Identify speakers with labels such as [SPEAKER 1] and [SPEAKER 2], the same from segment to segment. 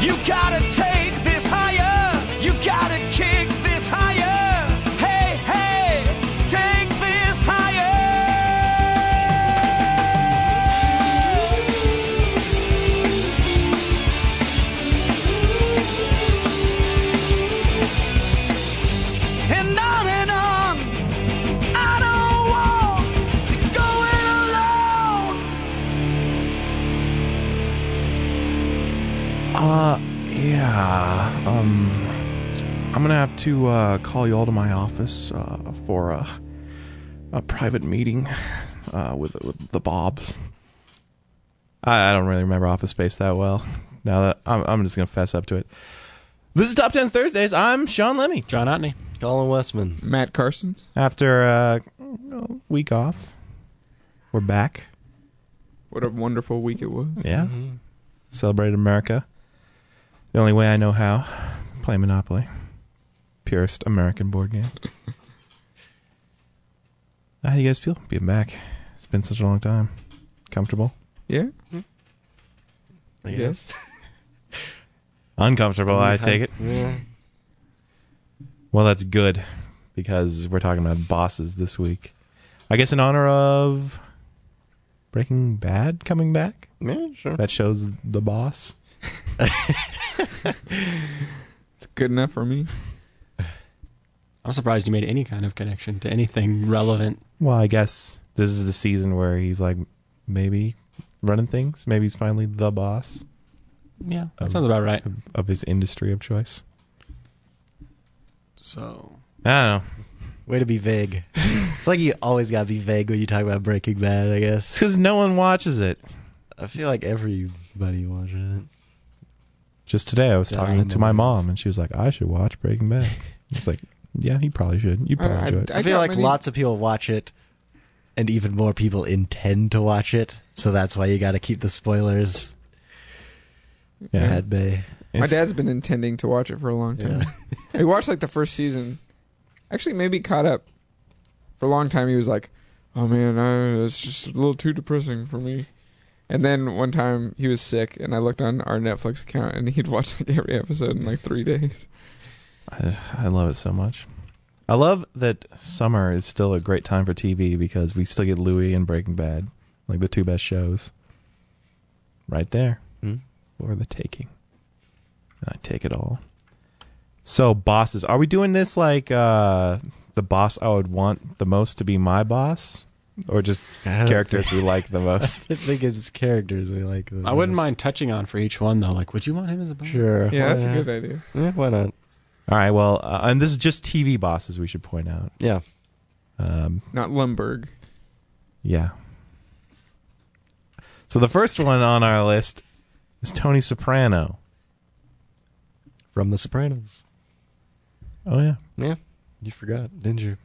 [SPEAKER 1] You gotta take this higher. You gotta kick this higher. Hey, hey, take this higher. And on and on. I don't want to go it alone.
[SPEAKER 2] Uh, yeah. Um, I'm gonna have to uh, call you all to my office uh, for a, a private meeting uh, with with the Bobs. I, I don't really remember Office Space that well. Now that I'm, I'm just gonna fess up to it. This is Top Ten Thursdays. I'm Sean Lemmy.
[SPEAKER 3] John Otney.
[SPEAKER 4] Colin Westman.
[SPEAKER 5] Matt Carson's.
[SPEAKER 2] After uh, a week off, we're back.
[SPEAKER 5] What a wonderful week it was.
[SPEAKER 2] Yeah,
[SPEAKER 4] Mm-hmm.
[SPEAKER 2] celebrated America. The only way I know how, play Monopoly, purest American board game. how do you guys feel being back? It's been such a long time. Comfortable?
[SPEAKER 5] Yeah. Yes.
[SPEAKER 2] Uncomfortable, I take it.
[SPEAKER 4] Yeah.
[SPEAKER 2] Well, that's good because we're talking about bosses this week. I guess in honor of Breaking Bad coming back.
[SPEAKER 4] Yeah, sure.
[SPEAKER 2] That shows the boss.
[SPEAKER 5] It's good enough for me.
[SPEAKER 3] I'm surprised you made any kind of connection to anything relevant.
[SPEAKER 2] Well, I guess this is the season where he's like maybe running things. Maybe he's finally the boss.
[SPEAKER 3] Yeah, that
[SPEAKER 2] Um,
[SPEAKER 3] sounds about right.
[SPEAKER 2] of- of his industry of choice.
[SPEAKER 3] So
[SPEAKER 2] I don't know.
[SPEAKER 4] Way to be vague. it's like you always gotta be vague when you talk about Breaking Bad. I
[SPEAKER 2] It's
[SPEAKER 4] guess.
[SPEAKER 2] because no one watches it.
[SPEAKER 4] I feel like everybody watches it.
[SPEAKER 2] Just today, I was
[SPEAKER 4] Yeah,
[SPEAKER 2] talking
[SPEAKER 4] I
[SPEAKER 2] to
[SPEAKER 4] know.
[SPEAKER 2] my mom, and she was like, "I should watch Breaking Bad." It's like, "Yeah, you probably should. You probably
[SPEAKER 5] I-
[SPEAKER 2] should."
[SPEAKER 4] I, feel
[SPEAKER 5] got
[SPEAKER 4] like
[SPEAKER 5] many-
[SPEAKER 4] lots of people watch it, and even more people intend to watch it. So that's why you got to keep the spoilers
[SPEAKER 2] yeah,
[SPEAKER 4] at bay.
[SPEAKER 5] My
[SPEAKER 2] It's-
[SPEAKER 5] dad's been intending to watch it for a long time. he watched like the first season. Actually, maybe caught up. For a long time, he was like, "Oh man, I, it's just a little too depressing for me." And then one time he was sick, and I looked on our Netflix account, and he'd watched like every episode in like three days.
[SPEAKER 2] I, I love it so much. I love that summer is still a great time for TV because we still get Louis and Breaking Bad, like the two best shows, right there
[SPEAKER 4] Hmm.
[SPEAKER 2] for the taking. I take it all. So bosses, are we doing this like uh the boss I would want the most to be my boss, or just
[SPEAKER 4] I don't
[SPEAKER 2] characters we like the most?
[SPEAKER 4] I think it's characters we like. the
[SPEAKER 3] I wouldn't
[SPEAKER 4] most.
[SPEAKER 3] mind touching on for each one though. Like, would you want him as a boss?
[SPEAKER 4] Sure.
[SPEAKER 5] Yeah,
[SPEAKER 4] why
[SPEAKER 5] that's a
[SPEAKER 4] not?
[SPEAKER 5] good idea.
[SPEAKER 4] Oh, Yeah, why not?
[SPEAKER 2] All right, well, uh, and this is just TV bosses. We should point out.
[SPEAKER 4] Yeah.
[SPEAKER 2] Um,
[SPEAKER 5] Not Lumberg.
[SPEAKER 2] Yeah. So the first one on our list is Tony Soprano.
[SPEAKER 4] From The Sopranos.
[SPEAKER 2] Oh yeah.
[SPEAKER 4] Yeah. You forgot, didn't you?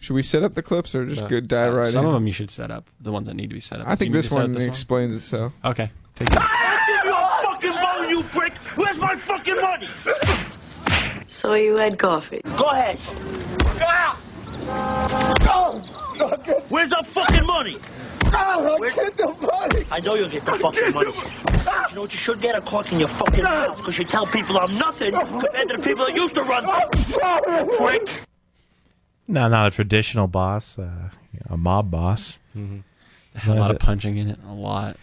[SPEAKER 5] Should we set up the clips or just
[SPEAKER 3] No.
[SPEAKER 5] go dive right
[SPEAKER 3] Some
[SPEAKER 5] in?
[SPEAKER 3] of them you should set up. The ones that need to be set up.
[SPEAKER 5] I think
[SPEAKER 3] You need
[SPEAKER 5] this
[SPEAKER 3] to set up
[SPEAKER 5] one explains itself.
[SPEAKER 3] Okay.
[SPEAKER 6] fucking money, you prick! Where's my fucking money?
[SPEAKER 7] So you had coffee.
[SPEAKER 6] Go ahead. Where's the fucking money? Where- I know you'll get the fucking money. You know what? You should get a cork in your fucking mouth because you tell people I'm nothing compared to the people that used to run. Prick.
[SPEAKER 2] No, not a traditional boss, uh, a mob boss.
[SPEAKER 3] A lot of punching in it. A lot.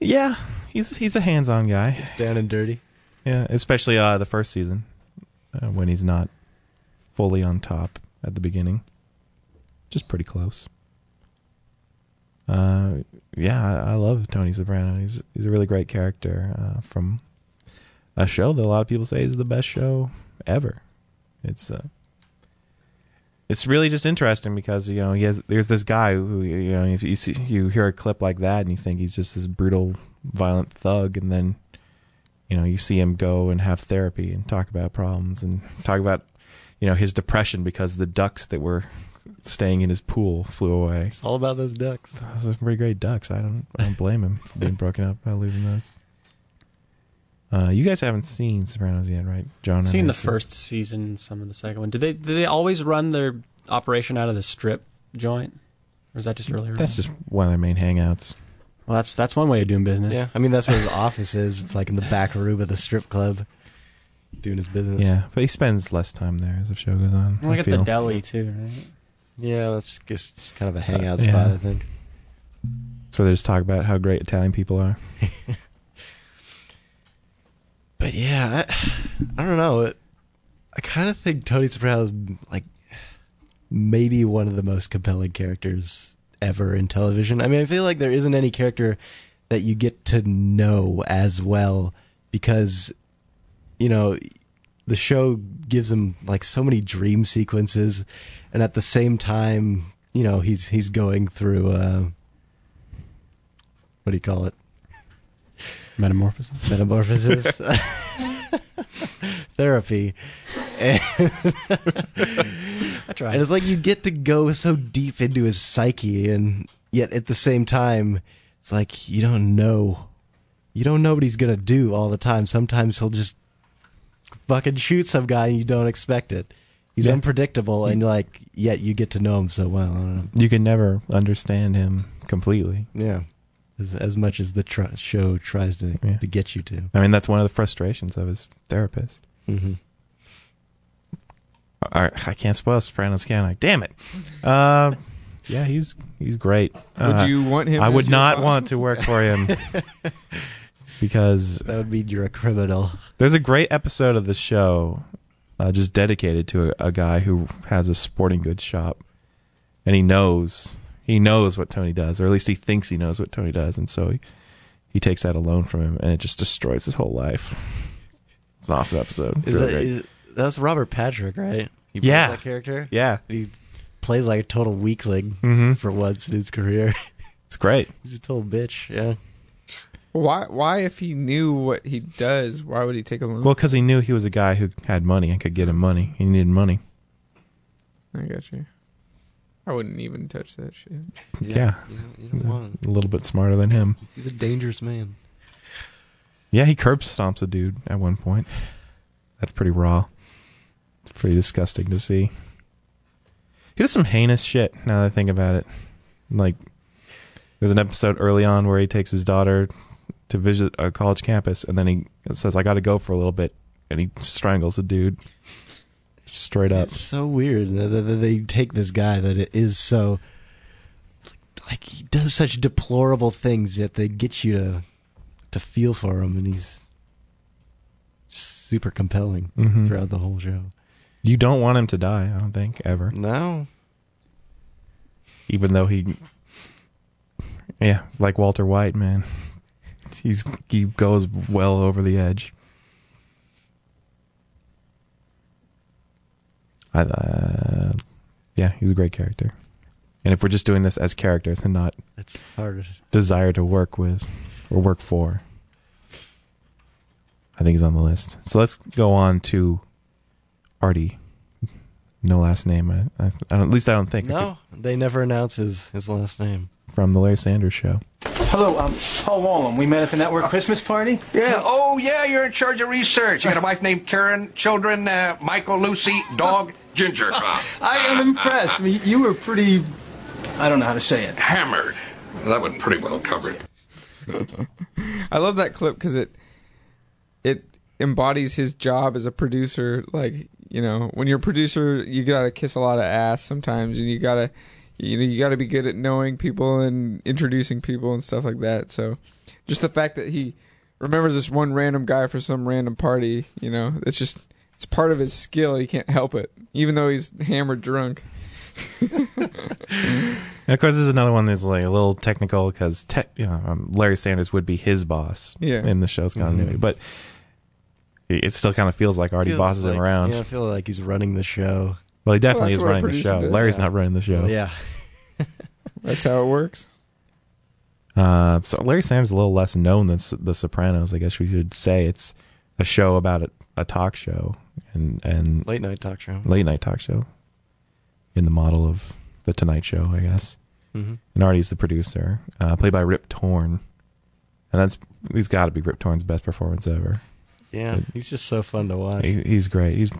[SPEAKER 2] Yeah, he's he's a hands-on guy.
[SPEAKER 4] Down and dirty.
[SPEAKER 2] Yeah, especially uh, the first season uh, when he's not fully on top at the beginning, just pretty close. Uh, yeah, I, I love Tony Soprano. He's he's a really great character uh, from a show that a lot of people say is the best show ever. It's uh, it's really just interesting because you know he has there's this guy who you know if you see you hear a clip like that and you think he's just this brutal, violent thug, and then you know you see him go and have therapy and talk about problems and talk about you know his depression because the ducks that were staying in his pool flew away.
[SPEAKER 4] It's all about those ducks.
[SPEAKER 2] Those are pretty great ducks. I don't I don't blame him for being broken up by losing those. Uh, you guys haven't seen Sopranos yet, right, John?
[SPEAKER 3] I've seen the first season, some of the second one. Did they? Did they always run their operation out of the strip joint, or is that just earlier?
[SPEAKER 2] That's
[SPEAKER 3] on?
[SPEAKER 2] just one of their main hangouts.
[SPEAKER 3] Well, that's that's one way of doing business.
[SPEAKER 4] Yeah, I mean that's where his office is. It's like in the back room of the strip club, doing his business.
[SPEAKER 2] Yeah, but he spends less time there as the show goes on.
[SPEAKER 3] Look
[SPEAKER 2] I
[SPEAKER 3] at the
[SPEAKER 2] feel.
[SPEAKER 3] deli too, right?
[SPEAKER 4] yeah, that's just, just kind of a hangout
[SPEAKER 2] Uh, yeah.
[SPEAKER 4] spot, I think.
[SPEAKER 2] That's where they just talk about how great Italian people are.
[SPEAKER 4] But yeah, I, I don't know. It, I kind of think Tony Soprano is like maybe one of the most compelling characters ever in television. I mean, I feel like there isn't any character that you get to know as well because you know the show gives him like so many dream sequences and at the same time, you know, he's he's going through uh what do you call it?
[SPEAKER 3] Metamorphosis.
[SPEAKER 4] metamorphosis therapy and i tried it's like you get to go so deep into his psyche and yet at the same time it's like you don't know you don't know what he's gonna do all the time sometimes he'll just fucking shoot some guy and you don't expect it he's
[SPEAKER 2] Yeah.
[SPEAKER 4] unpredictable and like yet you get to know him so well I don't know.
[SPEAKER 2] You can never understand him completely.
[SPEAKER 4] yeah as, as much as the tr- show tries to,
[SPEAKER 2] Yeah.
[SPEAKER 4] to get you to
[SPEAKER 2] I mean, that's one of the frustrations of his therapist.
[SPEAKER 4] mm-hmm.
[SPEAKER 2] All right, I can't spoil Sopranos, can I? Damn it! Uh, yeah, he's he's great. Uh,
[SPEAKER 5] would you want him?
[SPEAKER 2] I
[SPEAKER 5] as
[SPEAKER 2] would
[SPEAKER 5] your
[SPEAKER 2] not
[SPEAKER 5] boss?
[SPEAKER 2] want to work for him because
[SPEAKER 4] that would mean you're a criminal
[SPEAKER 2] There's a great episode of the show uh, just dedicated to a, a guy who has a sporting goods shop, and he knows he knows what Tony does, or at least he thinks he knows what Tony does, and so he he takes that alone from him, and it just destroys his whole life. It's an awesome episode. It's
[SPEAKER 4] Is
[SPEAKER 2] really
[SPEAKER 4] that-
[SPEAKER 2] great.
[SPEAKER 4] is- that's Robert Patrick, right? He plays
[SPEAKER 2] Yeah.
[SPEAKER 4] that character.
[SPEAKER 2] yeah,
[SPEAKER 4] he plays like a total weakling for once in his career.
[SPEAKER 2] it's great.
[SPEAKER 4] He's a total bitch. Yeah,
[SPEAKER 5] Why? Why, if he knew what he does, why would he take a loan?
[SPEAKER 2] Well, because he knew he was a guy who had money and could get him money. He needed money.
[SPEAKER 5] I got you. I wouldn't even touch that shit.
[SPEAKER 2] Yeah.
[SPEAKER 4] You don't, you don't want him.
[SPEAKER 2] A little bit smarter than him.
[SPEAKER 4] He's a dangerous man.
[SPEAKER 2] Yeah, he curb stomps a dude at one point. That's pretty raw. It's pretty disgusting to see. He does some heinous shit now that I think about it. Like, there's an episode early on where he takes his daughter to visit a college campus, and then he says, I gotta go for a little bit, and he strangles a dude. Straight up.
[SPEAKER 4] It's so weird that that- that they take this guy that it is so like he does such deplorable things, yet they get you to to feel for him, and he's super compelling
[SPEAKER 2] Mhm.
[SPEAKER 4] throughout the whole show.
[SPEAKER 2] You don't want him to die, I don't think, ever.
[SPEAKER 4] No,
[SPEAKER 2] Even though he. Yeah, like Walter White, man. He's, he goes well over the edge. I, uh, yeah, he's a great character. And if we're just doing this as characters and not
[SPEAKER 4] it's hard.
[SPEAKER 2] desire to work with or work for, I think he's on the list. So let's go on to Artie. No last name. I, I, I don't, at least I don't think.
[SPEAKER 4] No, they never announce his, his last name.
[SPEAKER 2] From the Larry Sanders Show.
[SPEAKER 8] Hello, um, Paul Wallum. We met at the network Christmas party.
[SPEAKER 9] Yeah. Oh, yeah. You're in charge of research. You got a wife named Karen, children, uh, Michael, Lucy, dog, Ginger.
[SPEAKER 8] I am impressed. I mean, you were pretty. I don't know how to say it.
[SPEAKER 9] Hammered. That one pretty well covered.
[SPEAKER 5] I love that clip because it it embodies his job as a producer. Like you know, when you're a producer, you gotta kiss a lot of ass sometimes, and you gotta you know you gotta be good at knowing people and introducing people and stuff like that. So, just the fact that he remembers this one random guy for some random party, you know, it's just it's part of his skill. He can't help it, even though he's hammered drunk.
[SPEAKER 2] And of course, this is another one that's like a little technical because te- you know, um, Larry Sanders would be his boss
[SPEAKER 5] Yeah.
[SPEAKER 2] in the show's continuity, but it it still kind of feels like Artie
[SPEAKER 4] Feels
[SPEAKER 2] bosses
[SPEAKER 4] like-
[SPEAKER 2] him around.
[SPEAKER 4] Yeah, I feel like he's running the show.
[SPEAKER 2] Well, he definitely
[SPEAKER 5] that's
[SPEAKER 2] is
[SPEAKER 5] what a
[SPEAKER 2] running the
[SPEAKER 5] producer
[SPEAKER 2] show.
[SPEAKER 5] does,
[SPEAKER 2] Larry's
[SPEAKER 5] yeah.
[SPEAKER 2] not running the show.
[SPEAKER 4] Yeah,
[SPEAKER 5] That's how it works.
[SPEAKER 2] Uh, so Larry Sanders is a little less known than S- The Sopranos. I guess we should say it's a show about a, a talk show and and
[SPEAKER 4] late night talk show.
[SPEAKER 2] late night talk show in the model of the Tonight Show, I guess. And Artie's the producer, uh, played by Rip Torn, and that's he's got to be Rip Torn's best performance ever.
[SPEAKER 4] Yeah, he's just so fun to watch.
[SPEAKER 2] He, he's great. He's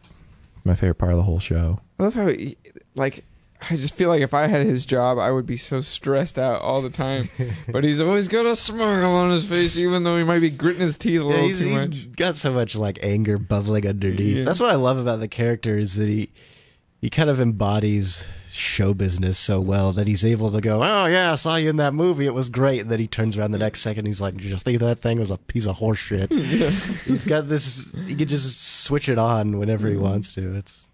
[SPEAKER 2] my favorite part of the whole show.
[SPEAKER 5] I love how he, like I just feel like if I had his job, I would be so stressed out all the time. but he's always got a smile on his face, even though he might be gritting his teeth a
[SPEAKER 4] Yeah,
[SPEAKER 5] little
[SPEAKER 4] he's,
[SPEAKER 5] too
[SPEAKER 4] he's
[SPEAKER 5] much.
[SPEAKER 4] got so much like anger bubbling underneath.
[SPEAKER 5] Yeah.
[SPEAKER 4] That's what I love about the character is that he he kind of embodies show business so well that he's able to go, "Oh yeah, I saw you in that movie. It was great." And then he turns around the next second, he's like, "Did you just think that thing was a piece of horseshit?" he's got this. He can just switch it on whenever he wants to. It's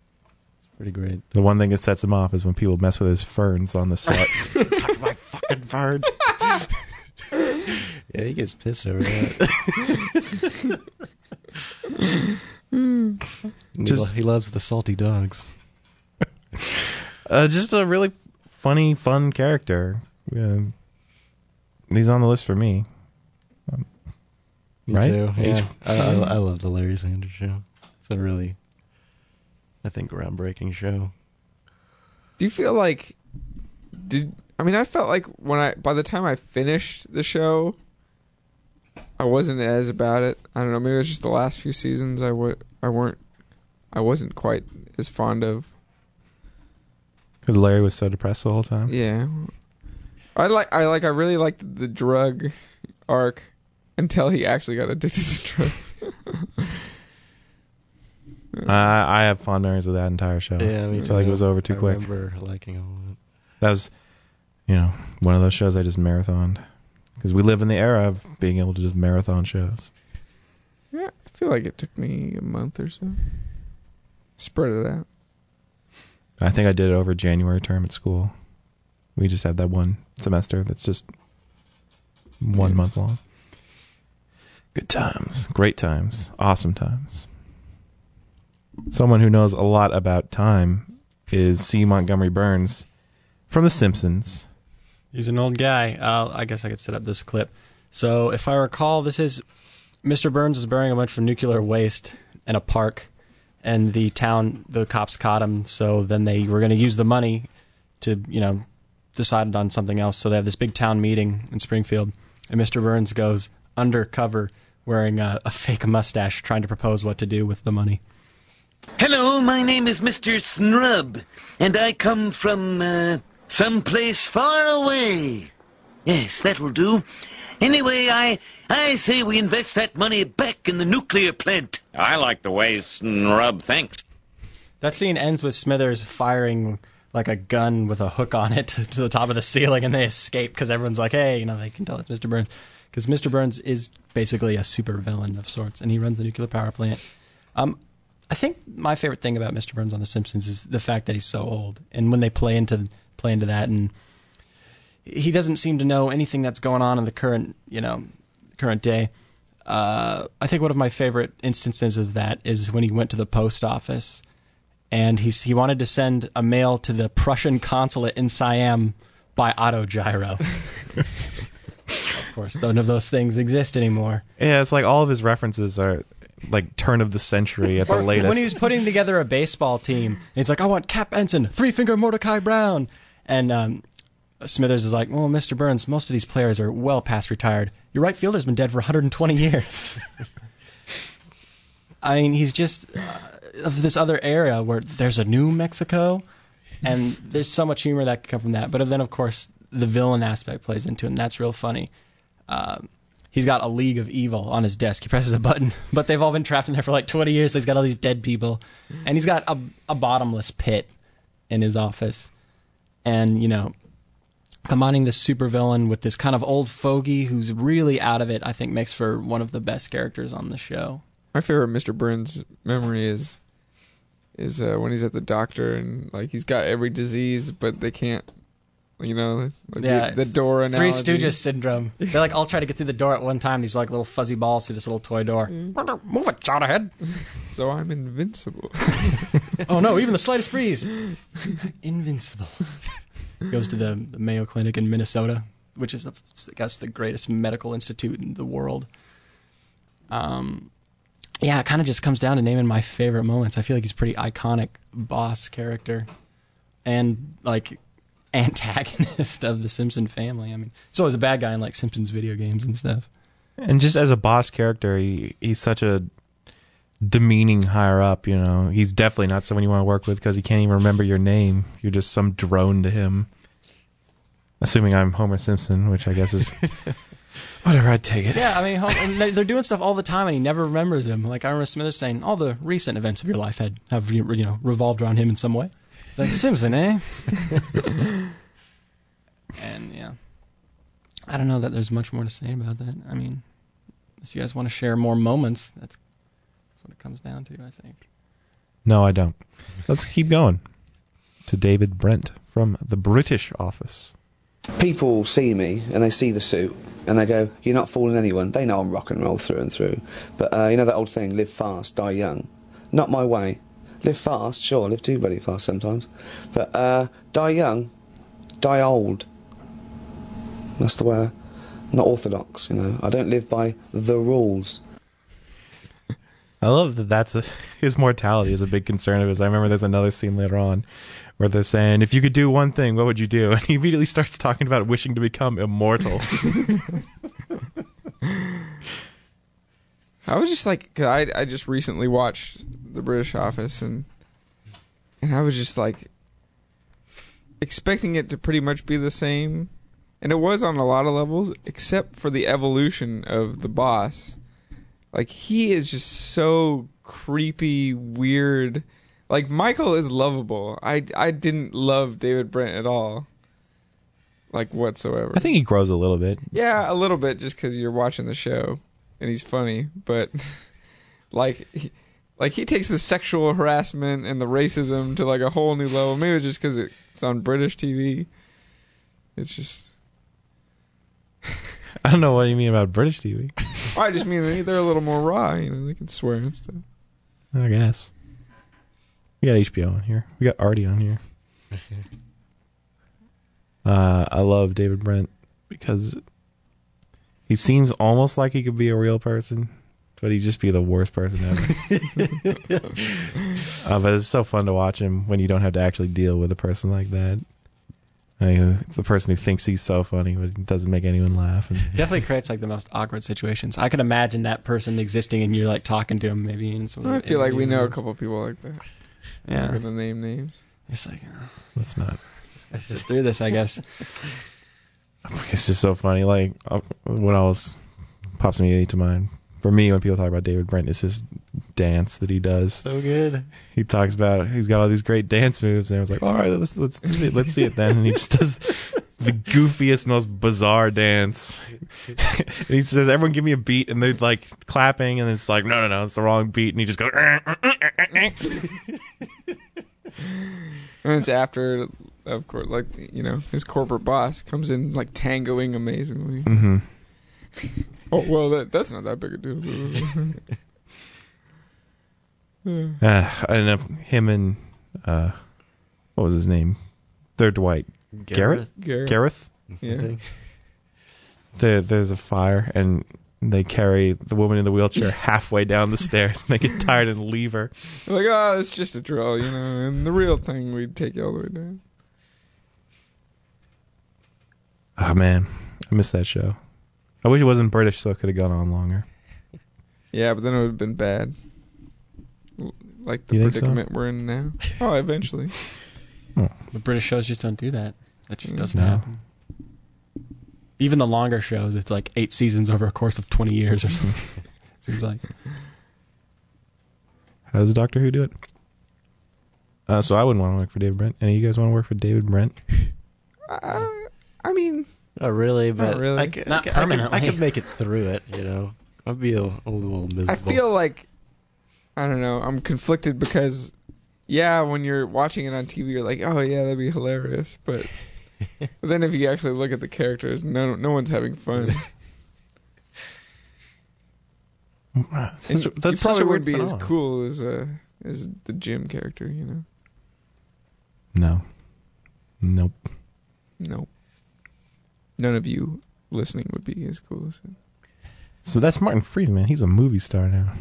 [SPEAKER 4] pretty great.
[SPEAKER 2] The one thing that sets him off is when people mess with his ferns on the set.
[SPEAKER 4] My fucking bird. yeah, he gets pissed over that. And he
[SPEAKER 2] Just-
[SPEAKER 4] lo- he loves the salty dogs.
[SPEAKER 2] uh, just a really funny, fun character. Um he's on the list for me.
[SPEAKER 4] Me
[SPEAKER 2] Right?
[SPEAKER 4] too. Yeah. I, I- I love the Larry Sanders Show. It's a really, I think, groundbreaking show.
[SPEAKER 5] Do you feel like did I mean I felt like when I by the time I finished the show I wasn't as about it. I don't know, maybe it was just the last few seasons I wa I weren't I wasn't quite as fond of.
[SPEAKER 2] Because Larry was so depressed the whole time.
[SPEAKER 5] Yeah. I like I like I really liked the drug arc until he actually got addicted to drugs.
[SPEAKER 2] I I have fond memories of that entire show. I feel like it was over too
[SPEAKER 4] I
[SPEAKER 2] quick.
[SPEAKER 4] remember liking all of it.
[SPEAKER 2] That was, you know, one of those shows I just marathoned. Because we live in the era of being able to just marathon shows.
[SPEAKER 5] yeah, I feel like it took me a month or so. Spread it out.
[SPEAKER 2] I think I did it over January term at school. We just have that one semester that's just one
[SPEAKER 5] Yeah.
[SPEAKER 2] month long. Good times. Great times. Awesome times. Someone who knows a lot about time is C. Montgomery Burns from The Simpsons.
[SPEAKER 3] He's an old guy. Uh, I guess I could set up this clip. So, if I recall, this is Mr. Burns was burying a bunch of nuclear waste in a park, and the town, the cops caught him. So then they were going to use the money to, you know, decide on something else. So they have this big town meeting in Springfield, and Mr. Burns goes undercover wearing a, a fake mustache, trying to propose what to do with the money.
[SPEAKER 10] Hello, my name is Mr. Snrub, and I come from uh, someplace far away. Yes, that will do. Anyway, I I say we invest that money back in the nuclear plant.
[SPEAKER 11] I like the way Snrub thinks.
[SPEAKER 3] That scene ends with Smithers firing like a gun with a hook on it to, to the top of the ceiling, and they escape because everyone's like, "Hey, you know, they can tell it's Mr. Burns," because Mr. Burns is basically a super villain of sorts, and he runs the nuclear power plant. Um, I think my favorite thing about Mr. Burns on The Simpsons is the fact that he's so old, and when they play into play into that, and he doesn't seem to know anything that's going on in the current, you know, current day. Uh, I think one of my favorite instances of that is when he went to the post office and he's he wanted to send a mail to the Prussian consulate in Siam by autogyro. of course, none of those things exist anymore.
[SPEAKER 2] Yeah, it's like all of his references are like turn of the century at the latest.
[SPEAKER 3] When he was putting together a baseball team, and he's like, "I want Cap Ensign, Three Finger Mordecai Brown," and um, Smithers is like, "Well, Mr. Burns, most of these players are well past retired. Your right fielder's been dead for 120 years." I mean, he's just uh, of this other era where there's a new Mexico, and there's so much humor that could come from that. But then, of course, the villain aspect plays into it, and that's real funny. Um, he's got a league of evil on his desk. He presses a button, but they've all been trapped in there for like 20 years. So he's got all these dead people, and he's got a, a bottomless pit in his office. And, you know, combining this supervillain with this kind of old fogey who's really out of it, I think makes for one of the best characters on the show.
[SPEAKER 5] My favorite Mr. Burns memory is is uh, when he's at the doctor and like he's got every disease, but they can't. You know, like
[SPEAKER 3] Yeah,
[SPEAKER 5] the, the door
[SPEAKER 3] Three
[SPEAKER 5] analogy.
[SPEAKER 3] Stooges syndrome. They like all try to get through the door at one time. These like little fuzzy balls through this little toy door. Move it, John ahead.
[SPEAKER 5] So I'm invincible.
[SPEAKER 3] oh no, even the slightest breeze. Invincible. Goes to the, the Mayo Clinic in Minnesota, which is, the, I guess, the greatest medical institute in the world. Um, yeah, it kind of just comes down to naming my favorite moments. I feel like he's a pretty iconic boss character and like antagonist of the Simpson family. I mean, he's always a bad guy in like Simpsons video games and stuff.
[SPEAKER 2] And just as a boss character, he, he's such a demeaning higher up. You know, he's definitely not someone you want to work with because he can't even remember your name. You're just some drone to him. Assuming I'm Homer Simpson, which I guess is whatever. I'd take it.
[SPEAKER 3] Yeah, I mean, Hom- and they- they're doing stuff all the time, and he never remembers them. Like I remember Smithers saying, all the recent events of your life had have you you know revolved around him in some way. It's like Simpson, eh? and yeah, I don't know that there's much more to say about that. I mean, if you guys want to share more moments, that's that's what it comes down to, I think.
[SPEAKER 2] No, I don't. Let's keep going to David Brent from the British office.
[SPEAKER 12] people see me and they see the suit and they go, "You're not fooling anyone." They know I'm rock and roll through and through. But uh, you know that old thing: live fast, die young. Not my way. Live fast, sure, live too bloody fast sometimes. But uh, die young, die old. That's the way. I- I'm not orthodox, you know. I don't live by the rules.
[SPEAKER 2] I love that that's a, his mortality is a big concern of his. I remember there's another scene later on where they're saying, if you could do one thing, what would you do? And he immediately starts talking about wishing to become immortal.
[SPEAKER 5] I was just like, 'cause I I just recently watched The British Office and and I was just like expecting it to pretty much be the same, and it was on a lot of levels, except for the evolution of the boss. Like he is just so creepy, weird. Like Michael is lovable. I I didn't love David Brent at all, like whatsoever.
[SPEAKER 2] I think he grows a little bit.
[SPEAKER 5] Yeah, a little bit, just because you're watching the show, and he's funny. But like, he, like he takes the sexual harassment and the racism to like a whole new level. Maybe just because it's on British TV. It's just.
[SPEAKER 2] I don't know what you mean about British TV.
[SPEAKER 5] I just mean they- they're a little more raw. You know, they can swear and stuff.
[SPEAKER 2] I guess. We got HBO on here. We got Artie on here. Uh, I love David Brent because he seems almost like he could be a real person, but he'd just be the worst person ever. uh, but it's so fun to watch him when you don't have to actually deal with a person like that. I mean, the person who thinks he's so funny but doesn't make anyone laugh. And
[SPEAKER 3] Definitely creates like the most awkward situations. I can imagine that person existing, and you're like talking to him maybe. In some
[SPEAKER 5] I feel like we know a couple people like that.
[SPEAKER 3] Yeah.
[SPEAKER 5] We're gonna name names.
[SPEAKER 3] It's like
[SPEAKER 2] let's not.
[SPEAKER 3] sit through this, I guess.
[SPEAKER 2] It's just so funny. Like uh, what else pops immediately to mind for me when people talk about David Brent is his dance that he does.
[SPEAKER 3] So good.
[SPEAKER 2] He talks about he's got all these great dance moves, and I was like, all right, let's let's see it, let's see it then. And he just does the goofiest, most bizarre dance. and he says, "Everyone, give me a beat," and they're like clapping, and it's like, "No, no, no, it's the wrong beat." And he just goes. "Eh, eh, eh, eh, eh, eh."
[SPEAKER 5] And it's after, of course, like you know, his corporate boss comes in like tangoing amazingly.
[SPEAKER 2] Mhm.
[SPEAKER 5] Oh well, that, that's not that big a deal. Yeah.
[SPEAKER 2] Uh, and uh, him and uh, what was his name? Third Dwight Garrett.
[SPEAKER 5] Gareth.
[SPEAKER 2] Gareth.
[SPEAKER 5] Yeah.
[SPEAKER 2] There, there's a fire, and they carry the woman in the wheelchair halfway down the stairs, and they get tired and leave her.
[SPEAKER 5] like, oh, it's just a drill, you know. And the real thing, we'd take you all the way down.
[SPEAKER 2] Oh man, I miss that show. I wish it wasn't British, so it could have gone on longer.
[SPEAKER 5] Yeah, but then it would have been bad. L- Like the
[SPEAKER 2] You think so?
[SPEAKER 5] predicament we're in now. Oh, eventually.
[SPEAKER 3] The British shows just don't do that. That just doesn't
[SPEAKER 5] No.
[SPEAKER 3] happen. Even the longer shows, it's like eight seasons over a course of twenty years or something. Seems like
[SPEAKER 2] How does Doctor Who do it? Uh, so I wouldn't want to work for David Brent. Any of you guys want to work for David Brent?
[SPEAKER 5] I mean,
[SPEAKER 4] Not really, but
[SPEAKER 5] Not really.
[SPEAKER 4] I, could,
[SPEAKER 5] Not
[SPEAKER 4] I, could, I, could, I
[SPEAKER 5] permanently.
[SPEAKER 4] could make it through it, you know. I'd be a, a little miserable.
[SPEAKER 5] I feel like I don't know. I'm conflicted because yeah, when you're watching it on TV, you're like, oh yeah, that'd be hilarious. But, but then if you actually look at the characters, no, no one's having fun. And you- you probably would be as cool as uh, as the Jim character, you know.
[SPEAKER 2] No. Nope.
[SPEAKER 5] Nope. None of you listening would be as cool as him.
[SPEAKER 2] So that's Martin Friedman. He's a movie star now.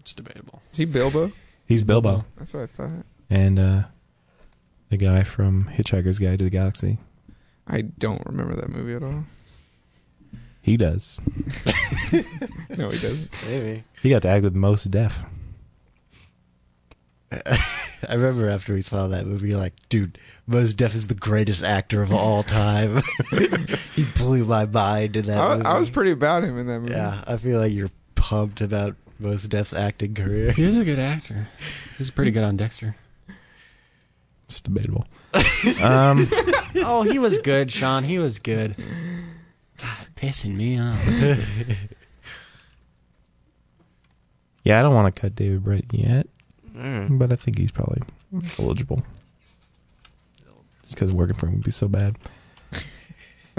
[SPEAKER 3] it's debatable.
[SPEAKER 5] Is he Bilbo?
[SPEAKER 2] He's Bilbo.
[SPEAKER 5] That's what I thought.
[SPEAKER 2] And uh, the guy from Hitchhiker's Guide to the Galaxy.
[SPEAKER 5] I don't remember that movie at all.
[SPEAKER 2] He does.
[SPEAKER 5] no, he doesn't.
[SPEAKER 4] Maybe.
[SPEAKER 2] He got to act with most deaf.
[SPEAKER 4] I remember after we saw that movie, you're like, dude, Mos Def is the greatest actor of all time. he blew my mind in that
[SPEAKER 5] I,
[SPEAKER 4] movie.
[SPEAKER 5] I was pretty about him in that movie.
[SPEAKER 4] yeah, I feel like you're pumped about Mos Def's acting career.
[SPEAKER 3] He is a good actor. He's pretty good on Dexter.
[SPEAKER 2] It's debatable. um,
[SPEAKER 3] oh, he was good, Sean. He was good. God, pissing me off.
[SPEAKER 2] yeah, I don't want to cut David Brent yet,
[SPEAKER 4] Mm.
[SPEAKER 2] but I think he's probably eligible. because working for him would be so bad.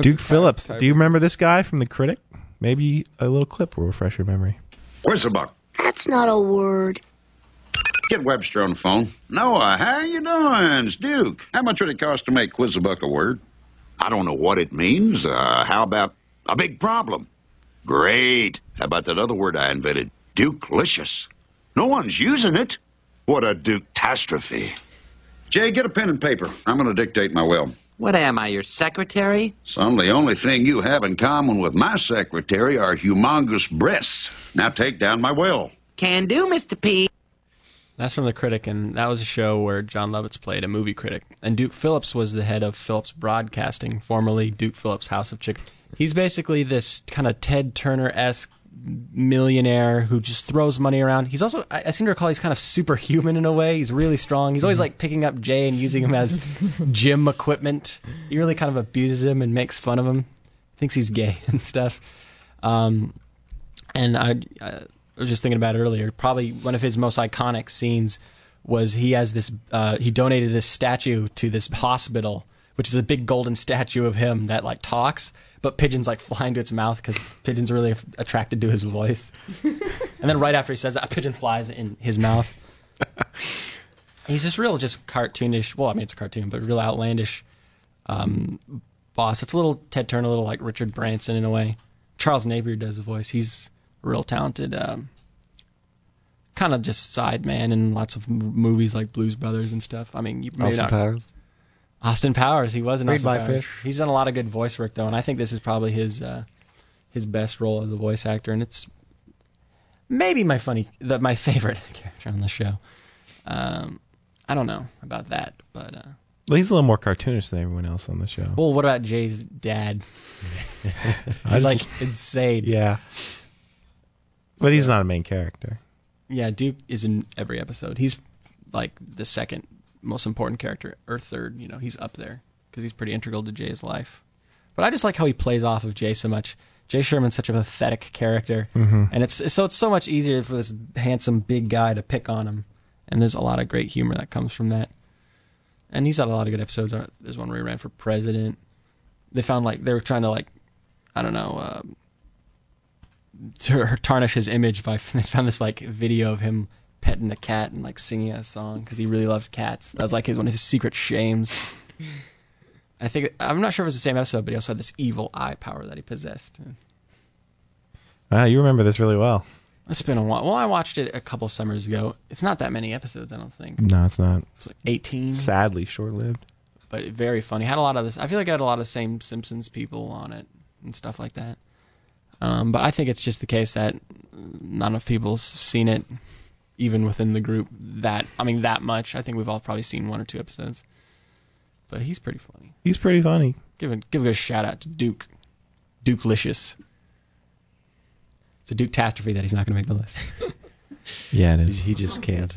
[SPEAKER 2] Duke Phillips.
[SPEAKER 13] type
[SPEAKER 2] Do you remember this guy from The Critic? Maybe a little clip will refresh your memory.
[SPEAKER 13] Whistlebug.
[SPEAKER 7] That's not a word.
[SPEAKER 13] Get Webster on the phone. Noah, how you doing? It's Duke. How much would it cost to make Quizabuck a word? I don't know what it means. Uh, how about a big problem? Great. How about that other word I invented? Dukelicious. No one's using it. What a Duke catastrophe. Jay, get a pen and paper. I'm going to dictate my will.
[SPEAKER 14] What am I, your secretary?
[SPEAKER 13] Son, the only thing you have in common with my secretary are humongous breasts. Now take down my will.
[SPEAKER 14] Can do, Mr. P.
[SPEAKER 3] That's from The Critic, and that was a show where John Lovitz played a movie critic. And Duke Phillips was the head of Phillips Broadcasting, formerly Duke Phillips House of Chicken. He's basically this kind of Ted Turner esque millionaire who just throws money around. He's also, I, I seem to recall, he's kind of superhuman in a way. He's really strong. He's always like picking up Jay and using him as gym equipment. He really kind of abuses him and makes fun of him, thinks he's gay and stuff. Um, and I, I was just thinking about it earlier. Probably one of his most iconic scenes was he has this. Uh, he donated this statue to this hospital, which is a big golden statue of him that like talks, but pigeons like fly into its mouth because pigeons are really f- attracted to his voice. and then right after he says that, a pigeon flies in his mouth. He's this real, just cartoonish. Well, I mean, it's a cartoon, but real outlandish um, boss. It's a little Ted Turner, a little like Richard Branson in a way. Charles Napier does the voice. He's a real talented, um, kind of just side man in lots of m- movies like Blues Brothers and stuff. I mean, you maybe
[SPEAKER 4] Austin
[SPEAKER 3] not-
[SPEAKER 4] Powers.
[SPEAKER 3] Austin Powers. He was in
[SPEAKER 4] Read
[SPEAKER 3] Austin
[SPEAKER 4] my
[SPEAKER 3] Powers.
[SPEAKER 4] fish.
[SPEAKER 3] He's done a lot of good voice work though, and I think this is probably his uh, his best role as a voice actor, and it's maybe my funny, the, my favorite character on the show. Um, I don't know about that, but. Uh,
[SPEAKER 2] Well, he's a little more cartoonish than everyone else on the show.
[SPEAKER 3] well, what about Jay's dad?
[SPEAKER 2] I
[SPEAKER 3] He's like
[SPEAKER 2] just-
[SPEAKER 3] insane.
[SPEAKER 2] Yeah. But he's not a main character.
[SPEAKER 3] Yeah, Duke is in every episode. He's like the second most important character, or third. You know, he's up there because he's pretty integral to Jay's life. But I just like how he plays off of Jay so much. Jay Sherman's such a pathetic character,
[SPEAKER 2] Mhm.
[SPEAKER 3] and it's so it's so much easier for this handsome big guy to pick on him. And there's a lot of great humor that comes from that. And he's had a lot of good episodes. Uh, There's one where he ran for president. They found like they were trying to like, I don't know. Um, tar- tarnish his image by they found this like video of him petting a cat and like singing a song because he really loves cats. That was like his one of his secret shames. I think I'm not sure if it was the same episode, but he also had this evil eye power that he possessed.
[SPEAKER 2] Ah, you remember this really well.
[SPEAKER 3] It's been a while. Well, I watched it a couple summers ago. It's not that many episodes, I don't think.
[SPEAKER 2] No, it's not.
[SPEAKER 3] It's like 18.
[SPEAKER 2] Sadly, short lived.
[SPEAKER 3] but very funny. Had a lot of this. I feel like it had a lot of same Simpsons people on it and stuff like that. Um, but I think it's just the case that not enough people's seen it, even within the group. That I mean, that much. I think we've all probably seen one or two episodes. But he's pretty funny.
[SPEAKER 2] He's pretty funny.
[SPEAKER 3] Give a, give a shout out to Duke, Duke Licious. It's a Duke catastrophe that he's not going to make the list.
[SPEAKER 2] Yeah, it is.
[SPEAKER 4] He just can't.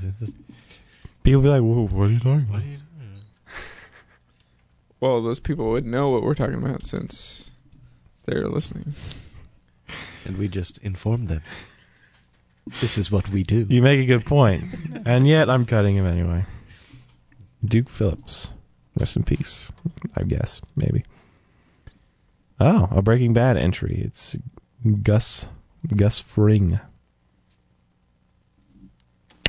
[SPEAKER 2] People be like, Whoa, what are you doing? What are you
[SPEAKER 5] Well, those people would know what we're talking about since they're listening.
[SPEAKER 4] And we just informed them. This is what we do.
[SPEAKER 2] You make a good point. and yet I'm cutting him anyway. Duke Phillips. Rest in peace. I guess. Maybe. Oh, a Breaking Bad entry. It's Gus Gus Fring.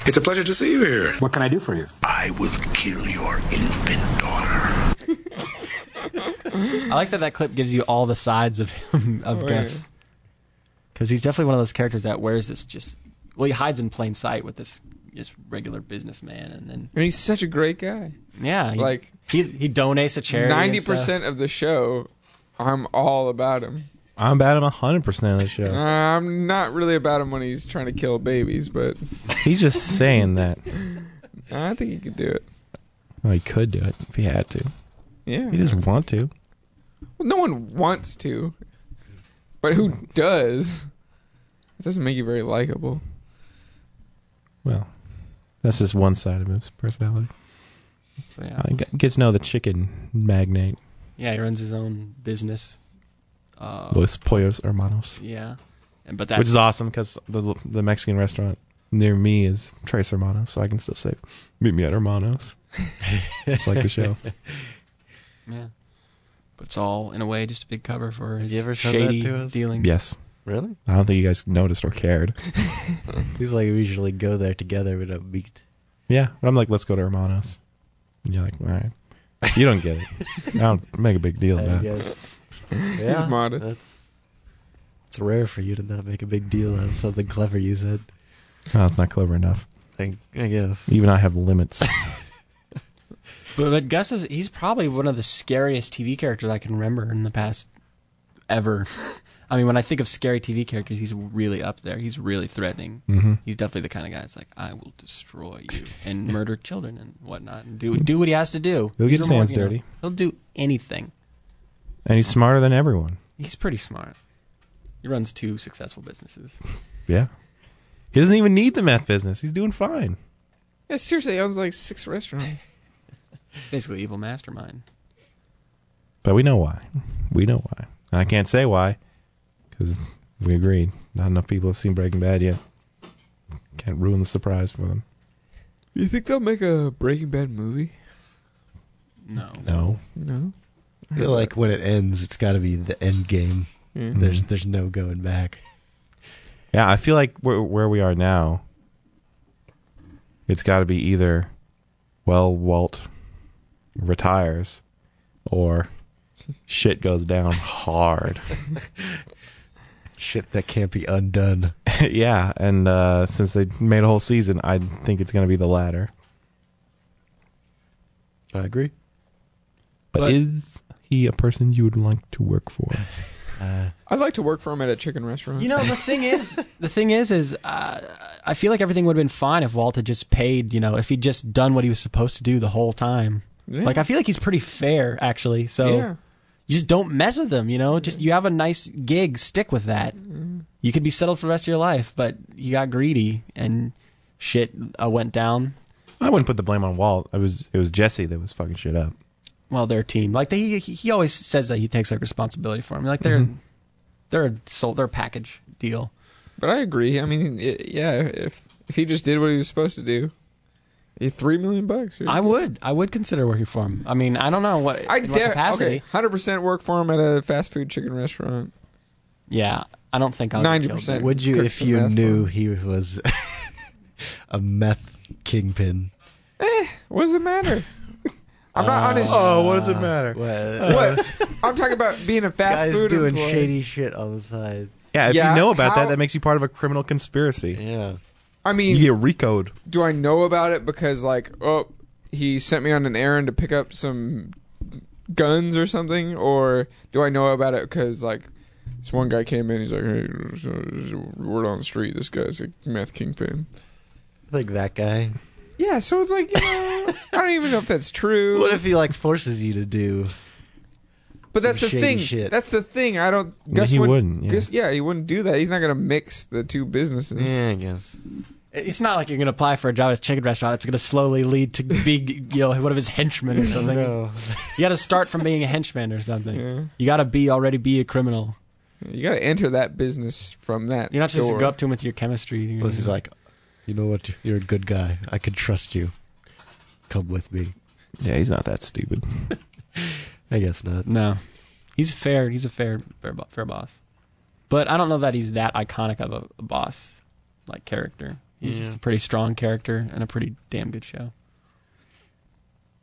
[SPEAKER 15] It's a pleasure to see you here.
[SPEAKER 16] What can I do for you?
[SPEAKER 15] I will kill your infant daughter.
[SPEAKER 3] I like that that clip gives you all the sides of him of
[SPEAKER 5] Oh,
[SPEAKER 3] Gus, because he's definitely one of those characters that wears this just well he hides in plain sight with this just regular businessman, and then
[SPEAKER 5] And he's such a great guy.
[SPEAKER 3] yeah, he,
[SPEAKER 5] Like
[SPEAKER 3] he he donates a charity. and
[SPEAKER 5] ninety
[SPEAKER 3] stuff.
[SPEAKER 5] percent of the show, I'm all about him.
[SPEAKER 2] I'm about him 100% of the show.
[SPEAKER 5] Uh, I'm not really about him when he's trying to kill babies, but
[SPEAKER 2] He's just saying that.
[SPEAKER 5] I think he could do it.
[SPEAKER 2] Well, he could do it if he had to.
[SPEAKER 5] Yeah.
[SPEAKER 2] He doesn't want to.
[SPEAKER 5] Well, no one wants to, but who does? It doesn't make you very likable.
[SPEAKER 2] Well, that's just one side of his personality.
[SPEAKER 3] Yeah.
[SPEAKER 2] I get get to know the chicken magnate,
[SPEAKER 3] Yeah, he runs his own business. Uh,
[SPEAKER 2] Los Pollos Hermanos.
[SPEAKER 3] Yeah, and but that's
[SPEAKER 2] which is awesome because the the Mexican restaurant near me is Trace Hermanos, so I can still say, "Meet me at Hermanos." It's like the show.
[SPEAKER 3] Yeah, but it's all in a way just a big cover for his
[SPEAKER 4] you ever showed that
[SPEAKER 3] shady
[SPEAKER 4] to us?
[SPEAKER 3] dealings.
[SPEAKER 2] Yes.
[SPEAKER 4] Really?
[SPEAKER 2] I don't think you guys noticed or cared.
[SPEAKER 4] Seems like we usually go there together. We don't meet.
[SPEAKER 2] yeah, but I'm like, "Let's go to Hermanos," and you're like, "All right." You don't get it. I don't make a big deal
[SPEAKER 4] I
[SPEAKER 2] about it.
[SPEAKER 4] guess. Yeah,
[SPEAKER 5] modest.
[SPEAKER 4] That's, it's rare for you to not make a big deal out of something clever you said.
[SPEAKER 2] No, it's Oh, not clever enough.
[SPEAKER 4] I, I guess.
[SPEAKER 2] Even I have limits.
[SPEAKER 3] But, but Gus is he's probably one of the scariest TV characters I can remember in the past ever. I mean, when I think of scary TV characters, he's really up there. He's really threatening.
[SPEAKER 2] Mhm.
[SPEAKER 3] He's definitely the kind of guy that's like, "I will destroy you and murder children and whatnot, and do do what he has to do."
[SPEAKER 2] He'll
[SPEAKER 3] He's
[SPEAKER 2] get his
[SPEAKER 3] a mor-
[SPEAKER 2] hands
[SPEAKER 3] you know,
[SPEAKER 2] dirty.
[SPEAKER 3] he'll do anything.
[SPEAKER 2] and he's smarter than everyone.
[SPEAKER 3] He's pretty smart. He runs two successful businesses.
[SPEAKER 2] Yeah. He doesn't even need the meth business. He's doing fine.
[SPEAKER 5] Yeah, seriously, he owns like six restaurants.
[SPEAKER 3] Basically, evil mastermind.
[SPEAKER 2] But we know why. We know why. And I can't say why because we agreed. Not enough people have seen Breaking Bad yet. Can't ruin the surprise for them.
[SPEAKER 5] You think they'll make a Breaking Bad movie?
[SPEAKER 3] No.
[SPEAKER 2] No.
[SPEAKER 5] No.
[SPEAKER 4] I feel like when it ends, it's got to be the end game.
[SPEAKER 5] Yeah.
[SPEAKER 4] There's there's no going back.
[SPEAKER 2] Yeah, I feel like where, where we are now, it's got to be either, well, Walt retires or shit goes down hard.
[SPEAKER 4] Shit that can't be undone.
[SPEAKER 2] yeah, and uh, since they made a whole season, I think it's going to be the latter.
[SPEAKER 4] I agree.
[SPEAKER 2] But,
[SPEAKER 5] But-
[SPEAKER 2] is he a person you would like to work for?
[SPEAKER 5] I'd like to work for him at a chicken restaurant.
[SPEAKER 3] You know, the thing is, the thing is, is uh, I feel like everything would have been fine if Walt had just paid. You know, if he'd just done what he was supposed to do the whole time.
[SPEAKER 5] Yeah.
[SPEAKER 3] Like I feel like he's pretty fair, actually. So
[SPEAKER 5] Yeah.
[SPEAKER 3] you just don't mess with him. You know, just you have a nice gig, stick with that. You could be settled for the rest of your life, but you got greedy and shit uh, went down.
[SPEAKER 2] I wouldn't put the blame on Walt. It was it was Jesse that was fucking shit up.
[SPEAKER 3] Well, their team, like they, he, he always says that he takes like responsibility for him. Like they're they're a soul, they're a package deal.
[SPEAKER 5] But I agree. I mean, i yeah, if if he just did what he was supposed to do, eh, three million bucks. here you
[SPEAKER 3] I
[SPEAKER 5] go.
[SPEAKER 3] would. I would consider working for him. I mean, I don't know what
[SPEAKER 5] I
[SPEAKER 3] in what
[SPEAKER 5] dare.
[SPEAKER 3] capacity.
[SPEAKER 5] Okay, hundred percent work for him at a fast food chicken restaurant.
[SPEAKER 3] Yeah, I don't think I'll get killed.
[SPEAKER 5] 90%.
[SPEAKER 4] Would you
[SPEAKER 5] Cook
[SPEAKER 4] if
[SPEAKER 5] some
[SPEAKER 4] you
[SPEAKER 5] meth
[SPEAKER 4] knew he was a meth kingpin?
[SPEAKER 5] What does it matter? I'm
[SPEAKER 3] Oh.
[SPEAKER 5] not on his.
[SPEAKER 2] what does it matter?
[SPEAKER 4] Well,
[SPEAKER 5] what? I'm talking about being a fast
[SPEAKER 4] guys
[SPEAKER 5] food
[SPEAKER 4] doing
[SPEAKER 5] employee.
[SPEAKER 4] shady shit on the side.
[SPEAKER 2] Yeah, if
[SPEAKER 5] Yeah,
[SPEAKER 2] you know about
[SPEAKER 5] how-
[SPEAKER 2] that, that makes you part of a criminal conspiracy.
[SPEAKER 4] Yeah.
[SPEAKER 5] I mean,
[SPEAKER 2] You get recode.
[SPEAKER 5] do I know about it because like oh he sent me on an errand to pick up some guns or something or do I know about it because like this one guy came in he's like hey there's a- there's a word on the street this guy's a meth kingpin
[SPEAKER 4] Like that guy.
[SPEAKER 5] yeah so it's like you know, I don't even know if that's true
[SPEAKER 4] What if he like forces you to do?
[SPEAKER 5] but that's the
[SPEAKER 4] some shady
[SPEAKER 5] thing
[SPEAKER 4] shit?
[SPEAKER 5] that's the thing I don't
[SPEAKER 2] No,
[SPEAKER 5] Gus
[SPEAKER 2] he
[SPEAKER 5] wouldn't
[SPEAKER 2] wouldn't, yeah.
[SPEAKER 5] Gus, yeah he wouldn't do that he's not gonna mix the two businesses
[SPEAKER 4] I guess.
[SPEAKER 3] It's not like you're going to apply for a job at a chicken restaurant. It's going to slowly lead to big, you know, one of his henchmen or something.
[SPEAKER 4] No.
[SPEAKER 3] You got to start from being a henchman or something. You got to be already be a criminal.
[SPEAKER 5] you gotta enter that business from that
[SPEAKER 3] You're not just
[SPEAKER 5] door.
[SPEAKER 3] go up to him with your chemistry. You're
[SPEAKER 4] This is
[SPEAKER 3] gonna-
[SPEAKER 4] like, you know what? You're a good guy. I can trust you. Come with me.
[SPEAKER 2] Yeah, he's not that stupid.
[SPEAKER 4] I guess not.
[SPEAKER 3] no, he's fair. He's a fair, fair, bo- fair boss. But I don't know that he's that iconic of a, a boss like character. He's just a pretty strong character and a pretty damn good show.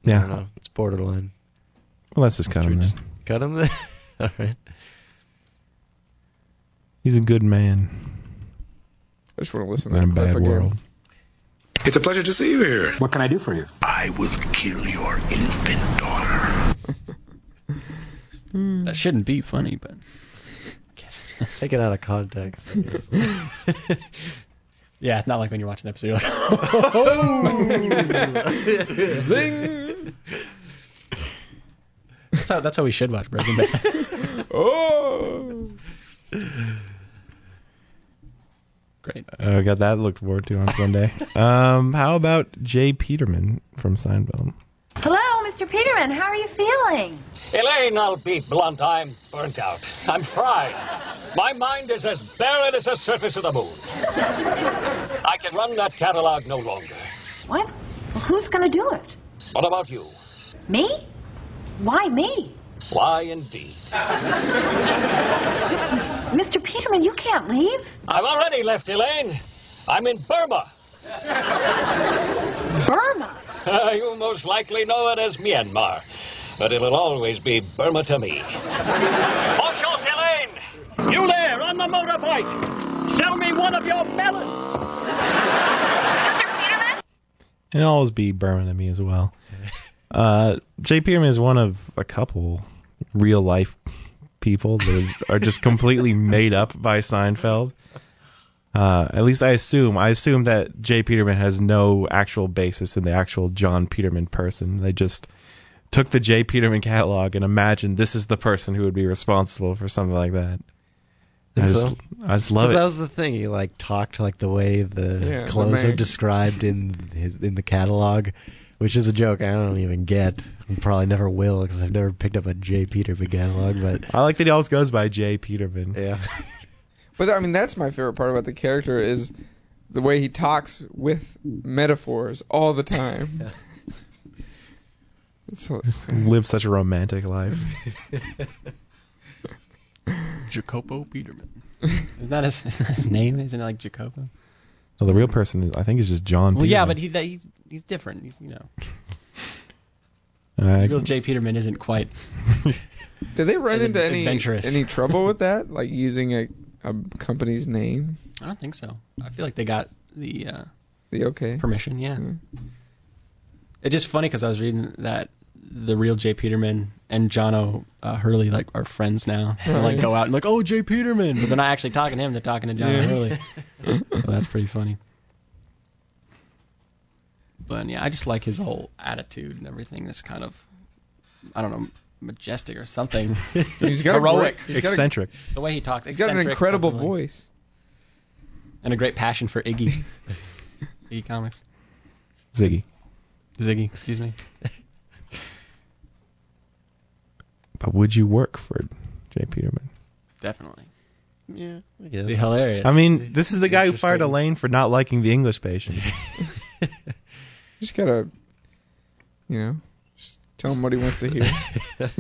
[SPEAKER 4] I
[SPEAKER 2] Yeah.
[SPEAKER 4] don't know. It's borderline.
[SPEAKER 2] Well, let's just cut him then.
[SPEAKER 4] Just cut him there. All right.
[SPEAKER 2] He's a good man
[SPEAKER 5] I just want to listen to
[SPEAKER 2] in a
[SPEAKER 5] that clip
[SPEAKER 2] bad
[SPEAKER 5] again
[SPEAKER 2] world.
[SPEAKER 15] It's a pleasure to see you here.
[SPEAKER 1] What can I do for you?
[SPEAKER 15] I will kill your infant daughter.
[SPEAKER 3] That shouldn't be funny, but I guess
[SPEAKER 4] Take it out of context.
[SPEAKER 3] yeah, it's not like when you're watching the episode, you're like,
[SPEAKER 5] Zing.
[SPEAKER 3] That's how, that's how we should watch Breaking Bad.
[SPEAKER 5] oh.
[SPEAKER 3] Great.
[SPEAKER 2] Uh, got that looked forward to on Sunday. um, how about Jay Peterman from Seinfeld?
[SPEAKER 16] Hello, Mr. Peterman. How are you feeling?
[SPEAKER 17] Elaine, I'll be blunt. I'm burnt out. I'm fried. My mind is as barren as the surface of the moon. I can run that catalog no longer.
[SPEAKER 16] What? Well, who's going to do it?
[SPEAKER 17] What about you?
[SPEAKER 16] Me? Why me?
[SPEAKER 17] Why, indeed.
[SPEAKER 16] Mr. Peterman, you can't leave.
[SPEAKER 17] I've already left, Elaine. I'm in Burma.
[SPEAKER 16] Burma?
[SPEAKER 17] you most likely know it as Myanmar, but it'll always be Burma to me. Oshos, Elaine! You there on the motorbike! Sell me one of your melons!
[SPEAKER 2] And it'll always be Berman to me as well. Uh, Jay Peterman is one of a couple real life people that is, are just completely made up by Seinfeld. Uh, at least I assume. I assume that Jay Peterman has no actual basis in the actual John Peterman person. They just took the Jay Peterman catalog and imagined this is the person who would be responsible for something like that. I
[SPEAKER 4] Think
[SPEAKER 2] just,
[SPEAKER 4] so?
[SPEAKER 2] I just love
[SPEAKER 4] 'Cause
[SPEAKER 2] it.
[SPEAKER 4] That was the thing. He like talked like the way the
[SPEAKER 2] Yeah, the
[SPEAKER 4] clothes are
[SPEAKER 2] man.
[SPEAKER 4] described in his in the catalog, which is a joke I don't even get. and Probably never will because I've never picked up a J. Peterman catalog. But
[SPEAKER 2] I like that he always goes by Jay Peterman.
[SPEAKER 4] Yeah.
[SPEAKER 5] But I mean, that's my favorite part about the character is the way he talks with metaphors all the time. It's so-
[SPEAKER 2] Live such a romantic life.
[SPEAKER 3] Jacopo Peterman. Isn't that his, isn't that his name? Isn't it like Jacopo?
[SPEAKER 2] So the real person, is, I think, is just John.
[SPEAKER 3] Well, yeah,
[SPEAKER 2] Peterman.
[SPEAKER 3] but he, that, he's, he's different. He's, you know,
[SPEAKER 2] Uh,
[SPEAKER 3] real Jay Peterman isn't quite.
[SPEAKER 5] Did they run
[SPEAKER 3] As
[SPEAKER 5] into
[SPEAKER 3] ad-
[SPEAKER 5] any
[SPEAKER 3] adventurous.
[SPEAKER 5] any trouble with that? Like using a, a company's name?
[SPEAKER 3] I don't think so. I feel like they got the uh,
[SPEAKER 5] The okay.
[SPEAKER 3] permission. Yeah.
[SPEAKER 5] Hmm.
[SPEAKER 3] It's just funny because I was reading that the real Jay Peterman and John O. Uh, Hurley like are friends now. They like
[SPEAKER 5] Right.
[SPEAKER 3] go out and like, oh, Jay Peterman, but they're not actually talking to him. They're talking to John O.
[SPEAKER 5] Yeah.
[SPEAKER 3] Hurley. so that's pretty funny. But yeah, I just like his whole attitude and everything. That's kind of, I don't know, majestic or something. Just
[SPEAKER 5] He's got a
[SPEAKER 3] heroic,
[SPEAKER 5] great- he's got a- Eccentric.
[SPEAKER 3] the way he talks,
[SPEAKER 5] He's got an
[SPEAKER 3] eccentric,
[SPEAKER 5] incredible
[SPEAKER 3] definitely.
[SPEAKER 5] voice.
[SPEAKER 3] and a great passion for Iggy, Iggy comics.
[SPEAKER 2] Ziggy.
[SPEAKER 3] Ziggy, excuse me.
[SPEAKER 2] But would you work for Jay Peterman?
[SPEAKER 3] Definitely. Yeah. I
[SPEAKER 4] guess.
[SPEAKER 3] Be hilarious.
[SPEAKER 2] I mean, this is the guy who fired Elaine for not liking the English patient.
[SPEAKER 5] Just gotta, you know, just tell him what he wants to hear.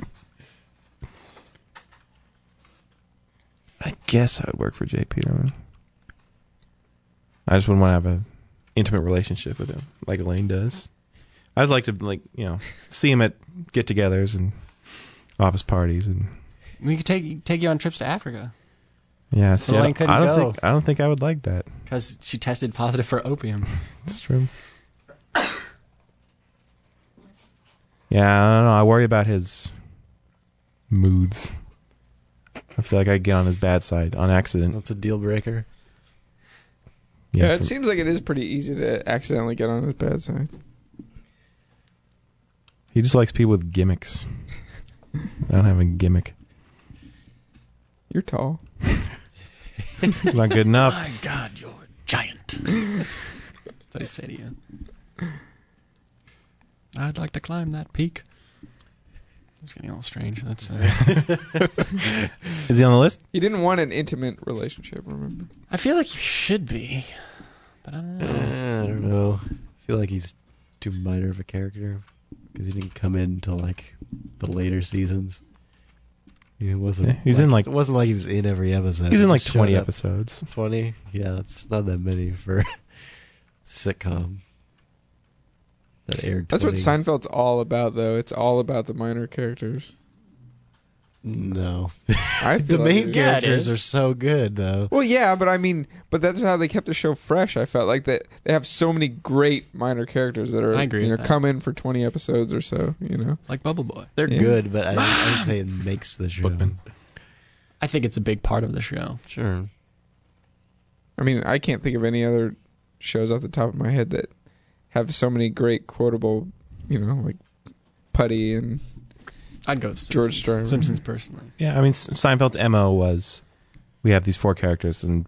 [SPEAKER 2] I guess I would work for Jay Peterman. I just wouldn't want to have an intimate relationship with him like Elaine does. I'd like to like you know see him at get-togethers and office parties and
[SPEAKER 3] we could take take you on trips to Africa
[SPEAKER 2] yeah.
[SPEAKER 3] So
[SPEAKER 2] see, I
[SPEAKER 3] Elaine
[SPEAKER 2] don't-
[SPEAKER 3] couldn't
[SPEAKER 2] I don't
[SPEAKER 3] go.
[SPEAKER 2] think I don't think I would like that.
[SPEAKER 3] because she tested positive for opium.
[SPEAKER 2] It's true. Yeah, I don't know. I worry about his moods. I feel like I get on his bad side on accident.
[SPEAKER 4] That's a deal breaker.
[SPEAKER 5] Yeah,
[SPEAKER 2] Yeah,
[SPEAKER 5] it
[SPEAKER 2] for-
[SPEAKER 5] seems like it is pretty easy to accidentally get on his bad side.
[SPEAKER 2] he just likes people with gimmicks. I don't have a gimmick.
[SPEAKER 5] You're tall.
[SPEAKER 2] It's not good enough.
[SPEAKER 3] My God, you're a giant. That's what I'd say to you. I'd like to climb that peak. It's getting all strange. That's. Uh...
[SPEAKER 2] Is he on the list?
[SPEAKER 5] He didn't want an intimate relationship, remember?
[SPEAKER 3] I feel like you should be, but I don't
[SPEAKER 4] Uh,
[SPEAKER 3] know.
[SPEAKER 4] I don't know. I feel like he's too minor of a character because he didn't come in till like the later seasons. It wasn't.
[SPEAKER 2] Yeah, he's in, like-
[SPEAKER 4] it wasn't like he was in every episode.
[SPEAKER 2] He's in,
[SPEAKER 4] He
[SPEAKER 2] like,
[SPEAKER 4] just
[SPEAKER 2] 20
[SPEAKER 4] showed up.
[SPEAKER 2] episodes.
[SPEAKER 4] Twenty. Yeah, that's not that many for sitcom that aired.
[SPEAKER 5] That's what
[SPEAKER 4] 20.
[SPEAKER 5] Seinfeld's all about, though. It's all about the minor characters.
[SPEAKER 4] No,
[SPEAKER 5] I feel
[SPEAKER 4] the
[SPEAKER 5] like
[SPEAKER 4] main
[SPEAKER 5] it- Yeah, it
[SPEAKER 4] characters
[SPEAKER 5] is.
[SPEAKER 4] are so good though.
[SPEAKER 5] Well, yeah, but I mean, but that's how they kept the show fresh. I felt like that they have so many great minor characters that are
[SPEAKER 3] I agree
[SPEAKER 5] you know
[SPEAKER 3] with that.
[SPEAKER 5] come in for twenty episodes or so. You know,
[SPEAKER 3] Like Bubble Boy.
[SPEAKER 4] They're
[SPEAKER 5] Yeah.
[SPEAKER 4] good, but I don't, I would say it makes the show.
[SPEAKER 3] I think it's a big part of the show.
[SPEAKER 4] Sure.
[SPEAKER 5] I mean, I can't think of any other shows off the top of my head that have so many great quotable, you know, like Putty and
[SPEAKER 3] I'd go with
[SPEAKER 5] George Stern.
[SPEAKER 3] Simpsons. Simpsons personally.
[SPEAKER 2] Yeah, I mean S- Seinfeld's mo was we have these four characters, and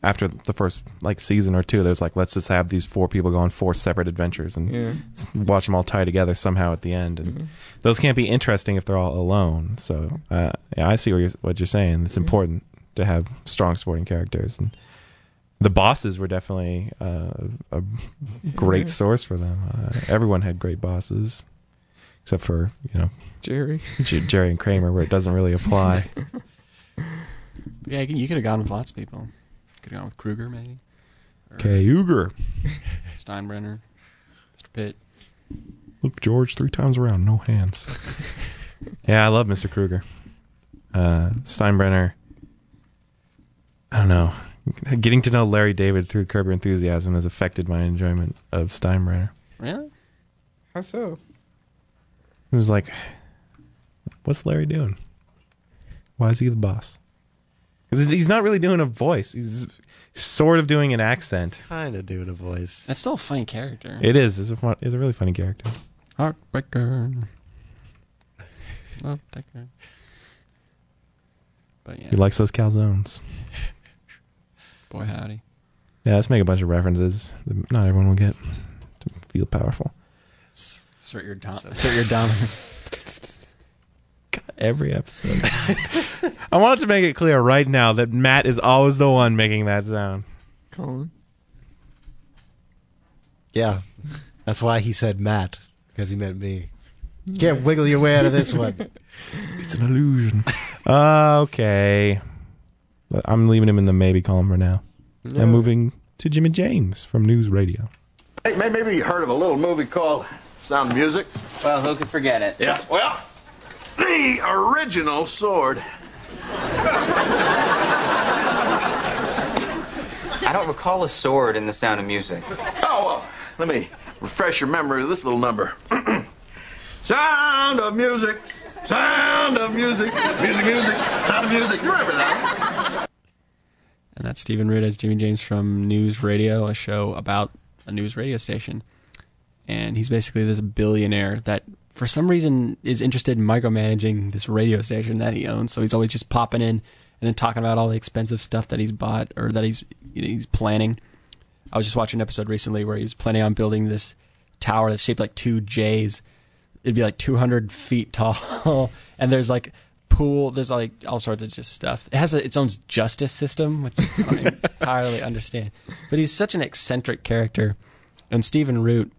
[SPEAKER 2] after the first like season or two, there's like let's just have these four people go on four separate adventures and
[SPEAKER 5] Yeah. Mm-hmm.
[SPEAKER 2] s- watch them all tie together somehow at the end. And those can't be interesting if they're all alone. So uh, yeah, I see what you're what you're saying. It's important to have strong supporting characters, and the bosses were definitely uh, a great
[SPEAKER 5] Yeah.
[SPEAKER 2] source for them. Uh, everyone had great bosses, except for you know
[SPEAKER 5] Jerry.
[SPEAKER 2] J- Jerry and Kramer, where it doesn't really apply.
[SPEAKER 3] Yeah, you could- you could have gone with lots of people. Could have gone with Kruger, maybe
[SPEAKER 2] Okay, Uger.
[SPEAKER 3] Steinbrenner, Mr. Pitt.
[SPEAKER 2] Look, George, three times around, no hands. yeah, I love Mr. Kruger. Uh, Steinbrenner. I don't know. Getting to know Larry David through Curb Your Enthusiasm has affected my enjoyment of Steinbrenner.
[SPEAKER 3] Really?
[SPEAKER 5] How so?
[SPEAKER 2] It was like, what's Larry doing? Why is he the boss? 'Cause he's not really doing a voice. He's sort of doing an accent.
[SPEAKER 4] Kind of doing a voice.
[SPEAKER 3] That's still a funny character.
[SPEAKER 2] It is. It's a, fun, it's a really funny character.
[SPEAKER 3] Heartbreaker. Love Decker. But yeah,
[SPEAKER 2] He likes those calzones.
[SPEAKER 3] boy howdy.
[SPEAKER 2] Yeah, let's make a bunch of references that not everyone will get to feel powerful.
[SPEAKER 3] Assert your dom- assert your dominance.
[SPEAKER 2] Every episode. I wanted to make it clear right now that Matt is always the one making that sound.
[SPEAKER 5] Colin.
[SPEAKER 4] Yeah. That's why he said Matt, because he meant me. You can't wiggle your way out of this one.
[SPEAKER 2] It's an illusion. Uh, okay. But I'm leaving him in the maybe column for now.
[SPEAKER 18] Yeah.
[SPEAKER 2] And moving to Jimmy James from News Radio.
[SPEAKER 18] Hey, may- maybe you heard of a little movie called Sound of Music. Well, who could forget it? Yeah. Well, the original sword.
[SPEAKER 19] I don't recall a sword in the sound of music.
[SPEAKER 18] Oh well, let me refresh your memory of this little number. sound of music. Sound of music. Music, music. Sound of music. You remember that?
[SPEAKER 3] And that's Stephen Root as Jimmy James from News Radio, a show about a news radio station. And he's basically this billionaire that, for some reason, is interested in micromanaging this radio station that he owns. So he's always just popping in and then talking about all the expensive stuff that he's bought or that he's you know, he's planning. I was just watching an episode recently where he was planning on building this tower that's shaped like two J's. It'd be like 200 feet tall, and there's like pool. There's like all sorts of just stuff. It has a, its own justice system, which I don't entirely understand. But he's such an eccentric character, and Stephen Root.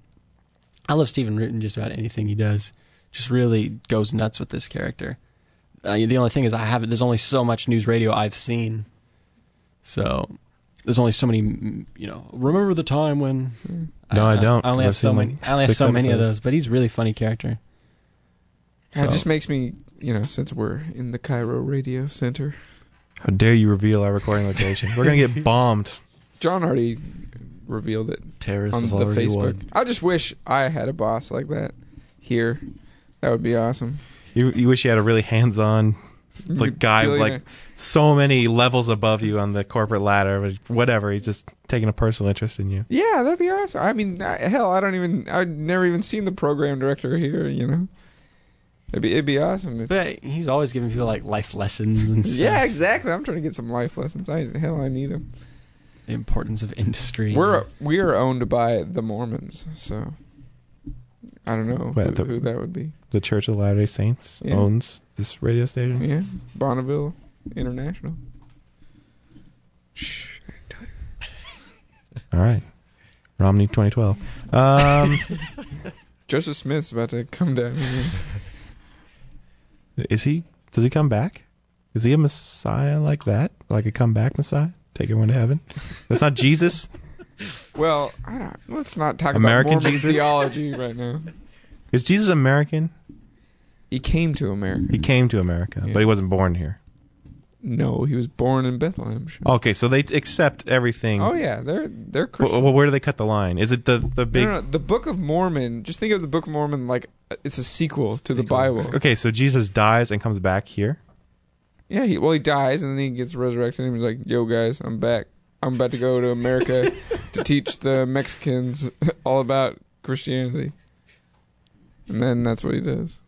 [SPEAKER 3] I love Stephen Root in just about anything he does. Just really goes nuts with this character. Uh, the only thing is, I haven't. There's only so much news radio I've seen, so there's only so many. mm, You know, remember the time when?
[SPEAKER 2] Mm-hmm. No, I
[SPEAKER 3] know.
[SPEAKER 2] don't,
[SPEAKER 3] I
[SPEAKER 2] 'cause
[SPEAKER 3] only have
[SPEAKER 2] I've
[SPEAKER 3] so
[SPEAKER 2] seen,
[SPEAKER 3] many.
[SPEAKER 2] like,
[SPEAKER 3] I only have
[SPEAKER 2] six
[SPEAKER 3] so many of
[SPEAKER 2] episodes.
[SPEAKER 3] those. But he's a really funny character.
[SPEAKER 5] It
[SPEAKER 3] So-
[SPEAKER 5] just makes me, you know, since we're in the Cairo Radio Center,
[SPEAKER 2] How dare you reveal our recording location? We're going to get bombed.
[SPEAKER 5] John already revealed it
[SPEAKER 4] Terrorists
[SPEAKER 5] on
[SPEAKER 4] have
[SPEAKER 5] the
[SPEAKER 4] already
[SPEAKER 5] Facebook.
[SPEAKER 4] won.
[SPEAKER 5] I just wish I had a boss like that here. That would be awesome.
[SPEAKER 2] You, you wish you had a really hands on like guy with
[SPEAKER 5] Billionaire.
[SPEAKER 2] like so many levels above you on the corporate ladder, but whatever. He's just taking a personal interest in you.
[SPEAKER 5] Yeah, that'd be awesome. I mean, I, hell, I don't even. I've never even seen the program director here. You know, it'd be it'd be awesome.
[SPEAKER 3] But he's always giving people like life lessons and stuff.
[SPEAKER 5] Yeah, exactly. I'm trying to get some life lessons. I hell, I need them.
[SPEAKER 3] The importance of industry.
[SPEAKER 5] We're we are owned by the Mormons, so I don't know who,
[SPEAKER 2] Wait, the-
[SPEAKER 5] who that would be.
[SPEAKER 2] The Church of Latter day Saints
[SPEAKER 5] Yeah.
[SPEAKER 2] owns this radio station.
[SPEAKER 5] Yeah, Bonneville International. Shh.
[SPEAKER 2] All right. Romney 2012. Um,
[SPEAKER 5] Joseph Smith's about to come down here.
[SPEAKER 2] is he? Does he come back? Is he a messiah like that? Like a comeback messiah? Take everyone to heaven? That's not Jesus.
[SPEAKER 5] Well, I don't, let's not talk
[SPEAKER 2] American
[SPEAKER 5] about Mormon
[SPEAKER 2] Jesus?
[SPEAKER 5] theology right now.
[SPEAKER 2] Is Jesus American?
[SPEAKER 5] He came to America.
[SPEAKER 2] He came to America, but he wasn't born here.
[SPEAKER 5] No, he was born in Bethlehem. sure.
[SPEAKER 2] Okay, so they accept everything.
[SPEAKER 5] Oh yeah, they're they're Christian.
[SPEAKER 2] Well, well, where do they cut the line? Is it the the big?
[SPEAKER 5] no, no, no, the Book of Mormon. Just think of the Book of Mormon like uh, it's a sequel to the Bible.
[SPEAKER 2] Okay, so Jesus dies and comes back here.
[SPEAKER 5] Yeah, he well he dies and then he gets resurrected and he's like, "Yo guys, I'm back. I'm about to go to America to teach the Mexicans all about Christianity." And then that's what he does.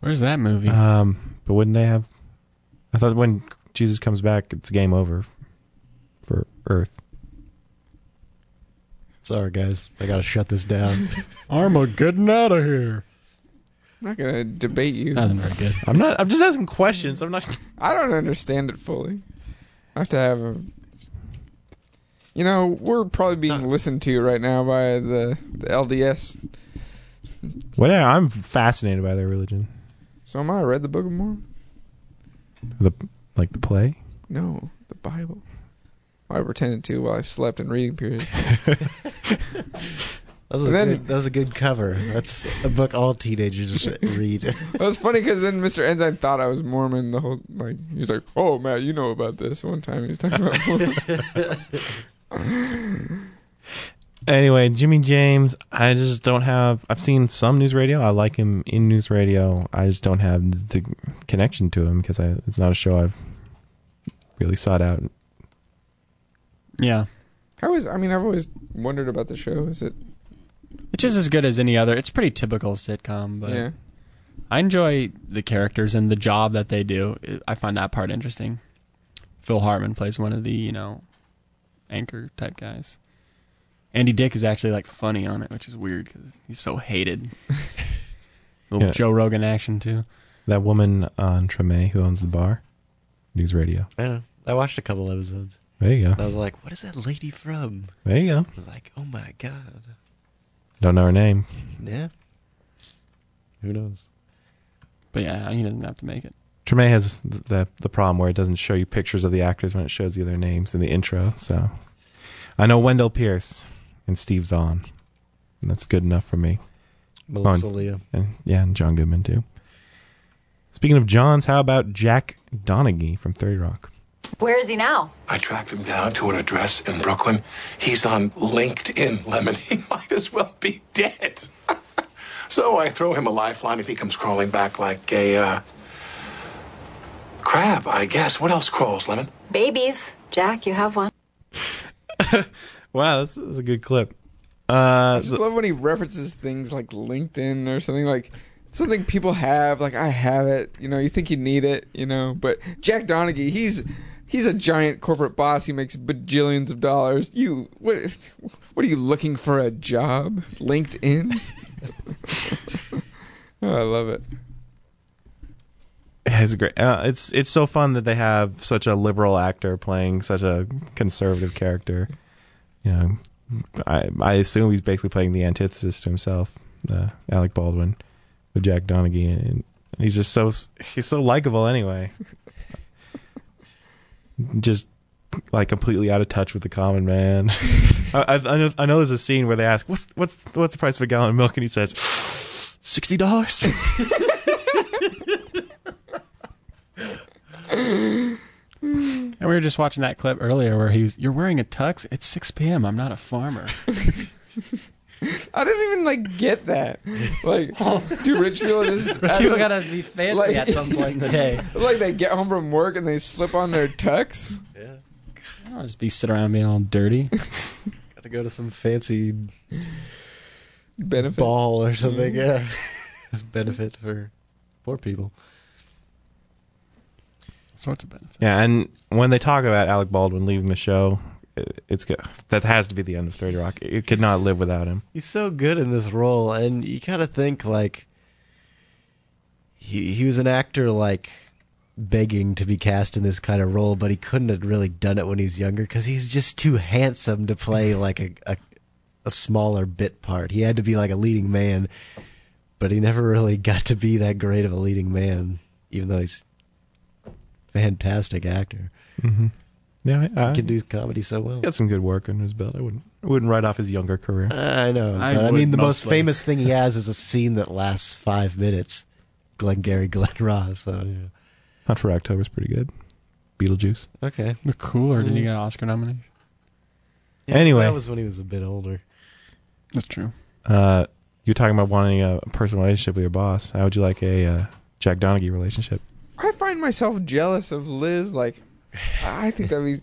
[SPEAKER 2] Where's that movie? Um, but wouldn't they have? I thought when Jesus comes back, it's game over for Earth.
[SPEAKER 4] Sorry, guys. I got to shut this down.
[SPEAKER 3] I'm a getting out of here.
[SPEAKER 5] I'm not gonna debate you.
[SPEAKER 3] That wasn't very good.
[SPEAKER 2] I'm not. I'm just asking questions. I'm not.
[SPEAKER 5] I don't understand it fully. I have to have a. You know, we're probably being listened to right now by the, the LDS.
[SPEAKER 2] Whatever. I'm fascinated by their religion.
[SPEAKER 5] So am I. I read the Book of Mormon?
[SPEAKER 2] The like the play.
[SPEAKER 5] No, the Bible. I pretended to while I slept in reading period.
[SPEAKER 4] That was, a
[SPEAKER 5] And then-
[SPEAKER 4] good, that was a good cover. That's a book all teenagers should read.
[SPEAKER 5] It was funny because then Mr. Enzyme thought I was Mormon the whole like he's like, "Oh, Matt, you know about this." One time he was talking about Mormon.
[SPEAKER 2] Anyway, Jimmy James, I just don't have. I've seen some news radio. I like him in news radio. I just don't have the connection to him because I, it's not a show I've really sought out.
[SPEAKER 3] Yeah.
[SPEAKER 5] How is? I mean, I've always wondered about the show. Is it?
[SPEAKER 3] It's just as good as any other. It's pretty typical sitcom, but
[SPEAKER 5] Yeah.
[SPEAKER 3] I enjoy the characters and the job that they do. I find that part interesting. Phil Hartman plays one of the you know anchor type guys. Andy Dick is actually like funny on it, which is weird because he's so hated. Little
[SPEAKER 2] Yeah.
[SPEAKER 3] Joe Rogan action too.
[SPEAKER 2] That woman on Treme who owns the bar, news radio.
[SPEAKER 4] I don't know. I watched a couple episodes.
[SPEAKER 2] There you go.
[SPEAKER 4] And I was like, what is that lady from?
[SPEAKER 2] There you go.
[SPEAKER 4] I was like, oh my God.
[SPEAKER 2] Don't know her name.
[SPEAKER 4] Yeah. Who knows?
[SPEAKER 3] But yeah, he doesn't have to make it.
[SPEAKER 2] Treme has the the problem where it doesn't show you pictures of the actors when it shows you their names in the intro. So I know Wendell Pierce and Steve Zahn, and that's good enough for me.
[SPEAKER 4] Melissa
[SPEAKER 2] Oh, and-
[SPEAKER 4] Leo.
[SPEAKER 2] and yeah, and John Goodman too. Speaking of Johns, how about Jack Donaghy from Thirty Rock?
[SPEAKER 16] Where is he now?
[SPEAKER 15] I tracked him down to an address in Brooklyn. He's on LinkedIn, Lemon. He might as well be dead. so I throw him a lifeline if he comes crawling back like a uh, crab, I guess. What else crawls, Lemon?
[SPEAKER 16] Babies. Jack, you have one.
[SPEAKER 2] Wow, this is a good clip. Uh,
[SPEAKER 5] I just love when he references things like LinkedIn or something like something people have. Like I have it, you know. You think you need it, you know. But Jack Donaghy, he's he's a giant corporate boss. He makes bajillions of dollars. You what? What are you looking for a job? LinkedIn. oh, I love it.
[SPEAKER 2] It's great. Uh, it's it's so fun that they have such a liberal actor playing such a conservative character. You know, I I assume he's basically playing the antithesis to himself, uh, Alec Baldwin, with Jack Donaghy, and he's just so he's so likable anyway. just like completely out of touch with the common man. I, I, I know I know there's a scene where they ask what's what's what's the price of a gallon of milk, and he says sixty dollars.
[SPEAKER 3] And we were just watching that clip earlier where he was, "You're wearing a tux. It's 6 p.m. I'm not a farmer."
[SPEAKER 5] I didn't even like get that. Like, do Richfield just
[SPEAKER 3] Richfield gotta be fancy at some point in the day.
[SPEAKER 5] like they get home from work and they slip on their tux.
[SPEAKER 3] I don't just be sit around being all dirty.
[SPEAKER 4] Got to go to some fancy
[SPEAKER 5] benefit
[SPEAKER 4] ball or something. Yeah.
[SPEAKER 3] Mm-hmm.
[SPEAKER 4] benefit for poor people.
[SPEAKER 3] Sorts of benefits.
[SPEAKER 2] Yeah, and when they talk about Alec Baldwin leaving the show, it- it's good. That has to be the end of Thirty Rock. It could not live without him.
[SPEAKER 4] He's so good in this role, and you kind of think like he he was an actor like begging to be cast in this kind of role, but he couldn't have really done it when he was younger because he's just too handsome to play like a, a a smaller bit part. He had to be like a leading man, but he never really got to be that great of a leading man, even though he's a fantastic actor.
[SPEAKER 2] Mm-hmm. Yeah, I, I,
[SPEAKER 4] He can do comedy so well.
[SPEAKER 2] he got some good work under his belt. I wouldn't I wouldn't write off his younger career.
[SPEAKER 4] I know. but
[SPEAKER 2] I
[SPEAKER 4] I, mean,
[SPEAKER 2] would
[SPEAKER 4] the most
[SPEAKER 2] mostly.
[SPEAKER 4] famous thing he has is a scene that lasts five minutes. Glengarry Glen Ross. So yeah.
[SPEAKER 2] Not for October's pretty good. Beetlejuice.
[SPEAKER 4] Okay.
[SPEAKER 3] The cooler. Did he get an Oscar nomination?
[SPEAKER 2] Anyway.
[SPEAKER 4] that was when he was a bit older.
[SPEAKER 3] That's true.
[SPEAKER 2] Uh, you're talking about wanting a personal relationship with your boss. How would you like a uh, Jack Donaghy relationship?
[SPEAKER 5] I find myself jealous of Liz. Like, I think that we.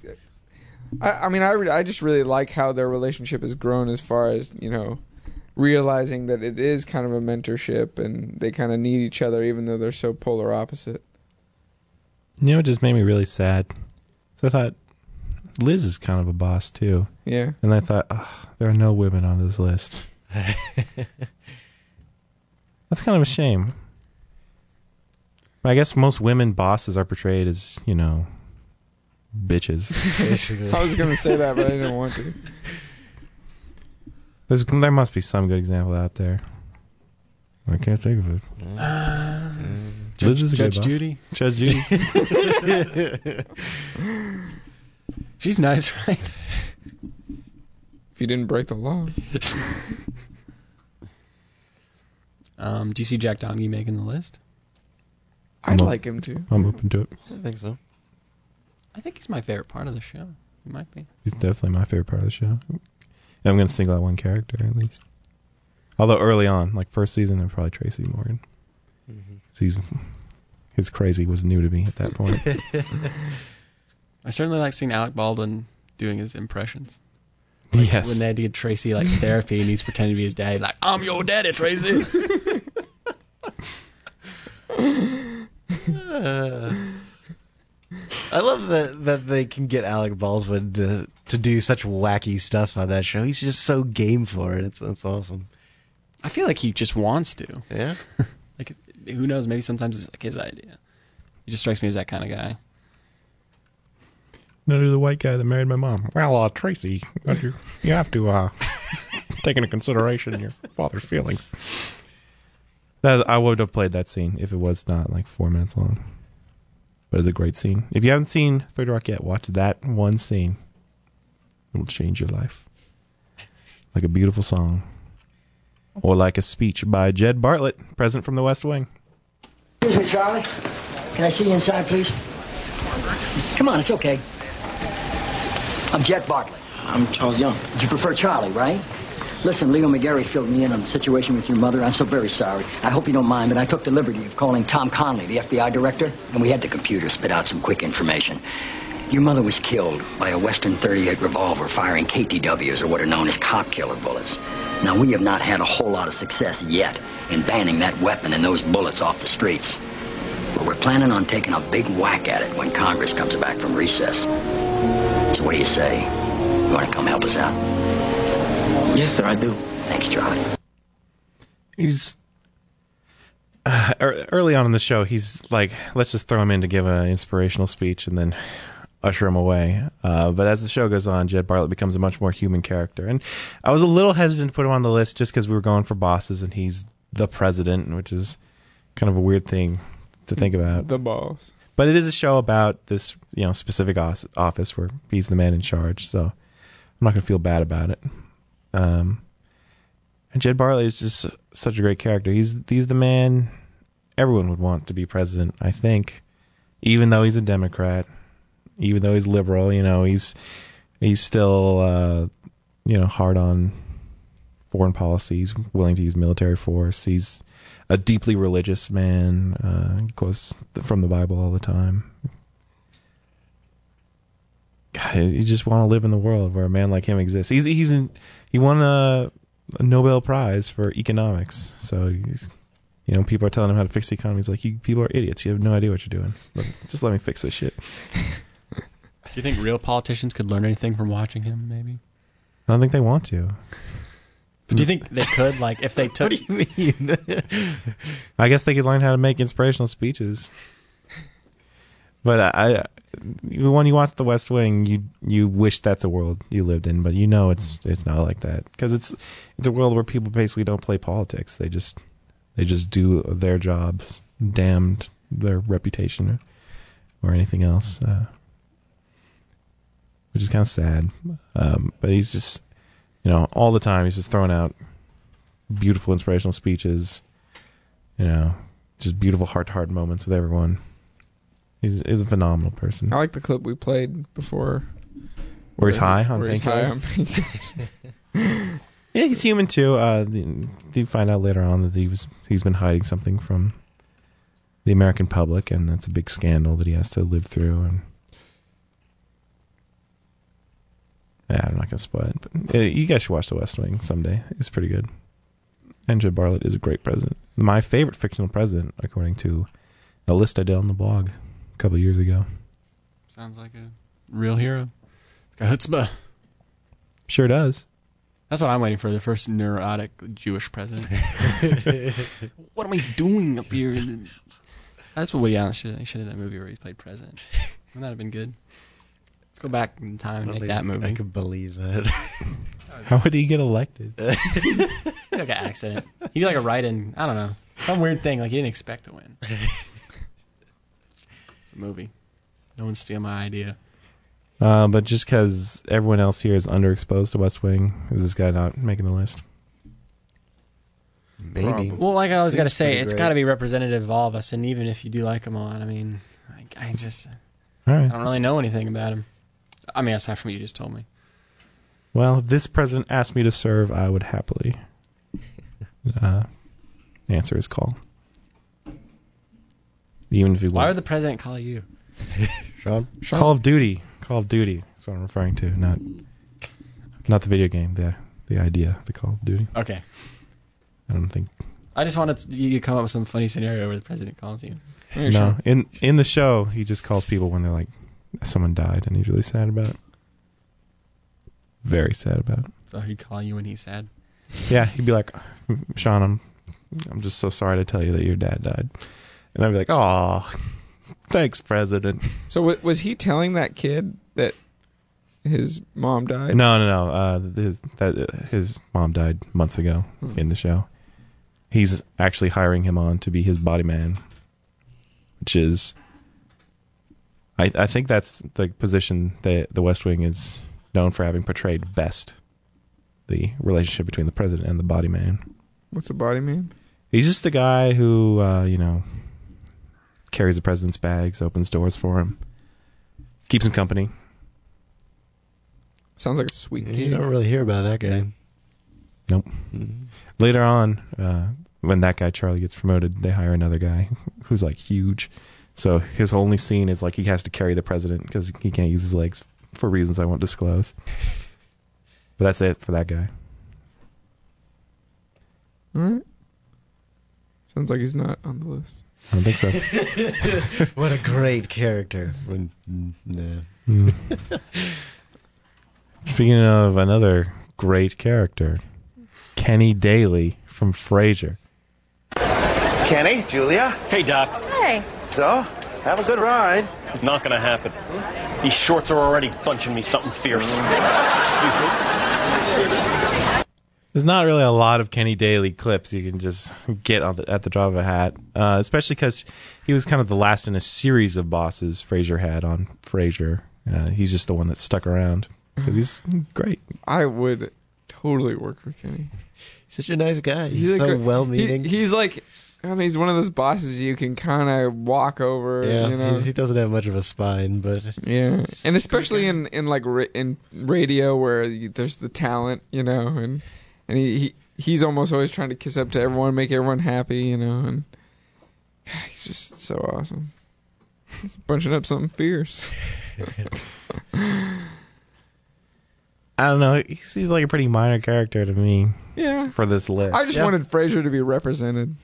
[SPEAKER 5] I, I mean, I re- I just really like how their relationship has grown as far as you know, realizing that it is kind of a mentorship and they kind of need each other even though they're so polar opposite.
[SPEAKER 2] You know, it just made me really sad. So I thought Liz is kind of a boss too.
[SPEAKER 5] Yeah.
[SPEAKER 2] And I thought, "Ugh, there are no women on this list. That's kind of a shame. I guess most women bosses are portrayed as, you know, bitches.
[SPEAKER 4] Basically.
[SPEAKER 5] I was gonna say that, but I didn't want to.
[SPEAKER 2] There's, there must be some good example out there. I can't think of it.
[SPEAKER 3] Judge,
[SPEAKER 2] is a good
[SPEAKER 3] Judge
[SPEAKER 2] boss.
[SPEAKER 3] Judy.
[SPEAKER 2] Judge Judy.
[SPEAKER 3] She's nice, right?
[SPEAKER 5] If you didn't break the law.
[SPEAKER 3] um, do you see Jack Donaghy making the list?
[SPEAKER 5] I'd like him to.
[SPEAKER 2] I'm open to it.
[SPEAKER 3] I think so. I think he's my favorite part of the show. He might be.
[SPEAKER 2] He's definitely my favorite part of the show. I'm going to single out one character at least. Although early on, like first season, it was probably Tracy Morgan.
[SPEAKER 3] Mm-hmm.
[SPEAKER 2] 'Cause He's his crazy was new to me at that point.
[SPEAKER 3] I certainly like seeing Alec Baldwin doing his impressions.
[SPEAKER 2] yes.
[SPEAKER 3] When they had to get Tracy like therapy and he's pretending to be his dad, like, I'm your daddy, Tracy.
[SPEAKER 4] Uh, I love that that they can get Alec Baldwin to to do such wacky stuff on that show. He's just so game for it. It's that's awesome.
[SPEAKER 3] I feel like he just wants to.
[SPEAKER 4] Yeah.
[SPEAKER 3] like, who knows? Maybe sometimes it's like his idea. He just strikes me as that kind of guy.
[SPEAKER 2] No, to the white guy that married my mom. Well, uh, Tracy, you, you have to uh, take into consideration your father's feelings. That, I would have played that scene if it was not like four minutes long. But it's a great scene. If you haven't seen Third Rock yet, watch that one scene. It will change your life. Like a beautiful song. Or like a speech by Jed Bartlett, present from the West Wing.
[SPEAKER 20] Excuse me, Charlie. Can I see you inside, please? Come on, it's okay. I'm Jet Bartlett. I'm Charles Young. You prefer Charlie, right? Listen, Leo McGarry filled me in on the situation with your mother. I'm so very sorry. I hope you don't mind, but I took the liberty of calling Tom Conley, the FBI director, and we had the computer spit out some quick information. Your mother was killed by a Western 38 revolver firing KTWs, or what are known as cop killer bullets. Now, we have not had a whole lot of success yet in banning that weapon and those bullets off the streets. But we're planning on taking a big whack at it when Congress comes back from recess. So what do you say? You want to come help us out? Yes, sir, I do. Thanks, Charlie.
[SPEAKER 2] he's uh, ear- early on in the show he's like let's just throw him in to give an inspirational speech and then usher him away uh, but as the show goes on jed bartlett becomes a much more human character and i was a little hesitant to put him on the list just because we were going for bosses and he's the president which is kind of a weird thing to think about
[SPEAKER 5] The boss.
[SPEAKER 2] but it is a show about this you know specific os- office where he's the man in charge so i'm not going to feel bad about it um, and jed bartley is just such a great character he's he's the man everyone would want to be president i think even though he's a democrat even though he's liberal you know he's he's still uh, you know hard on foreign policy. He's willing to use military force. He's a deeply religious man. Uh, quotes from the Bible all the time. God, you just want to live in the world where a man like him exists. He's he's in, he won a, a Nobel Prize for economics. So he's you know people are telling him how to fix the economy. He's like, you people are idiots. You have no idea what you're doing. Let- Just let me fix this shit.
[SPEAKER 3] Do you think real politicians could learn anything from watching him, maybe?
[SPEAKER 2] I don't think they want to.
[SPEAKER 3] But do you think they could, like, if they took. what do you mean?
[SPEAKER 2] I guess they could learn how to make inspirational speeches. But I, I, when you watch The West Wing, you you wish that's a world you lived in, but you know it's it's not like that because it's it's a world where people basically don't play politics. They just they just do their jobs, damned their reputation or anything else, uh, which is kind of sad. Um, but he's just you know all the time he's just throwing out beautiful inspirational speeches you know, just beautiful heart to heart moments with everyone. He's, he's a phenomenal person.
[SPEAKER 5] I like the clip we played before.
[SPEAKER 2] Where he's high on
[SPEAKER 5] where he's high on
[SPEAKER 2] painkillers. yeah, he's human too. Uh, the, you find out later on that he was he's been hiding something from the American public, and that's a big scandal that he has to live through. And yeah, I'm not gonna spoil it, but uh, you guys should watch The West Wing someday. It's pretty good. Andrew Bartlett is a great president. My favorite fictional president, according to a list I did on the blog a couple years ago.
[SPEAKER 3] Sounds like a real hero. It's got chutzpah.
[SPEAKER 2] Sure does.
[SPEAKER 3] That's what I'm waiting for the first neurotic Jewish president. what am I doing up here? That's what Woody Allen should have should have done a movie where he's played president. Wouldn't that have been good? Let's go back in time and make that movie.
[SPEAKER 4] I could believe that.
[SPEAKER 2] How would he get elected?
[SPEAKER 3] like an accident. He'd be like a write-in. I don't know. Some weird thing. Like he didn't expect to win. it's a movie. No one steal my idea.
[SPEAKER 2] Uh, but just because everyone else here is underexposed to West Wing, is this guy not making the list?
[SPEAKER 4] Maybe.
[SPEAKER 3] Well, like I always got to say, it's got to be representative of all of us. And even if you do like him a lot, I mean, I, I just
[SPEAKER 2] right.
[SPEAKER 3] I don't really know anything about him. I mean, aside from what you just told me.
[SPEAKER 2] Well, if this president asked me to serve, I would happily uh, answer his call. Even if he
[SPEAKER 3] Why
[SPEAKER 2] won't.
[SPEAKER 3] would the president call you?
[SPEAKER 2] Sean? Call of Duty. Call of Duty. That's what I'm referring to. Not, not the video game. The the idea. The Call of Duty.
[SPEAKER 3] Okay.
[SPEAKER 2] I don't think.
[SPEAKER 3] I just wanted you to come up with some funny scenario where the president calls you.
[SPEAKER 2] no. In in the show, he just calls people when they're like, someone died, and he's really sad about it. Very sad about it.
[SPEAKER 3] So he'd call you when he's sad.
[SPEAKER 2] Yeah, he'd be like, Sean, I'm, I'm just so sorry to tell you that your dad died. And I'd be like, oh, thanks, President.
[SPEAKER 5] So w- was he telling that kid that his mom died?
[SPEAKER 2] No, no, no. Uh, his, that, his mom died months ago
[SPEAKER 5] Hmm.
[SPEAKER 2] in the show. He's actually hiring him on to be his body man, which is, I, I think that's the position that the West Wing is known for having portrayed best the relationship between the president and the body man.
[SPEAKER 5] What's a body man?
[SPEAKER 2] He's just the guy who, uh, you know, carries the president's bags, opens doors for him, keeps him company.
[SPEAKER 5] Sounds like a sweet
[SPEAKER 4] You
[SPEAKER 5] kid.
[SPEAKER 4] don't really hear about that guy.
[SPEAKER 2] Nope. Later on, uh, when that guy Charlie gets promoted, they hire another guy who's like huge. So his only scene is like he has to carry the president because he can't use his legs for reasons I won't disclose. But that's it for that guy.
[SPEAKER 5] All right. Sounds like he's not on the list.
[SPEAKER 2] I don't think so.
[SPEAKER 4] what a great character. When, nah.
[SPEAKER 2] Mm. Speaking of another great character, Kenny Daly from Frasier.
[SPEAKER 21] Kenny, Julia. Hey, Doc.
[SPEAKER 22] Hey.
[SPEAKER 21] So, have a good ride.
[SPEAKER 23] Not gonna happen. These shorts are already bunching me something fierce. Excuse me.
[SPEAKER 2] There's not really a lot of Kenny Daly clips you can just get on the, at the drop of a hat, uh, especially because he was kind of the last in a series of bosses Frasier had on Frasier. Uh, he's just the one that stuck around because he's great.
[SPEAKER 5] I would totally work for Kenny.
[SPEAKER 4] Such a nice guy. He's,
[SPEAKER 5] like
[SPEAKER 4] so
[SPEAKER 5] a-
[SPEAKER 4] well meaning.
[SPEAKER 5] he- he's like, I mean, he's one of those bosses you can kind of walk over.
[SPEAKER 4] Yeah,
[SPEAKER 5] you know?
[SPEAKER 4] he's- he doesn't have much of a spine, but
[SPEAKER 5] Yeah, and especially in in like ra- in radio where you, there's the talent, you know, and and he, he he's almost always trying to kiss up to everyone, make everyone happy, you know, and he's just so awesome. He's bunching up something fierce.
[SPEAKER 2] I don't know. He seems like a pretty minor character to me.
[SPEAKER 5] Yeah.
[SPEAKER 2] For this list,
[SPEAKER 5] I just wanted Frasier to be represented.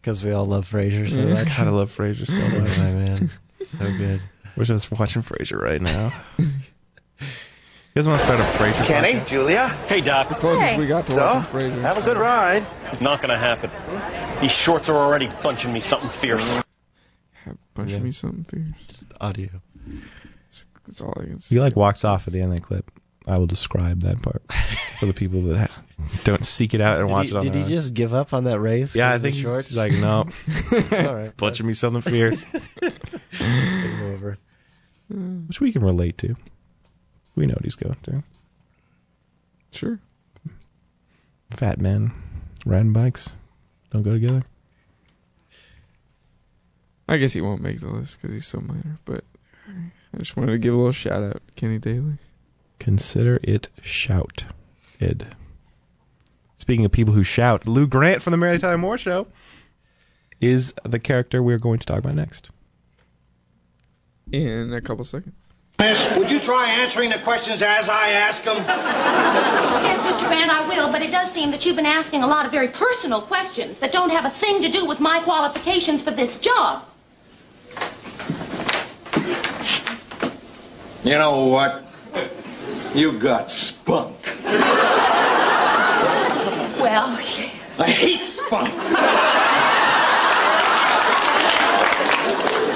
[SPEAKER 4] because we all love Frasier so
[SPEAKER 2] Yeah.
[SPEAKER 4] much.
[SPEAKER 2] God, I love Frasier so much.
[SPEAKER 4] my man. So good.
[SPEAKER 2] Wish I was watching Frasier right now. you guys want to start a Frasier?
[SPEAKER 21] Kenny,
[SPEAKER 2] podcast?
[SPEAKER 21] Julia.
[SPEAKER 23] Hey, Doc. The
[SPEAKER 5] closest Hey. we got to
[SPEAKER 21] so,
[SPEAKER 5] watching Frasier,
[SPEAKER 21] Have a
[SPEAKER 5] so-
[SPEAKER 21] good ride.
[SPEAKER 23] Not gonna happen. These shorts are already bunching me something fierce.
[SPEAKER 5] Bunch me something fierce.
[SPEAKER 4] Audio.
[SPEAKER 5] That's all I can see.
[SPEAKER 2] He like walks off at the end of the clip. I will describe that part for the people that ha- don't seek it out and
[SPEAKER 4] Did
[SPEAKER 2] watch
[SPEAKER 4] he,
[SPEAKER 2] it on
[SPEAKER 4] did
[SPEAKER 2] their
[SPEAKER 4] he
[SPEAKER 2] own.
[SPEAKER 4] just give up on that race?
[SPEAKER 2] Yeah,
[SPEAKER 4] 'cause
[SPEAKER 2] I
[SPEAKER 4] of the
[SPEAKER 2] think he's
[SPEAKER 4] shorts.
[SPEAKER 2] like, no.
[SPEAKER 4] all right,
[SPEAKER 2] Bunching me something fierce,
[SPEAKER 4] Game over.
[SPEAKER 2] which we can relate to. We know what he's going through.
[SPEAKER 5] Sure.
[SPEAKER 2] Fat men riding bikes don't go together.
[SPEAKER 5] I guess he won't make the list because he's so minor. But I just wanted to give a little shout out, to Kenny Daly.
[SPEAKER 2] Consider it shout, Ed. Speaking of people who shout, Lou Grant from the Mary Tyler Moore Show is the character we're going to talk about next.
[SPEAKER 5] in a couple seconds.
[SPEAKER 6] Miss, would you try answering the questions as I ask them?
[SPEAKER 8] Yes, Mr. Brand, I will, but it does seem that you've been asking a lot of very personal questions that don't have a thing to do with my qualifications for this job.
[SPEAKER 6] You know what? You got spunk.
[SPEAKER 8] Well, yes.
[SPEAKER 6] I hate spunk.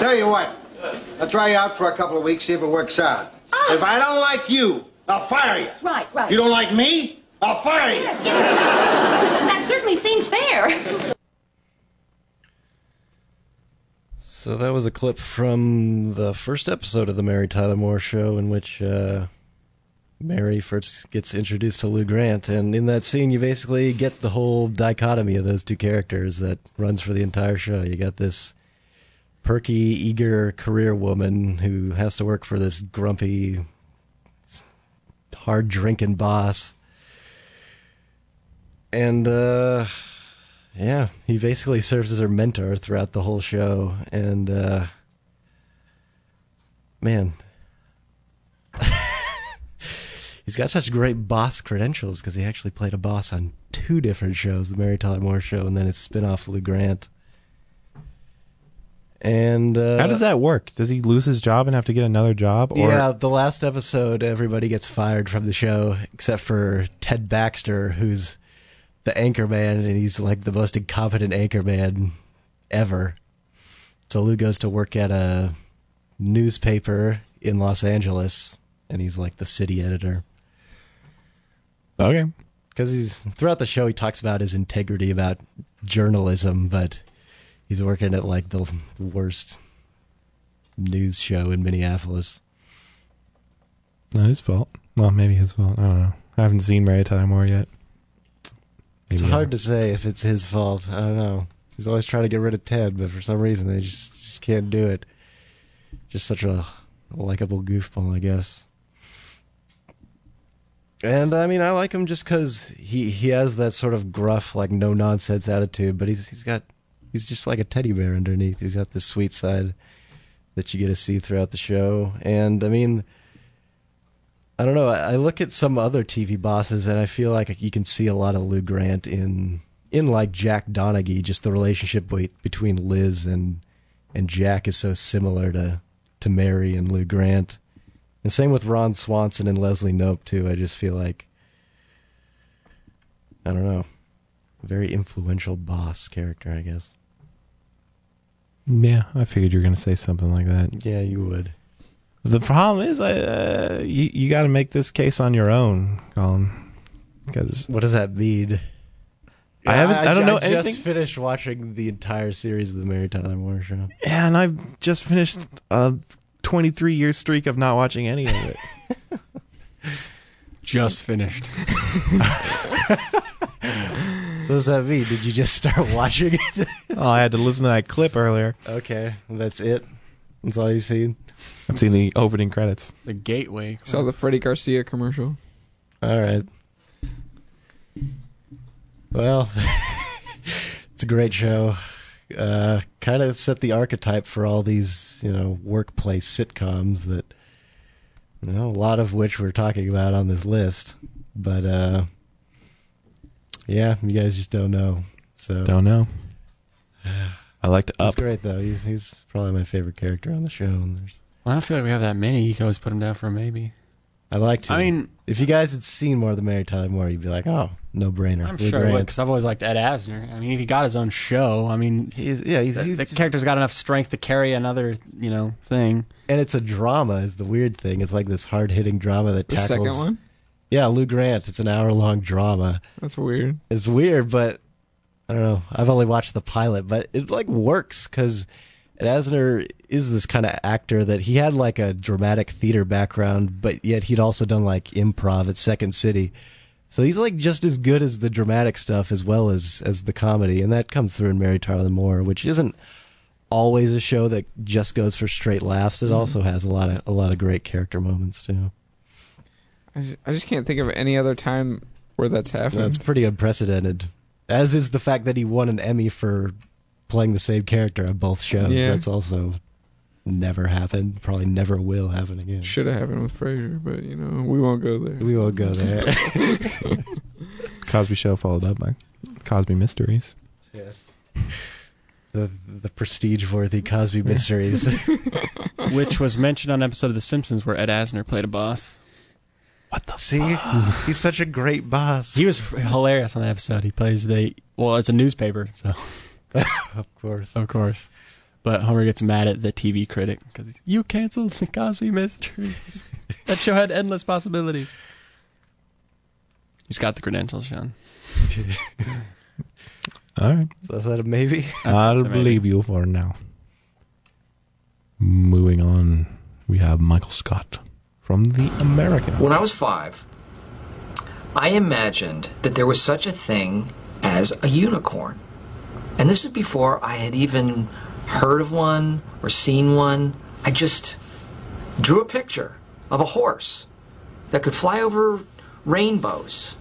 [SPEAKER 6] Tell you what, I'll try you out for a couple of weeks, see if it works out. If I don't like you, I'll fire you.
[SPEAKER 8] Right, right.
[SPEAKER 6] You don't like me? I'll fire you.
[SPEAKER 8] That certainly seems fair.
[SPEAKER 4] So that was a clip from the first episode of the Mary Tyler Moore Show, in which uh, Mary first gets introduced to Lou Grant, and in that scene, you basically get the whole dichotomy of those two characters that runs for the entire show. You got this perky, eager career woman who has to work for this grumpy, hard drinking boss, and uh, yeah, he basically serves as her mentor throughout the whole show. And uh, man, he's got such great boss credentials because he actually played a boss on two different shows the Mary Tyler Moore show and then his spin off, Lou Grant. And uh,
[SPEAKER 2] How does that work? Does he lose his job and have to get another job? Or
[SPEAKER 4] yeah, the last episode, everybody gets fired from the show except for Ted Baxter, who's the anchor man, and he's like the most incompetent anchor man ever. So Lou goes to work at a newspaper in Los Angeles, and he's like the city editor.
[SPEAKER 2] Okay.
[SPEAKER 4] Because he's throughout the show, he talks about his integrity about journalism, but he's working at like the worst news show in Minneapolis.
[SPEAKER 2] not his fault? Well, maybe his fault. I don't know. I haven't seen Mary Tyler Moore yet.
[SPEAKER 4] It's
[SPEAKER 2] Maybe uh,
[SPEAKER 4] hard to say if it's his fault. I don't know. He's always trying to get rid of Ted, but for some reason they just, just can't do it. Just such a likable goofball, I guess. And I mean, I like him just because he he has that sort of gruff, like no nonsense attitude. But he's he's got he's just like a teddy bear underneath. He's got this sweet side that you get to see throughout the show. And I mean, I don't know. I, I look at some other TV bosses, and I feel like you can see a lot of Lou Grant in in like Jack Donaghy. Just the relationship be- between Liz and and Jack is so similar to to Mary and Lou Grant. And same with Ron Swanson and Leslie Nope too. I just feel like I don't know, very influential boss character, I guess.
[SPEAKER 2] Yeah, I figured you were going to say something like that.
[SPEAKER 4] Yeah, you would.
[SPEAKER 2] The problem is, I, uh, you you got to make this case on your own, Colin. Because
[SPEAKER 4] what does that mean?
[SPEAKER 2] I haven't. I, don't know
[SPEAKER 4] I
[SPEAKER 2] anything.
[SPEAKER 4] just finished watching the entire series of the Mary Tyler Moore Show.
[SPEAKER 2] Yeah, and I've just finished a 23 year streak of not watching any of it.
[SPEAKER 3] just finished.
[SPEAKER 4] So does that mean? Did you just start watching it?
[SPEAKER 2] oh, I had to listen to that clip earlier.
[SPEAKER 4] Okay, that's it. That's all you've seen.
[SPEAKER 2] I've seen the opening credits.
[SPEAKER 3] It's a gateway.
[SPEAKER 5] Saw the Freddie Garcia commercial.
[SPEAKER 4] All right. Well, it's a great show. Uh, kind of set the archetype for all these, you know, workplace sitcoms that, you know, a lot of which we're talking about on this list. But uh, yeah, you guys just don't know. So
[SPEAKER 2] Don't know. I like to
[SPEAKER 4] He's
[SPEAKER 2] up.
[SPEAKER 4] great though. He's he's probably my favorite character on the show. And there's
[SPEAKER 3] Well, I don't feel like we have that many. You can always put them down for a maybe.
[SPEAKER 4] I like to.
[SPEAKER 3] I mean-
[SPEAKER 4] if you guys had seen more of the Mary Tyler Moore, you'd be like, oh, no brainer.
[SPEAKER 3] I'm sure it would because I've always liked Ed Asner. I mean, he got his own show. I mean,
[SPEAKER 4] he's yeah, he's,
[SPEAKER 3] the,
[SPEAKER 4] he's
[SPEAKER 3] the
[SPEAKER 4] just-
[SPEAKER 3] character's got enough strength to carry another, you know, thing.
[SPEAKER 4] and it's a drama is the weird thing. It's like this hard hitting drama that
[SPEAKER 5] The
[SPEAKER 4] tackles.
[SPEAKER 5] second one?
[SPEAKER 4] Yeah, Lou Grant. It's an hour long drama.
[SPEAKER 5] That's weird.
[SPEAKER 4] It's weird, but I don't know. I've only watched the pilot, but it like works because Asner is this kind of actor that he had like a dramatic theater background, but yet he'd also done like improv at Second City. So he's like just as good as the dramatic stuff as well as as the comedy, and that comes through in Mary Tyler Moore, which isn't always a show that just goes for straight laughs. It also has a lot of a lot of great character moments too.
[SPEAKER 5] I just, I just can't think of any other time
[SPEAKER 4] Mm-hmm.
[SPEAKER 5] where that's happened.
[SPEAKER 4] That's pretty unprecedented. As is the fact that he won an Emmy for playing the same character on both shows.
[SPEAKER 5] Yeah.
[SPEAKER 4] That's also never happened. Probably never will happen again.
[SPEAKER 5] Should have happened with Frasier, but you know we won't go there.
[SPEAKER 4] We won't go there.
[SPEAKER 2] Cosby Show followed up by Cosby Mysteries.
[SPEAKER 4] Yes. The the prestige worthy Cosby mysteries.
[SPEAKER 3] which was mentioned on an episode of The Simpsons where Ed Asner played a boss. What the
[SPEAKER 4] See? He's such a great boss.
[SPEAKER 3] He was hilarious on that episode. He plays the well, it's a newspaper, so
[SPEAKER 4] of course,
[SPEAKER 3] of course. But Homer gets mad at the TV critic because you canceled the Cosby Mysteries. that show had endless possibilities. He's got the credentials, Sean.
[SPEAKER 2] All right.
[SPEAKER 4] So is that a maybe?
[SPEAKER 2] I'll believe you for now. Moving on, we have Michael Scott from The American.
[SPEAKER 9] When I was five, I imagined that there was such a thing as a unicorn. And this is before I had even heard of one or seen one. I just drew a picture of a horse that could fly over rainbows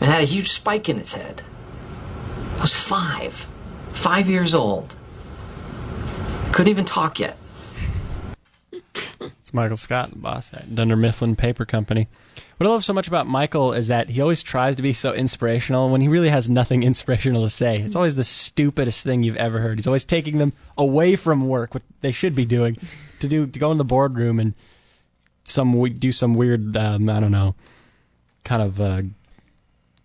[SPEAKER 9] and had a huge spike in its head. I was five, five years old. Couldn't even talk yet.
[SPEAKER 3] It's Michael Scott, the boss at Dunder Mifflin Paper Company. What I love so much about Michael is that he always tries to be so inspirational when he really has nothing inspirational to say. It's always the stupidest thing you've ever heard. He's always taking them away from work, what they should be doing, to do to go in the boardroom and some we- do some weird um, I don't know, kind of uh,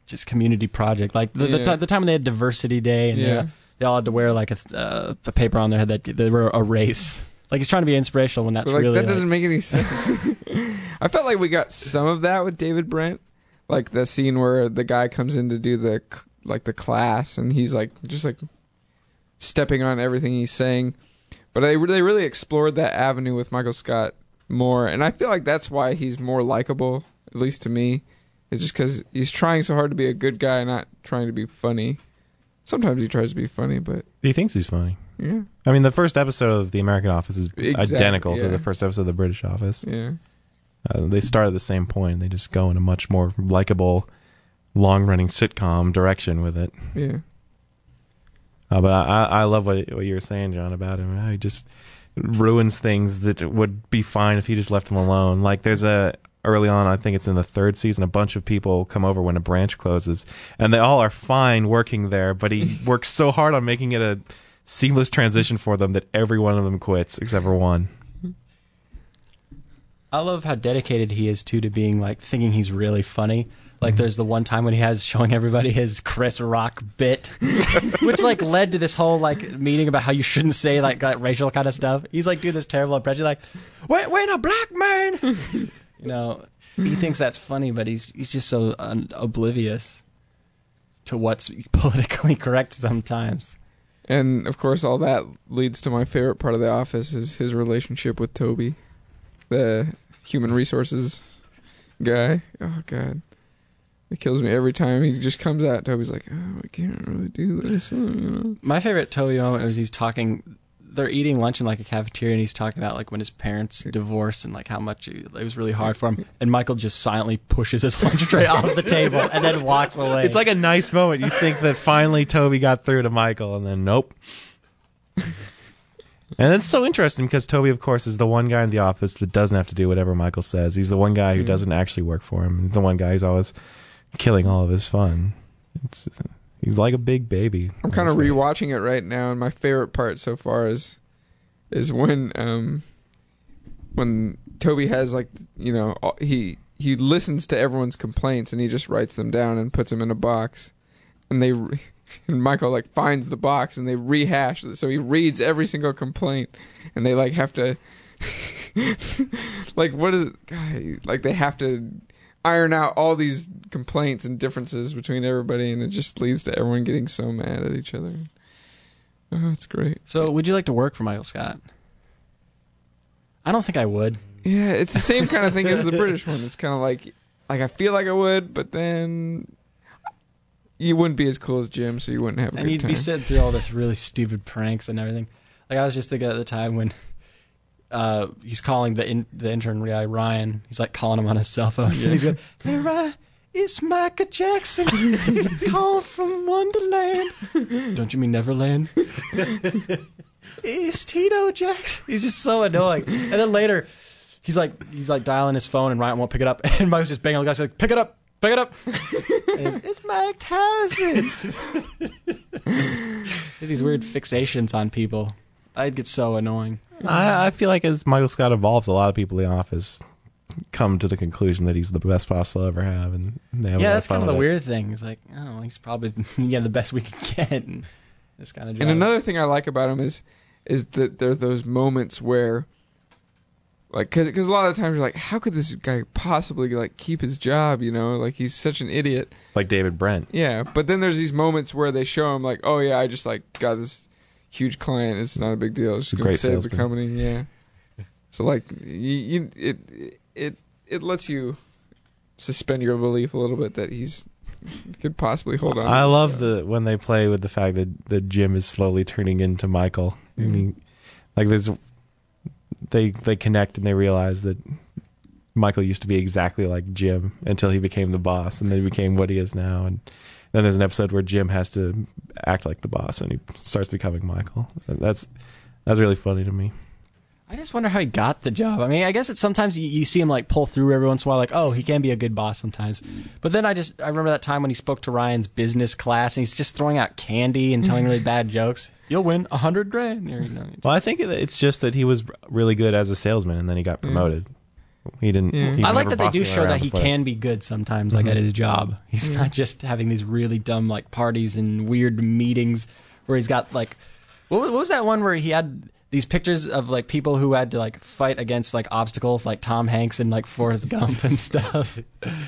[SPEAKER 3] just community project like the the,
[SPEAKER 9] Yeah.
[SPEAKER 3] ti- the time when they had diversity day and they-
[SPEAKER 9] Yeah.
[SPEAKER 3] they all had to wear like a th- uh, a paper on their head that they were a race. Like he's trying to be inspirational when that's
[SPEAKER 5] But, like
[SPEAKER 3] really
[SPEAKER 5] that
[SPEAKER 3] like-
[SPEAKER 5] doesn't make any sense. I felt like we got some of that with David Brent, like the scene where the guy comes in to do the c- like the class, and he's like just like stepping on everything he's saying. But they they really explored that avenue with Michael Scott more, and I feel like that's why he's more likable, at least to me. It's just because he's trying so hard to be a good guy, not trying to be funny. Sometimes he tries to be funny, but
[SPEAKER 2] He thinks he's funny.
[SPEAKER 5] Yeah.
[SPEAKER 2] I mean, the first episode of The American Office is
[SPEAKER 5] Exactly,
[SPEAKER 2] identical
[SPEAKER 5] yeah.
[SPEAKER 2] to the first episode of The British Office.
[SPEAKER 5] Yeah.
[SPEAKER 2] Uh, they start at the same point. They just go in a much more likable, long running sitcom direction with it.
[SPEAKER 5] yeah.
[SPEAKER 2] Uh, but I, I I love what what you were saying, John, about him. How he just ruins things that would be fine if he just left them alone. Like there's a early on, I think it's in the third season, a bunch of people come over when a branch closes, and they all are fine working there. But he works so hard on making it a seamless transition for them that every one of them quits except for one.
[SPEAKER 3] I love how dedicated he is too to being like thinking he's really funny. Like there's the one time when he has showing everybody his Chris Rock bit, which like led to this whole like meeting about how you shouldn't say like, like racial kind of stuff. He's like doing this terrible impression, like wait, wait, a black man. you know, he thinks that's funny, but he's he's just so un- oblivious to what's politically correct sometimes.
[SPEAKER 5] And of course, all that leads to my favorite part of the office is his relationship with Toby, the human resources guy. Oh God, it kills me every time he just comes out. Toby's like, oh, I can't really do this. you know.
[SPEAKER 3] My favorite Toby moment was he's talking. They're eating lunch in like a cafeteria, and he's talking about like when his parents divorced and like how much it was really hard for him. And Michael just silently pushes his lunch tray off the table and then walks away.
[SPEAKER 2] It's like a nice moment. You think that finally Toby got through to Michael, and then nope. And it's so interesting because Toby, of course, is the one guy in the office that doesn't have to do whatever Michael says. He's the one guy who
[SPEAKER 5] Mm.
[SPEAKER 2] doesn't actually work for him. He's the one guy who's always killing all of his fun. It's, he's like a big baby.
[SPEAKER 5] I'm kind of rewatching it right now, and my favorite part so far is is when um when Toby has like you know all- he he listens to everyone's complaints and he just writes them down and puts them in a box, and they re- and Michael like finds the box and they rehash it. So he reads every single complaint, and they like have to like what is God, like they have to iron out all these complaints and differences between everybody and it just leads to everyone getting so mad at each other oh it's great
[SPEAKER 3] so would you like to work for michael scott I don't think I would.
[SPEAKER 5] yeah it's the same kind of thing as the british one it's kind of like like i feel like i would but then you wouldn't be as cool as jim so you wouldn't have a
[SPEAKER 3] and
[SPEAKER 5] good
[SPEAKER 3] you'd
[SPEAKER 5] time
[SPEAKER 3] be sitting through all this really stupid pranks and everything. Like I was just thinking at the time when uh, he's calling the in, the intern guy Ryan. He's like calling him on his cell phone.
[SPEAKER 5] Yeah.
[SPEAKER 3] And he's going, "Hey Ryan, It's Michael Jackson. Call from Wonderland. Don't you mean Neverland? it's Tito Jackson. He's just so annoying. And then later, he's like he's like dialing his phone, and Ryan won't pick it up. And Mike's just banging on the guy's like, pick it up, pick it up. And it's, it's Mike Tyson. There's these weird fixations on people. I'd get so annoying.
[SPEAKER 5] Oh,
[SPEAKER 2] I, I feel like as Michael Scott evolves, a lot of people in the office come to the conclusion that he's the best boss they'll ever have, and they have a lot
[SPEAKER 3] yeah, that's
[SPEAKER 2] fun
[SPEAKER 3] kind of the
[SPEAKER 2] with it.
[SPEAKER 3] weird thing. It's like, oh, he's probably yeah the best we can get. And this kind of
[SPEAKER 5] And another thing I like about him is is that there are those moments where, like, because a lot of times you're like, how could this guy possibly like keep his job? You know, like he's such an idiot.
[SPEAKER 2] Like David Brent.
[SPEAKER 5] Yeah, but then there's these moments where they show him like, oh yeah, I just like got this huge client. It's not a big deal. It's just gonna
[SPEAKER 2] Great
[SPEAKER 5] save the
[SPEAKER 2] salesman.
[SPEAKER 5] company. Yeah. So like you, you it it it lets you suspend your belief a little bit that he's could possibly hold on.
[SPEAKER 2] I love the when they play with the fact that that Jim is slowly turning into Michael. I mean, like there's they they connect and they realize that Michael used to be exactly like Jim until he became the boss, and then he became what he is now. And then there's an episode where Jim has to act like the boss, and he starts becoming Michael. That's that's really funny to me.
[SPEAKER 3] I just wonder how he got the job. I mean, I guess it's sometimes you, you see him like pull through every once in a while, like, oh, he can be a good boss sometimes. But then I just, I remember that time when he spoke to Ryan's business class and he's just throwing out candy and telling really bad jokes. You'll win a hundred grand. Or, you know,
[SPEAKER 2] Well, I think it- it's just that he was really good as a salesman, and then he got
[SPEAKER 3] Yeah.
[SPEAKER 2] promoted. He didn't. he
[SPEAKER 3] I like
[SPEAKER 2] never
[SPEAKER 3] that they
[SPEAKER 2] bossed
[SPEAKER 3] do
[SPEAKER 2] anyone
[SPEAKER 3] show
[SPEAKER 2] around
[SPEAKER 3] that he
[SPEAKER 2] before
[SPEAKER 3] can be good sometimes, like at
[SPEAKER 2] Mhm.
[SPEAKER 3] his job. He's
[SPEAKER 2] Yeah.
[SPEAKER 3] not just having these really dumb like parties and weird meetings where he's got like, what was, what was that one where he had these pictures of like people who had to like fight against like obstacles, like Tom Hanks and like Forrest Gump and stuff. I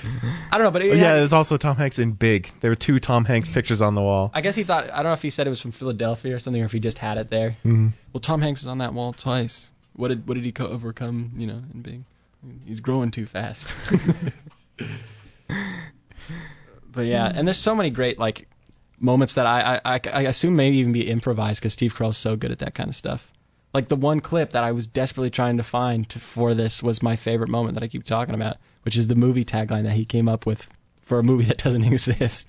[SPEAKER 3] don't know, but it,
[SPEAKER 2] Oh, yeah,
[SPEAKER 3] had-
[SPEAKER 2] there's also Tom Hanks in Big. There were two Tom Hanks pictures on the wall.
[SPEAKER 3] I guess he thought I don't know if he said it was from Philadelphia or something, or if he just had it there.
[SPEAKER 2] Mhm.
[SPEAKER 3] Well, Tom Hanks is on that wall twice. What did what did he co- overcome? You know, in being he's growing too fast. but yeah, and there's so many great like moments that I I, I, I assume maybe even be improvised because Steve Carell's so good at that kind of stuff. Like the one clip that I was desperately trying to find to, for this was my favorite moment that I keep talking about, which is the movie tagline that he came up with for a movie that doesn't exist.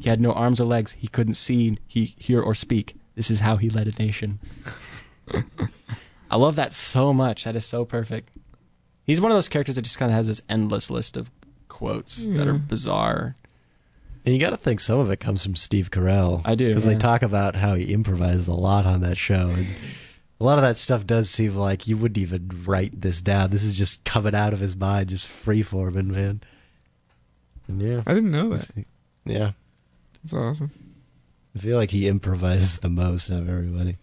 [SPEAKER 3] He had no arms or legs. He couldn't see, he hear or speak. This is how he led a nation. I love that so much. That is so perfect. He's one of those characters that just kind of has this endless list of quotes that are
[SPEAKER 4] Yeah.
[SPEAKER 3] bizarre.
[SPEAKER 4] And you got to think some of it comes from Steve Carell. I
[SPEAKER 3] do,
[SPEAKER 4] because
[SPEAKER 3] yeah.
[SPEAKER 4] they talk about how he improvises a lot on that show, and a lot of that stuff does seem like you wouldn't even write this down. This is just coming out of his mind, just freeforming, man. And yeah,
[SPEAKER 5] I didn't know that.
[SPEAKER 4] Yeah,
[SPEAKER 5] That's awesome.
[SPEAKER 4] I feel like he improvises the most out of everybody.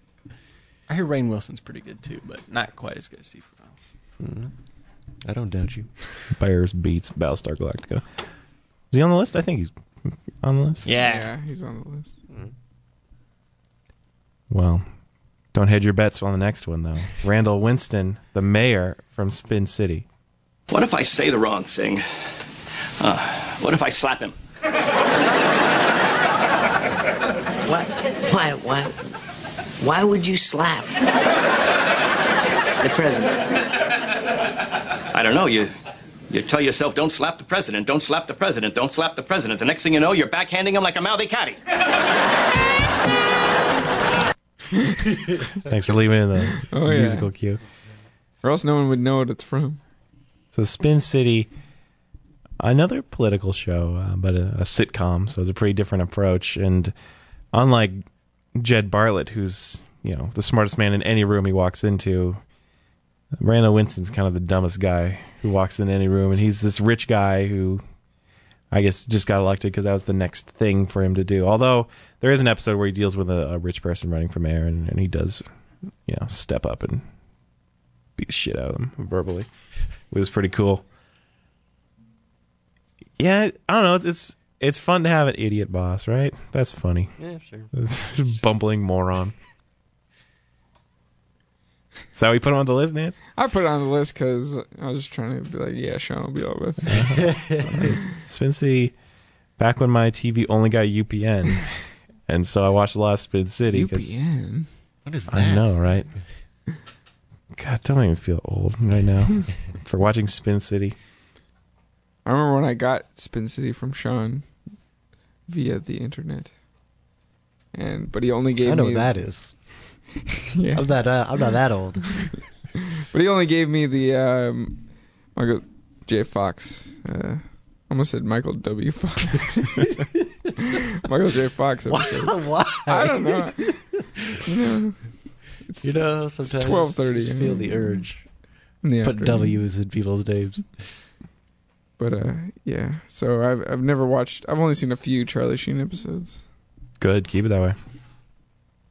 [SPEAKER 3] I hear Rain Wilson's pretty good too, but not quite as good as Steve Carell.
[SPEAKER 4] I don't doubt you.
[SPEAKER 2] Bears beats Battlestar Galactica. Is he on the list? I think he's on the list.
[SPEAKER 5] Yeah, he's on the list.
[SPEAKER 2] Well, don't hedge your bets on the next one though. Randall Winston, the mayor from Spin City.
[SPEAKER 10] What if I say the wrong thing? Uh, what if I slap him?
[SPEAKER 20] What? Why? Why? Why would you slap the president?
[SPEAKER 10] I don't know. You, you tell yourself, don't slap the president, don't slap the president, don't slap the president. The next thing you know, you're backhanding him like a mouthy catty.
[SPEAKER 2] Thanks for leaving it in the
[SPEAKER 5] Oh, yeah.
[SPEAKER 2] musical cue.
[SPEAKER 5] Or else no one would know what it's from.
[SPEAKER 2] So Spin City, another political show, uh, but a, a sitcom, so it's a pretty different approach. And unlike Jed Bartlett, who's you know the smartest man in any room he walks into, Randall Winston's kind of the dumbest guy who walks in any room, and he's this rich guy who. I guess just got elected because that was the next thing for him to do. Although there is an episode where he deals with a, a rich person running for mayor, and, and he does, you know, step up and beat the shit out of them verbally. It was pretty cool. Yeah, I don't know. It's it's, it's fun to have an idiot boss, right? That's funny.
[SPEAKER 4] Yeah, sure.
[SPEAKER 2] It's a bumbling moron. So we put him on the list, Nance.
[SPEAKER 5] I put it on the list because I was just trying to be like, yeah, Sean will be all with.
[SPEAKER 2] Spin City, back when my TV only got UPN, and so I watched a lot of Spin City. 'cause-
[SPEAKER 5] UPN? What is
[SPEAKER 2] I know, right? God, don't even feel old right now for watching Spin City.
[SPEAKER 5] I remember when I got Spin City from Sean via the internet, and but he only gave
[SPEAKER 4] I know
[SPEAKER 5] me
[SPEAKER 4] what that is.
[SPEAKER 5] yeah.
[SPEAKER 4] I'm not. Uh, I'm not that old.
[SPEAKER 5] but he only gave me the um, Michael J. Fox. Uh, almost said Michael W. Fox. Michael J. Fox. Episodes.
[SPEAKER 4] Why?
[SPEAKER 5] I don't know. You know, it's,
[SPEAKER 4] You know, sometimes
[SPEAKER 5] it's twelve thirty.
[SPEAKER 4] just feel the urge.
[SPEAKER 5] In the
[SPEAKER 4] Put
[SPEAKER 5] afternoon.
[SPEAKER 4] W's in people's names.
[SPEAKER 5] But uh, yeah. So I've I've never watched. I've only seen a few Charlie Sheen episodes.
[SPEAKER 2] Good. Keep it that way.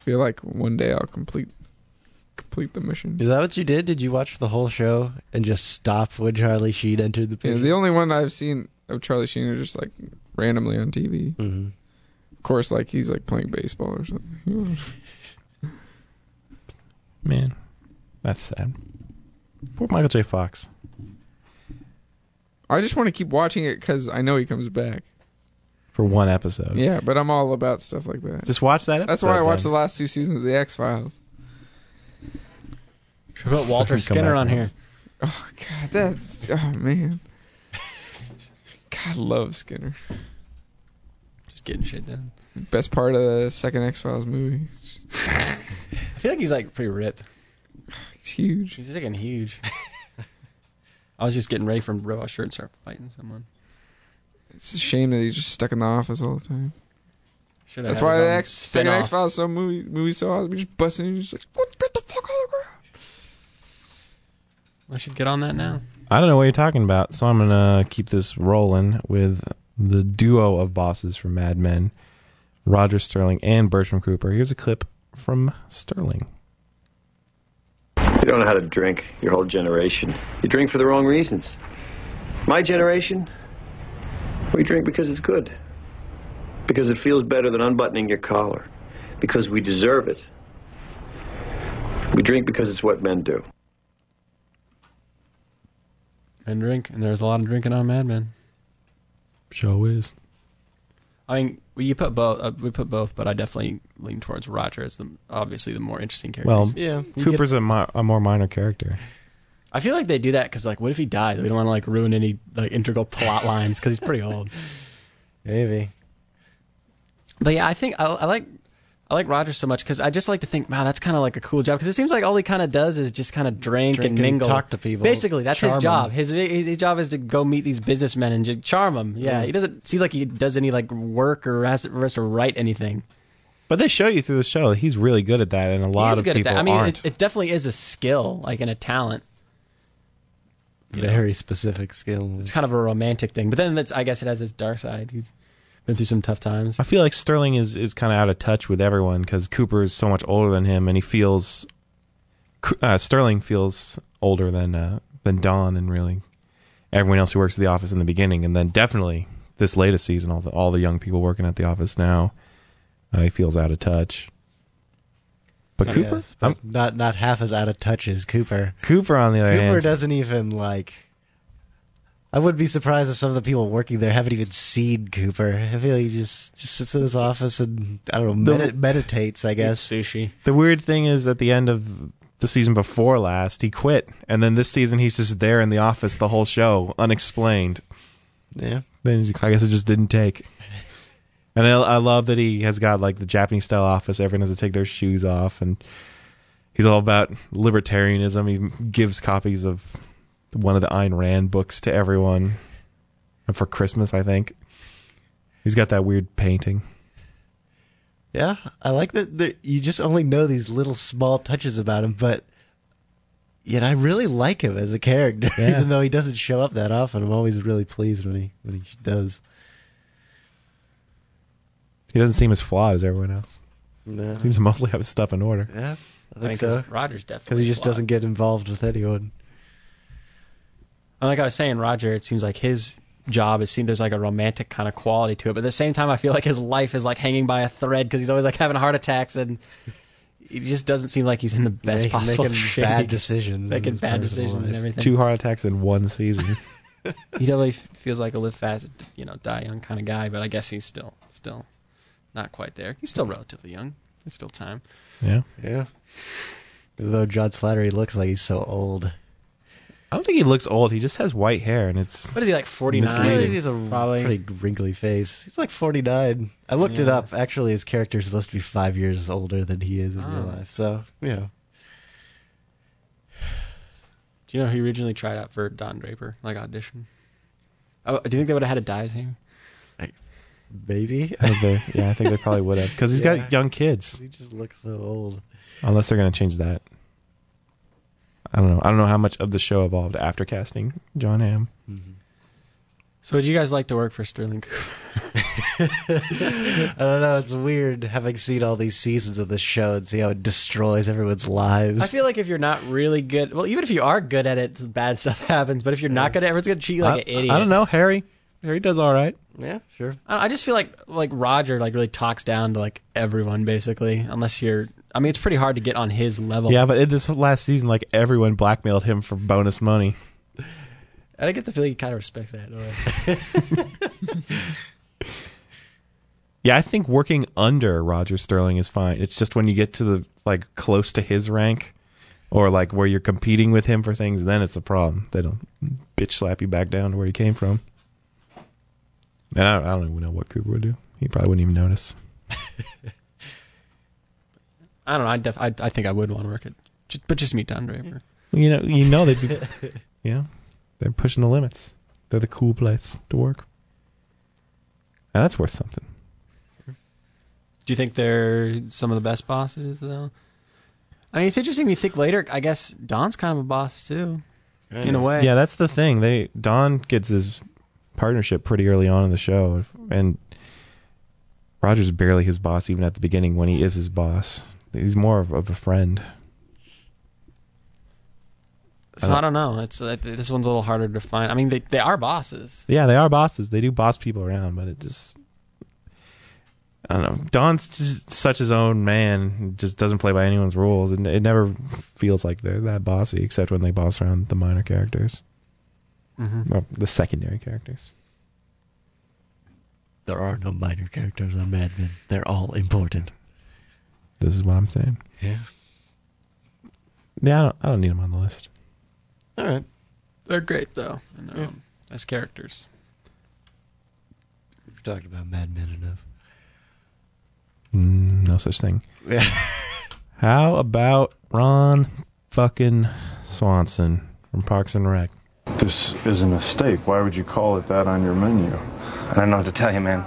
[SPEAKER 5] Feel like one day I'll complete complete the mission.
[SPEAKER 4] Is that what you did? Did you watch the whole show and just stop when Charlie Sheen entered the
[SPEAKER 5] Yeah,
[SPEAKER 4] picture?
[SPEAKER 5] the only one I've seen of Charlie Sheen are just like randomly on TV.
[SPEAKER 4] Mm-hmm.
[SPEAKER 5] Of course, like he's like playing baseball or something.
[SPEAKER 2] Man, that's sad. Poor Michael J. Fox.
[SPEAKER 5] I just want to keep watching it because I know he comes back.
[SPEAKER 2] For one episode.
[SPEAKER 5] Yeah, but I'm all about stuff like that.
[SPEAKER 2] Just watch that
[SPEAKER 5] That's why I
[SPEAKER 2] episode,
[SPEAKER 5] watched the
[SPEAKER 2] then.
[SPEAKER 5] last two seasons of the X Files.
[SPEAKER 3] Put Walter Skinner on here.
[SPEAKER 5] Oh God, that's oh man. God love Skinner.
[SPEAKER 3] Just getting shit done.
[SPEAKER 5] Best part of the second X Files movie.
[SPEAKER 3] I feel like he's like pretty ripped.
[SPEAKER 5] He's huge.
[SPEAKER 3] He's looking huge. I was just getting ready for him to rip off his shirt and start fighting someone.
[SPEAKER 5] It's a shame that he's just stuck in the office all the time.
[SPEAKER 3] Should
[SPEAKER 5] That's why the X second X Files so movie movie so awesome. We're just busting and just like what get the fuck out of the ground.
[SPEAKER 3] I should get on that now.
[SPEAKER 2] I don't know what you're talking about, so I'm gonna keep this rolling with the duo of bosses from Mad Men, Roger Sterling and Bertram Cooper. Here's a clip from Sterling.
[SPEAKER 11] You don't know how to drink, your whole generation. You drink for the wrong reasons. My generation, we drink because it's good, because it feels better than unbuttoning your collar, because we deserve it. We drink because it's what men do.
[SPEAKER 3] And drink, and there was a lot of drinking on Mad Men.
[SPEAKER 2] Show is.
[SPEAKER 3] I mean, we you put both. Uh, we put both, but I definitely lean towards Roger as the obviously the more interesting character.
[SPEAKER 2] Well, Cooper's a, mi- a more minor character.
[SPEAKER 3] I feel like they do that because, like, what if he dies? We don't want to like ruin any like integral plot lines because he's pretty old.
[SPEAKER 4] Maybe.
[SPEAKER 3] But yeah, I think I, I like I like Roger so much because I just like to think, wow, that's kind of like a cool job because it seems like all he kind of does is just kind of drink,
[SPEAKER 4] Drink
[SPEAKER 3] and
[SPEAKER 4] and
[SPEAKER 3] mingle,
[SPEAKER 4] talk to people,
[SPEAKER 3] Basically, that's
[SPEAKER 4] charm
[SPEAKER 3] his job.
[SPEAKER 4] 'em.
[SPEAKER 3] His, his his job is to go meet these businessmen and just charm them. Yeah,
[SPEAKER 4] Yeah.
[SPEAKER 3] he doesn't seem like he does any like work or has, has to write anything.
[SPEAKER 2] But they show you through the show that he's really good at that, and a
[SPEAKER 3] He
[SPEAKER 2] lot
[SPEAKER 3] is
[SPEAKER 2] of
[SPEAKER 3] good at
[SPEAKER 2] people
[SPEAKER 3] that. I mean,
[SPEAKER 2] aren't.
[SPEAKER 3] it, it definitely is a skill, like and a talent.
[SPEAKER 4] Very specific skills.
[SPEAKER 3] It's kind of a romantic thing, but then it's, I guess it has its dark side. He's been through some tough times.
[SPEAKER 2] I feel like Sterling is, is kind of out of touch with everyone because Cooper is so much older than him, and he feels Coo- uh, Sterling feels older than uh, than Don and really everyone else who works at the office in the beginning, and then definitely this latest season, all the all the young people working at the office now, uh, he feels out of touch. But
[SPEAKER 4] I
[SPEAKER 2] Cooper,
[SPEAKER 4] guess, but not not half as out of touch as Cooper.
[SPEAKER 2] Cooper on the other
[SPEAKER 4] Cooper
[SPEAKER 2] hand,
[SPEAKER 4] doesn't even like. I wouldn't be surprised if some of the people working there haven't even seen Cooper. I feel he just just sits in his office and I don't know
[SPEAKER 2] The-
[SPEAKER 4] medi- meditates. I guess
[SPEAKER 3] sushi.
[SPEAKER 2] the weird thing is at the end of the season before last, he quit, and then this season he's just there in the office the whole show, unexplained.
[SPEAKER 4] Yeah.
[SPEAKER 2] Then I guess it just didn't take. And I, I love that he has got like the Japanese style office. Everyone has to take their shoes off, and he's all about libertarianism. He gives copies of one of the Ayn Rand books to everyone, and for Christmas, I think he's got that weird painting.
[SPEAKER 4] Yeah, I like that there, you just only know these little small touches about him, but yet I really like him as a character,
[SPEAKER 2] Yeah.
[SPEAKER 4] even though he doesn't show up that often. I'm always really pleased when he when he does.
[SPEAKER 2] He doesn't seem as flawed as everyone else.
[SPEAKER 4] No.
[SPEAKER 2] Seems to mostly have his stuff in order.
[SPEAKER 4] Yeah,
[SPEAKER 3] I
[SPEAKER 4] I
[SPEAKER 3] mean,
[SPEAKER 4] think
[SPEAKER 3] 'cause
[SPEAKER 4] so.
[SPEAKER 3] Roger's
[SPEAKER 4] uh, because
[SPEAKER 3] definitely
[SPEAKER 4] he just
[SPEAKER 3] flawed.
[SPEAKER 4] doesn't get involved with anyone.
[SPEAKER 3] And like I was saying, Roger, it seems like his job is seen there's like a romantic kind of quality to it. But at the same time, I feel like his life is like hanging by a thread because he's always like having heart attacks and he just doesn't seem like he's in the best
[SPEAKER 4] Make-
[SPEAKER 3] possible
[SPEAKER 4] making
[SPEAKER 3] shape.
[SPEAKER 4] bad decisions in
[SPEAKER 3] Making
[SPEAKER 4] his
[SPEAKER 3] bad
[SPEAKER 4] personal
[SPEAKER 3] decisions and
[SPEAKER 4] life.
[SPEAKER 3] everything.
[SPEAKER 2] Two heart attacks in one season.
[SPEAKER 3] He definitely f- feels like a live fast, you know, die young kind of guy. But I guess he's still, still not quite there. He's still relatively young. There's still time.
[SPEAKER 2] yeah.
[SPEAKER 4] Yeah. Though John Slattery looks like he's so old.
[SPEAKER 2] I don't think he looks old. He just has white hair, and it's
[SPEAKER 3] What is he, like, 49?
[SPEAKER 2] misleading.
[SPEAKER 3] I think
[SPEAKER 4] He's a
[SPEAKER 3] Probably.
[SPEAKER 4] pretty wrinkly face. He's like 49. I looked it
[SPEAKER 3] Yeah.
[SPEAKER 4] up. Actually, his character is supposed to be five years older than he is in real
[SPEAKER 3] Oh.
[SPEAKER 4] life. So, you know.
[SPEAKER 3] Do you know who he originally tried out for Don Draper, like audition? Oh, do you think they would have had a dye's hair?
[SPEAKER 4] Maybe.
[SPEAKER 2] I think they- yeah, I think they probably would have because he's
[SPEAKER 4] Yeah.
[SPEAKER 2] got young kids.
[SPEAKER 4] He just looks so old.
[SPEAKER 2] Unless they're going to change that. I don't know. I don't know how much of the show evolved after casting John Hamm.
[SPEAKER 3] So, would you guys like to work for Sterling Cooper?
[SPEAKER 4] I don't know. It's weird having seen all these seasons of this show and see how it destroys everyone's lives.
[SPEAKER 3] I feel like if you're not really good, well, even if you are good at it, bad stuff happens. But if you're not good at it, everyone's going to treat you like an
[SPEAKER 2] I,
[SPEAKER 3] idiot.
[SPEAKER 2] I don't know, Harry. Harry does all right.
[SPEAKER 4] Yeah, sure.
[SPEAKER 3] I I just feel like like Roger like really talks down to like everyone basically, unless you're. I mean, it's pretty hard to get on his level.
[SPEAKER 2] Yeah, but in this last season, like everyone blackmailed him for bonus money.
[SPEAKER 3] and I get the feeling he kind of respects that. in a way.
[SPEAKER 2] Yeah, I think working under Roger Sterling is fine. It's just when you get to the like close to his rank, or like where you're competing with him for things, then it's a problem. They don't bitch slap you back down to where you came from. And I, I don't even know what Cooper would do. He probably wouldn't even notice.
[SPEAKER 3] I don't know. I, def- I I think I would want to work it, just, but just meet Don Draper.
[SPEAKER 2] You know, you know they'd be, yeah, they're pushing the limits. They're the cool place to work. Now that's worth something.
[SPEAKER 3] Do you think they're some of the best bosses though? I mean, it's interesting. When you think later, I guess Don's kind of a boss too, in a way.
[SPEAKER 2] Yeah, that's the thing. They Don gets his partnership pretty early on in the show, and Roger's barely his boss even at the beginning when he is his boss. He's more of, of a friend.
[SPEAKER 3] So I don't know. It's uh, this one's a little harder to find. I mean, they they are bosses.
[SPEAKER 2] Yeah, they are bosses. They do boss people around, but it just I don't know. Don's just such his own man. Just doesn't play by anyone's rules, and it never feels like they're that bossy, except when they boss around the minor characters,
[SPEAKER 4] Mhm.
[SPEAKER 2] well, the secondary characters.
[SPEAKER 4] There are no minor characters on Mad Men. They're all important.
[SPEAKER 2] This is what I'm saying.
[SPEAKER 4] Yeah.
[SPEAKER 2] Yeah, I don't. I don't need them on the list.
[SPEAKER 3] All right, they're great though. In their own, as characters.
[SPEAKER 4] We've talked about Mad Men enough.
[SPEAKER 2] Mm, no such thing. How about Ron fucking Swanson from Parks and Rec?
[SPEAKER 7] This is a mistake. Why would you call it that on your menu? I don't know what to tell you, man.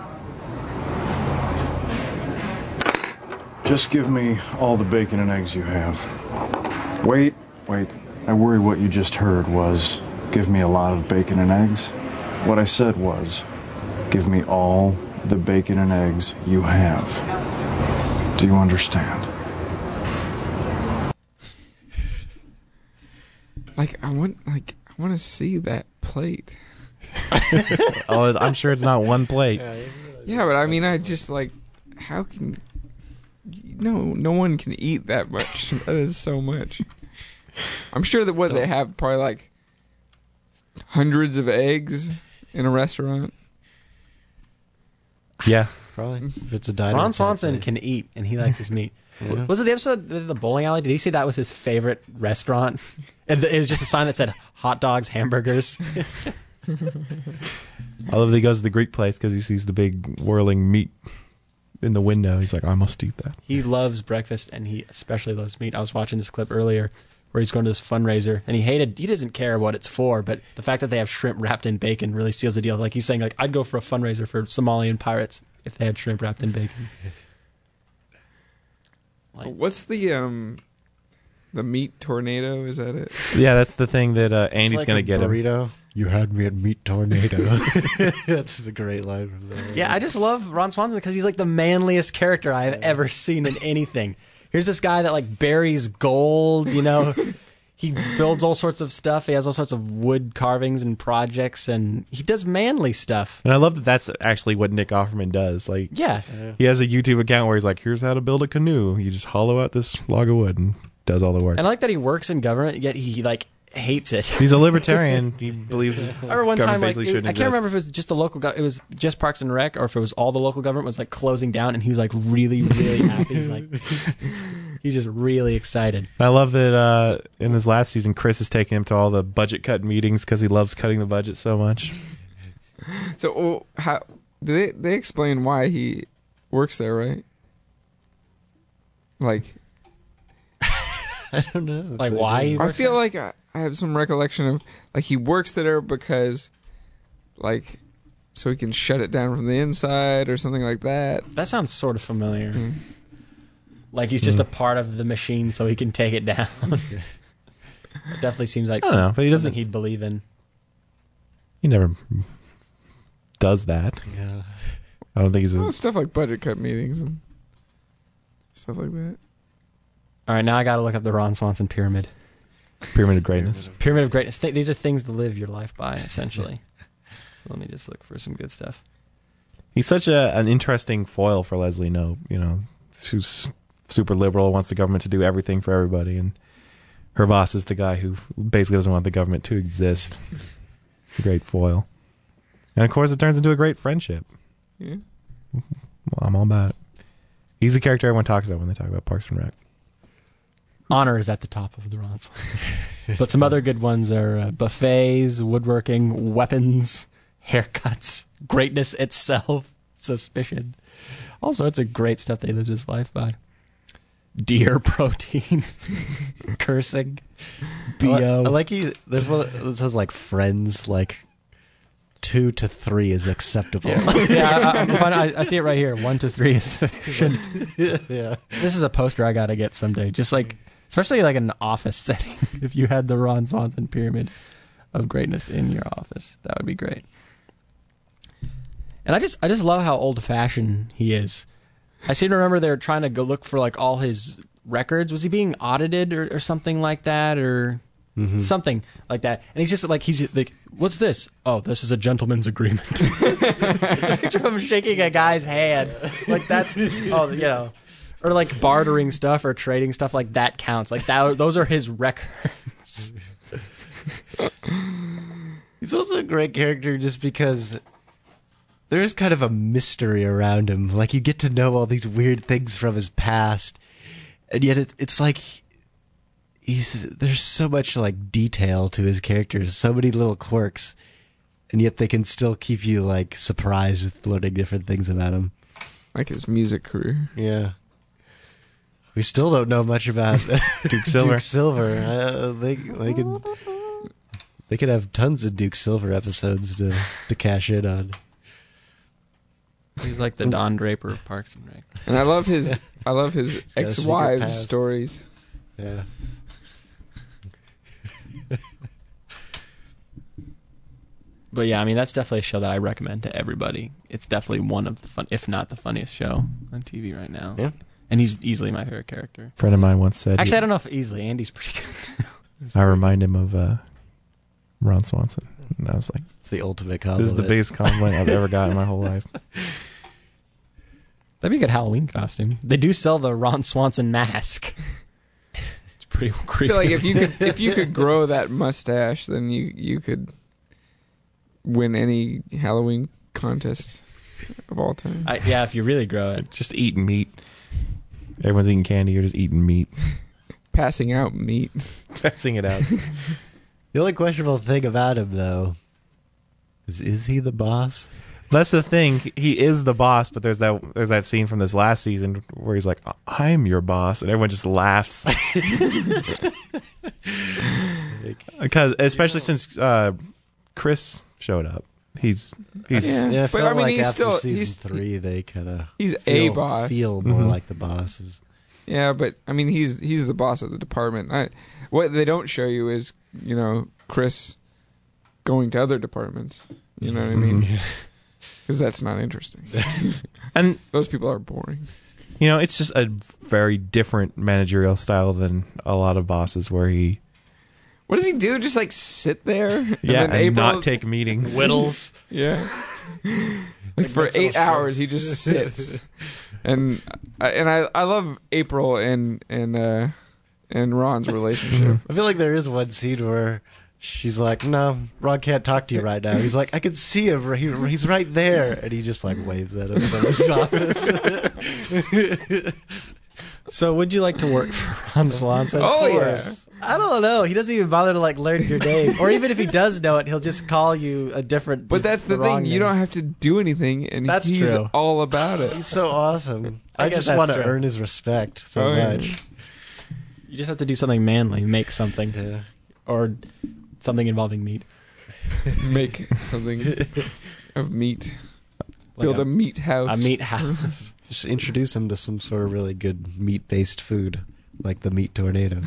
[SPEAKER 7] Just give me all the bacon and eggs you have. Wait, wait. I worry what you just heard was give me a lot of bacon and eggs. What I said was give me all the bacon and eggs you have. Do you understand?
[SPEAKER 5] Like I want, like I want to see that plate.
[SPEAKER 2] oh, I'm sure it's not one plate.
[SPEAKER 5] Yeah, but I mean, I just like, how can? No, no one can eat that much. that is so much. I'm sure that what they have probably like hundreds of eggs in a restaurant.
[SPEAKER 2] Yeah,
[SPEAKER 4] probably. If it's a diner,
[SPEAKER 3] Ron
[SPEAKER 4] it's all
[SPEAKER 3] Swanson can eat, and he likes his meat.
[SPEAKER 4] Yeah.
[SPEAKER 3] Was it the episode with the bowling alley? Did he say that was his favorite restaurant? And th- it was just a sign that said hot dogs, hamburgers.
[SPEAKER 2] I love that he goes to the Greek place because he sees the big whirling meat in the window. He's like, I must eat that.
[SPEAKER 3] he loves breakfast and he especially loves meat. I was watching this clip earlier where he's going to this fundraiser and he hated he doesn't care what it's for, but the fact that they have shrimp wrapped in bacon really seals the deal. Like he's saying like I'd go for a fundraiser for Somalian pirates if they had shrimp wrapped in bacon.
[SPEAKER 5] What's the um, the meat tornado? Is that it?
[SPEAKER 2] Yeah, that's the thing that uh, Andy's
[SPEAKER 5] like
[SPEAKER 2] gonna
[SPEAKER 5] a
[SPEAKER 2] get him.
[SPEAKER 4] burrito. You had me at meat tornado. That's a great line from that.
[SPEAKER 3] Yeah, I just love Ron Swanson because he's like the manliest character I have ever seen in anything. Here's this guy that like buries gold, you know. he builds all sorts of stuff. He has all sorts of wood carvings and projects, and he does manly stuff.
[SPEAKER 2] And I love that that's actually what Nick Offerman does. Like,
[SPEAKER 3] Yeah. Yeah.
[SPEAKER 2] he has a YouTube account where he's like, "Here's how to build a canoe. You just hollow out this log of wood and does all the work."
[SPEAKER 3] And I like that he works in government, yet he like hates it.
[SPEAKER 2] He's a libertarian. he believes.
[SPEAKER 3] I remember one time,
[SPEAKER 2] government
[SPEAKER 3] like,
[SPEAKER 2] basically
[SPEAKER 3] it-
[SPEAKER 2] shouldn't
[SPEAKER 3] I
[SPEAKER 2] exist.
[SPEAKER 3] can't remember if it was just the local, gov it was just Parks and Rec, or if it was all the local government was like closing down, and he was like really, really happy. He's like, He's just really excited.
[SPEAKER 2] I love that uh, in this last season, Chris is taking him to all the budget cut meetings because he loves cutting the budget so much.
[SPEAKER 5] So well, how do they they explain why he works there, right? Like
[SPEAKER 4] I don't know.
[SPEAKER 3] Like why? he
[SPEAKER 5] I
[SPEAKER 3] works
[SPEAKER 5] feel like I, I have some recollection of like he works there because like so he can shut it down from the inside or something like that.
[SPEAKER 3] That sounds sort of familiar.
[SPEAKER 2] Hmm.
[SPEAKER 3] Like he's just a part of the machine, so he can take it down. it definitely seems like
[SPEAKER 2] I don't
[SPEAKER 3] some-
[SPEAKER 2] know, but he
[SPEAKER 3] something
[SPEAKER 2] doesn't-
[SPEAKER 3] he'd believe in.
[SPEAKER 2] He never does that.
[SPEAKER 3] Yeah.
[SPEAKER 2] I don't think he's
[SPEAKER 5] Well,
[SPEAKER 2] a.
[SPEAKER 5] Oh, stuff like budget cut meetings and stuff like that.
[SPEAKER 3] All right, now I got to look up the Ron Swanson pyramid.
[SPEAKER 2] Pyramid of greatness.
[SPEAKER 3] Pyramid of greatness. Th- These are things to live your life by, essentially. so let me just look for some good stuff.
[SPEAKER 2] He's such a an interesting foil for Leslie No. You know, who's super liberal, wants the government to do everything for everybody, and her boss is the guy who basically doesn't want the government to exist. It's a great foil, and of course, it turns into a great friendship.
[SPEAKER 5] Yeah.
[SPEAKER 2] Well, I'm all about it. He's the character everyone talks about when they talk about Parks and Rec.
[SPEAKER 3] Honor is at the top of the Ron Swanson. but some other good ones are uh, buffets, woodworking, weapons, haircuts, greatness itself, suspicion. All sorts of great stuff that he lives his life by. Deer protein, cursing,
[SPEAKER 4] I
[SPEAKER 3] bo.
[SPEAKER 4] li- I like he. There's one that says like friends like two to three is acceptable.
[SPEAKER 3] yeah, I, I'm fine. I, I see it right here. One to three is sufficient.
[SPEAKER 4] Yeah.
[SPEAKER 3] This is a poster I got to get someday. Just like, especially like an office setting. If you had the Ron Swanson pyramid of greatness in your office, that would be great. And I just, I just love how old fashioned he is. I seem to remember they were trying to go look for like all his records. Was he being audited or, or something like that or
[SPEAKER 1] Mhm.
[SPEAKER 3] something like that? And he's just like, he's like, what's this? Oh, this is a gentleman's agreement. picture of him shaking a guy's hand. Like that's oh, you know, or like bartering stuff or trading stuff like that counts. Like that, those are his records.
[SPEAKER 4] He's also a great character just because there is kind of a mystery around him. Like you get to know all these weird things from his past, and yet it's it's like he's there's so much like detail to his characters, so many little quirks, and yet they can still keep you like surprised with learning different things about him.
[SPEAKER 5] Like his music career.
[SPEAKER 4] Yeah. We still don't know much about Duke
[SPEAKER 2] Silver.
[SPEAKER 4] Duke Silver. Uh, they they could they could have tons of Duke Silver episodes to to cash in on.
[SPEAKER 3] He's like the Don Draper of Parks and Rec.
[SPEAKER 5] And I love his I love his
[SPEAKER 4] got a secret
[SPEAKER 5] ex-wives
[SPEAKER 4] past.
[SPEAKER 5] stories.
[SPEAKER 4] Yeah.
[SPEAKER 3] But yeah, I mean that's definitely a show that I recommend to everybody. It's definitely one of the fun, if not the funniest show on TV right now.
[SPEAKER 4] Yeah.
[SPEAKER 3] and he's easily my favorite character.
[SPEAKER 2] friend of mine once said.
[SPEAKER 3] Actually, I don't know if easily. Andy's pretty good.
[SPEAKER 2] I remind him of uh, Ron Swanson, and I was like,
[SPEAKER 4] It's the ultimate
[SPEAKER 2] "This is the
[SPEAKER 4] compliment.
[SPEAKER 2] biggest compliment I've ever gotten in my whole life."
[SPEAKER 3] That'd be a good Halloween costume. They do sell the Ron Swanson mask. It's pretty
[SPEAKER 5] I
[SPEAKER 3] creepy.
[SPEAKER 5] feel like if you could if you could grow that mustache, then you you could win any Halloween contest of all time.
[SPEAKER 3] I, yeah, if you really grow it.
[SPEAKER 2] Just eating meat. Everyone's eating candy. You're just eating meat,
[SPEAKER 5] Passing out meat.
[SPEAKER 2] passing it out.
[SPEAKER 4] The only questionable thing about him though is is he the boss?
[SPEAKER 2] That's the thing. He is the boss, but there's that there's that scene from this last season where he's like, "I'm your boss," and everyone just laughs. Because especially since uh, Chris showed up, he's he's
[SPEAKER 5] Yeah.
[SPEAKER 4] Yeah, I
[SPEAKER 5] But,
[SPEAKER 4] felt
[SPEAKER 5] I mean,
[SPEAKER 4] like
[SPEAKER 5] he's
[SPEAKER 4] after
[SPEAKER 5] still-
[SPEAKER 4] season
[SPEAKER 5] he's-
[SPEAKER 4] three they kinda
[SPEAKER 5] he's a
[SPEAKER 4] feel,
[SPEAKER 5] boss. Mm-hmm.
[SPEAKER 4] feel more
[SPEAKER 2] Mhm.
[SPEAKER 4] like the bosses.
[SPEAKER 5] Yeah, but I mean, he's he's the boss of the department. I, what they don't show you is you know Chris going to other departments. You know what I mean? Because that's not interesting.
[SPEAKER 2] and
[SPEAKER 5] Those people are boring.
[SPEAKER 2] you know it's just a very different managerial style than a lot of bosses where he
[SPEAKER 5] What does he do? Just like sit there? And
[SPEAKER 2] yeah
[SPEAKER 5] then
[SPEAKER 2] and
[SPEAKER 5] April-
[SPEAKER 2] not take meetings.
[SPEAKER 3] Whittles.
[SPEAKER 5] Yeah. Like for
[SPEAKER 4] makes
[SPEAKER 5] eight
[SPEAKER 4] little
[SPEAKER 5] hours, he just sits, and I- and I I love April and and uh and Ron's relationship.
[SPEAKER 4] I feel like there is one scene where she's like, "No, Ron can't talk to you right now." He's like, "I can see him. He, he's right there," and he just like waves at him from his office.
[SPEAKER 3] So, would you like to work for Ron Swanson?
[SPEAKER 4] Oh, yeah.
[SPEAKER 3] I don't know. He doesn't even bother to like learn your name, or even if he does know it, he'll just call you a different.
[SPEAKER 5] But that's the, thing. You don't have to do anything, and
[SPEAKER 3] That's
[SPEAKER 5] he's
[SPEAKER 3] true.
[SPEAKER 5] all about it.
[SPEAKER 4] He's so awesome.
[SPEAKER 3] I
[SPEAKER 4] I,
[SPEAKER 3] guess
[SPEAKER 4] just
[SPEAKER 3] that's
[SPEAKER 4] want
[SPEAKER 3] true.
[SPEAKER 4] to earn his respect so
[SPEAKER 3] Oh, yeah.
[SPEAKER 4] much.
[SPEAKER 3] You just have to do something manly, make something, uh, or something involving meat.
[SPEAKER 5] make something of meat.
[SPEAKER 3] Like
[SPEAKER 5] Build
[SPEAKER 3] a-
[SPEAKER 5] a, meat house.
[SPEAKER 3] a meat house.
[SPEAKER 4] Just introduce him to some sort of really good meat-based food, like the meat tornado.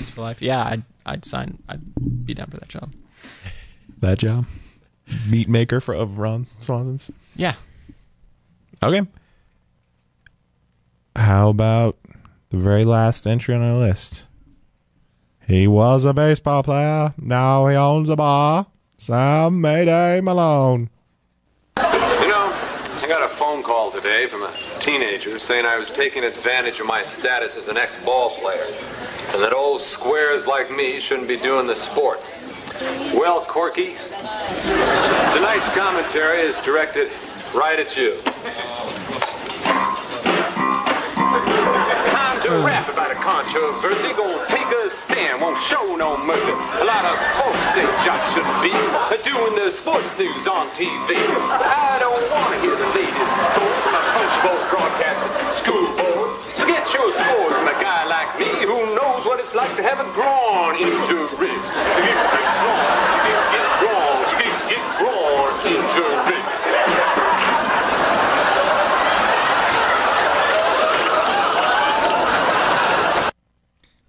[SPEAKER 3] It's for life. Yeah, I'd, I'd sign. I'd be down for that job.
[SPEAKER 2] That job, meat maker for of Ron Swanson's.
[SPEAKER 3] Yeah.
[SPEAKER 2] Okay. How about the very last entry on our list? He was a baseball player. Now he owns a bar. Sam Mayday Malone.
[SPEAKER 12] You know, I got a phone call today from a teenager saying I was taking advantage of my status as an ex-ball player, and that old squares like me shouldn't be doing the sports. Well, Corky, tonight's commentary is directed right at you. Time to rap about a controversy. Go take a stand, won't show no mercy. A lot of folks say Jock shouldn't be doing the sports news on TV. I don't want to hear the latest score from a punch bowl broadcaster, school board. So get your scores from a guy like me who knows what it's like to have a groin injury. If you get groin, you can get groin, you can get groin injury.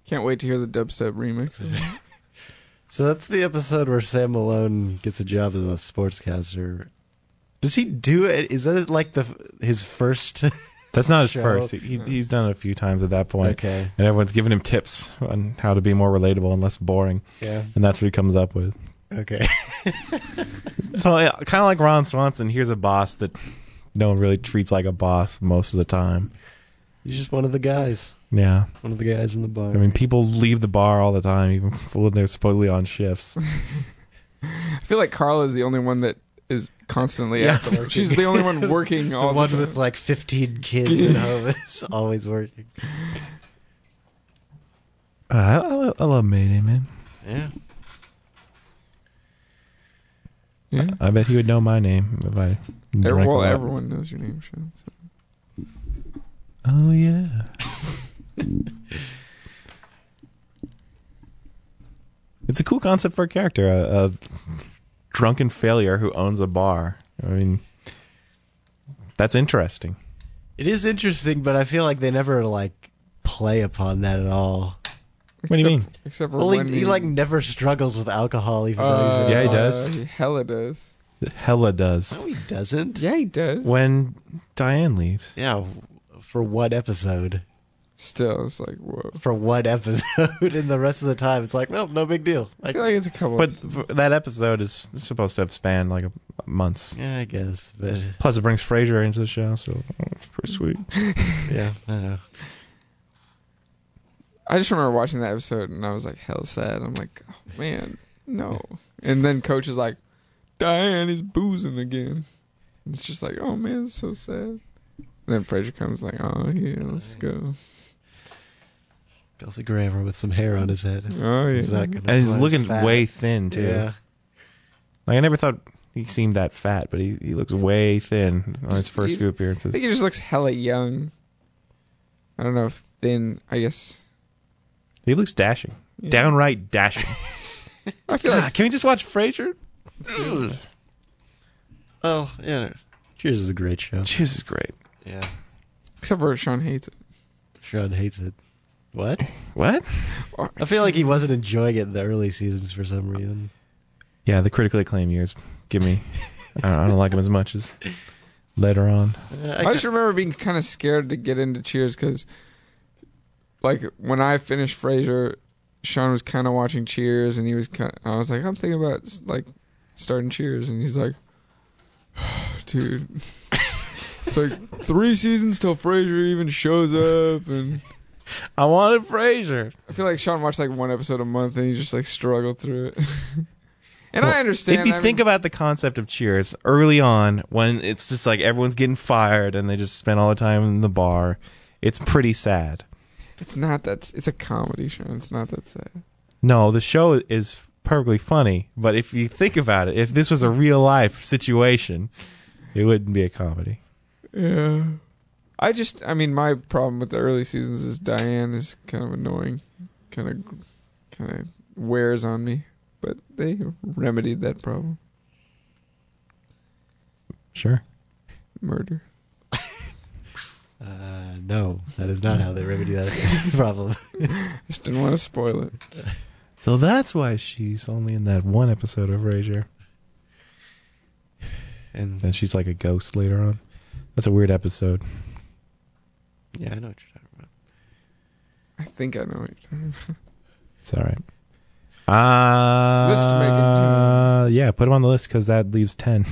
[SPEAKER 5] Can't wait to hear the dubstep remix. of it.
[SPEAKER 4] So that's the episode where Sam Malone gets a job as a sportscaster. Does he do it? Is that like the his first?
[SPEAKER 2] That's not his
[SPEAKER 4] show?
[SPEAKER 2] first. He, he- he's done it a few times at that point.
[SPEAKER 4] Okay.
[SPEAKER 2] And everyone's giving him tips on how to be more relatable and less boring.
[SPEAKER 4] Yeah.
[SPEAKER 2] And that's what he comes up with.
[SPEAKER 4] Okay.
[SPEAKER 2] so yeah, kind of like Ron Swanson, here's a boss that no one really treats like a boss most of the time.
[SPEAKER 4] He's just one of the guys.
[SPEAKER 2] Yeah.
[SPEAKER 4] One of the guys in the bar.
[SPEAKER 2] I mean, people leave the bar all the time, even when they're supposedly on shifts.
[SPEAKER 5] I feel like Carla is the only one that is constantly
[SPEAKER 4] Yeah.
[SPEAKER 5] at the work. She's the only one working all
[SPEAKER 4] the
[SPEAKER 5] the
[SPEAKER 4] one
[SPEAKER 5] time.
[SPEAKER 4] with like 15 kids at home is always working.
[SPEAKER 2] Uh, I, I, lo- I love Mayday, man.
[SPEAKER 4] Yeah.
[SPEAKER 5] Yeah.
[SPEAKER 2] I bet he would know my name if I.
[SPEAKER 5] Every-
[SPEAKER 2] drank a
[SPEAKER 5] well,
[SPEAKER 2] lot.
[SPEAKER 5] everyone knows your name, Sean. so.
[SPEAKER 2] Oh yeah. it's a cool concept for a character, a, a drunken failure who owns a bar. I mean, that's interesting.
[SPEAKER 4] It is interesting, but I feel like they never like play upon that at all.
[SPEAKER 2] What do you Except- mean?
[SPEAKER 5] except for
[SPEAKER 4] well, he,
[SPEAKER 5] when
[SPEAKER 4] he
[SPEAKER 5] he-
[SPEAKER 4] like never struggles with alcohol, even though
[SPEAKER 5] Uh,
[SPEAKER 4] he's
[SPEAKER 2] Yeah, he does.
[SPEAKER 5] Hella does.
[SPEAKER 2] Hella does.
[SPEAKER 4] he doesn't.
[SPEAKER 5] Yeah, he does.
[SPEAKER 2] When Diane leaves.
[SPEAKER 4] Yeah, for what episode?
[SPEAKER 5] Still, it's like whoa.
[SPEAKER 4] For what episode? and the rest of the time, it's like, nope, no big deal.
[SPEAKER 5] I feel like it's a couple.
[SPEAKER 2] But f- that episode is supposed to have spanned like a, months.
[SPEAKER 4] Yeah, I guess. But
[SPEAKER 2] Plus, it brings Frasier into the show, so it's pretty sweet.
[SPEAKER 4] yeah, I know.
[SPEAKER 5] I just remember watching that episode and I was like hell sad. I'm like, oh, man, no. And then coach is like, Diane is boozing again. And it's just like, oh man, it's so sad. And then Frazier comes like, oh yeah, let's go.
[SPEAKER 4] Kelsey Grammer with some hair on his head.
[SPEAKER 5] Oh, yeah.
[SPEAKER 4] not gonna-
[SPEAKER 2] And he's
[SPEAKER 4] well,
[SPEAKER 2] looking
[SPEAKER 4] fat.
[SPEAKER 2] way thin too.
[SPEAKER 4] Yeah.
[SPEAKER 2] Like I never thought he seemed that fat, but he, he looks way thin on his first
[SPEAKER 5] He's-
[SPEAKER 2] few
[SPEAKER 5] I
[SPEAKER 2] appearances.
[SPEAKER 5] think he just looks hella young. I don't know if thin. I guess
[SPEAKER 2] He looks dashing,
[SPEAKER 5] Yeah.
[SPEAKER 2] downright dashing.
[SPEAKER 5] I feel like
[SPEAKER 2] Can we just watch Frasier?
[SPEAKER 4] Oh yeah. Cheers is a great show.
[SPEAKER 2] Cheers is great.
[SPEAKER 4] Yeah.
[SPEAKER 5] except for Sean hates it.
[SPEAKER 4] Sean hates it. What?
[SPEAKER 2] What?
[SPEAKER 4] I feel like he wasn't enjoying it in the early seasons for some reason.
[SPEAKER 2] Yeah, the critically acclaimed years give me. I don't, I don't like him as much as later on.
[SPEAKER 5] I, just remember being kind of scared to get into Cheers because, like, when I finished Frasier, Sean was kind of watching Cheers, and he was. Kind I was like, I'm thinking about like starting Cheers, and he's like, dude, it's like three seasons till Frasier even shows up, and
[SPEAKER 2] I wanted Frasier.
[SPEAKER 5] I feel like Sean watched like one episode a month, and he just like struggled through it. and I
[SPEAKER 2] Well,
[SPEAKER 5] understand.
[SPEAKER 2] If you
[SPEAKER 5] I
[SPEAKER 2] think
[SPEAKER 5] mean-
[SPEAKER 2] about the concept of Cheers early on, when it's just like everyone's getting fired and they just spend all the time in the bar, It's pretty sad.
[SPEAKER 5] It's not that. It's a comedy show. It's not that sad.
[SPEAKER 2] No, the show is perfectly funny, but if you think about it, if this was a real life situation, it wouldn't be a comedy.
[SPEAKER 5] Yeah. I just, I mean, my problem with the early seasons is Diane is kind of annoying, kind of, kind of wears on me. But they remedied that problem.
[SPEAKER 2] Sure.
[SPEAKER 5] Murder.
[SPEAKER 4] Uh, no, that is not how they remedy that problem.
[SPEAKER 5] Just didn't want to spoil it.
[SPEAKER 2] So that's why she's only in that one episode of Razor. And then she's like a ghost later on. That's a weird episode.
[SPEAKER 4] Yeah, I know what you're talking about.
[SPEAKER 5] I think I know what you're talking about.
[SPEAKER 2] It's all right. Uh,
[SPEAKER 5] It's list making,
[SPEAKER 2] Yeah, put them on the list because that leaves 10.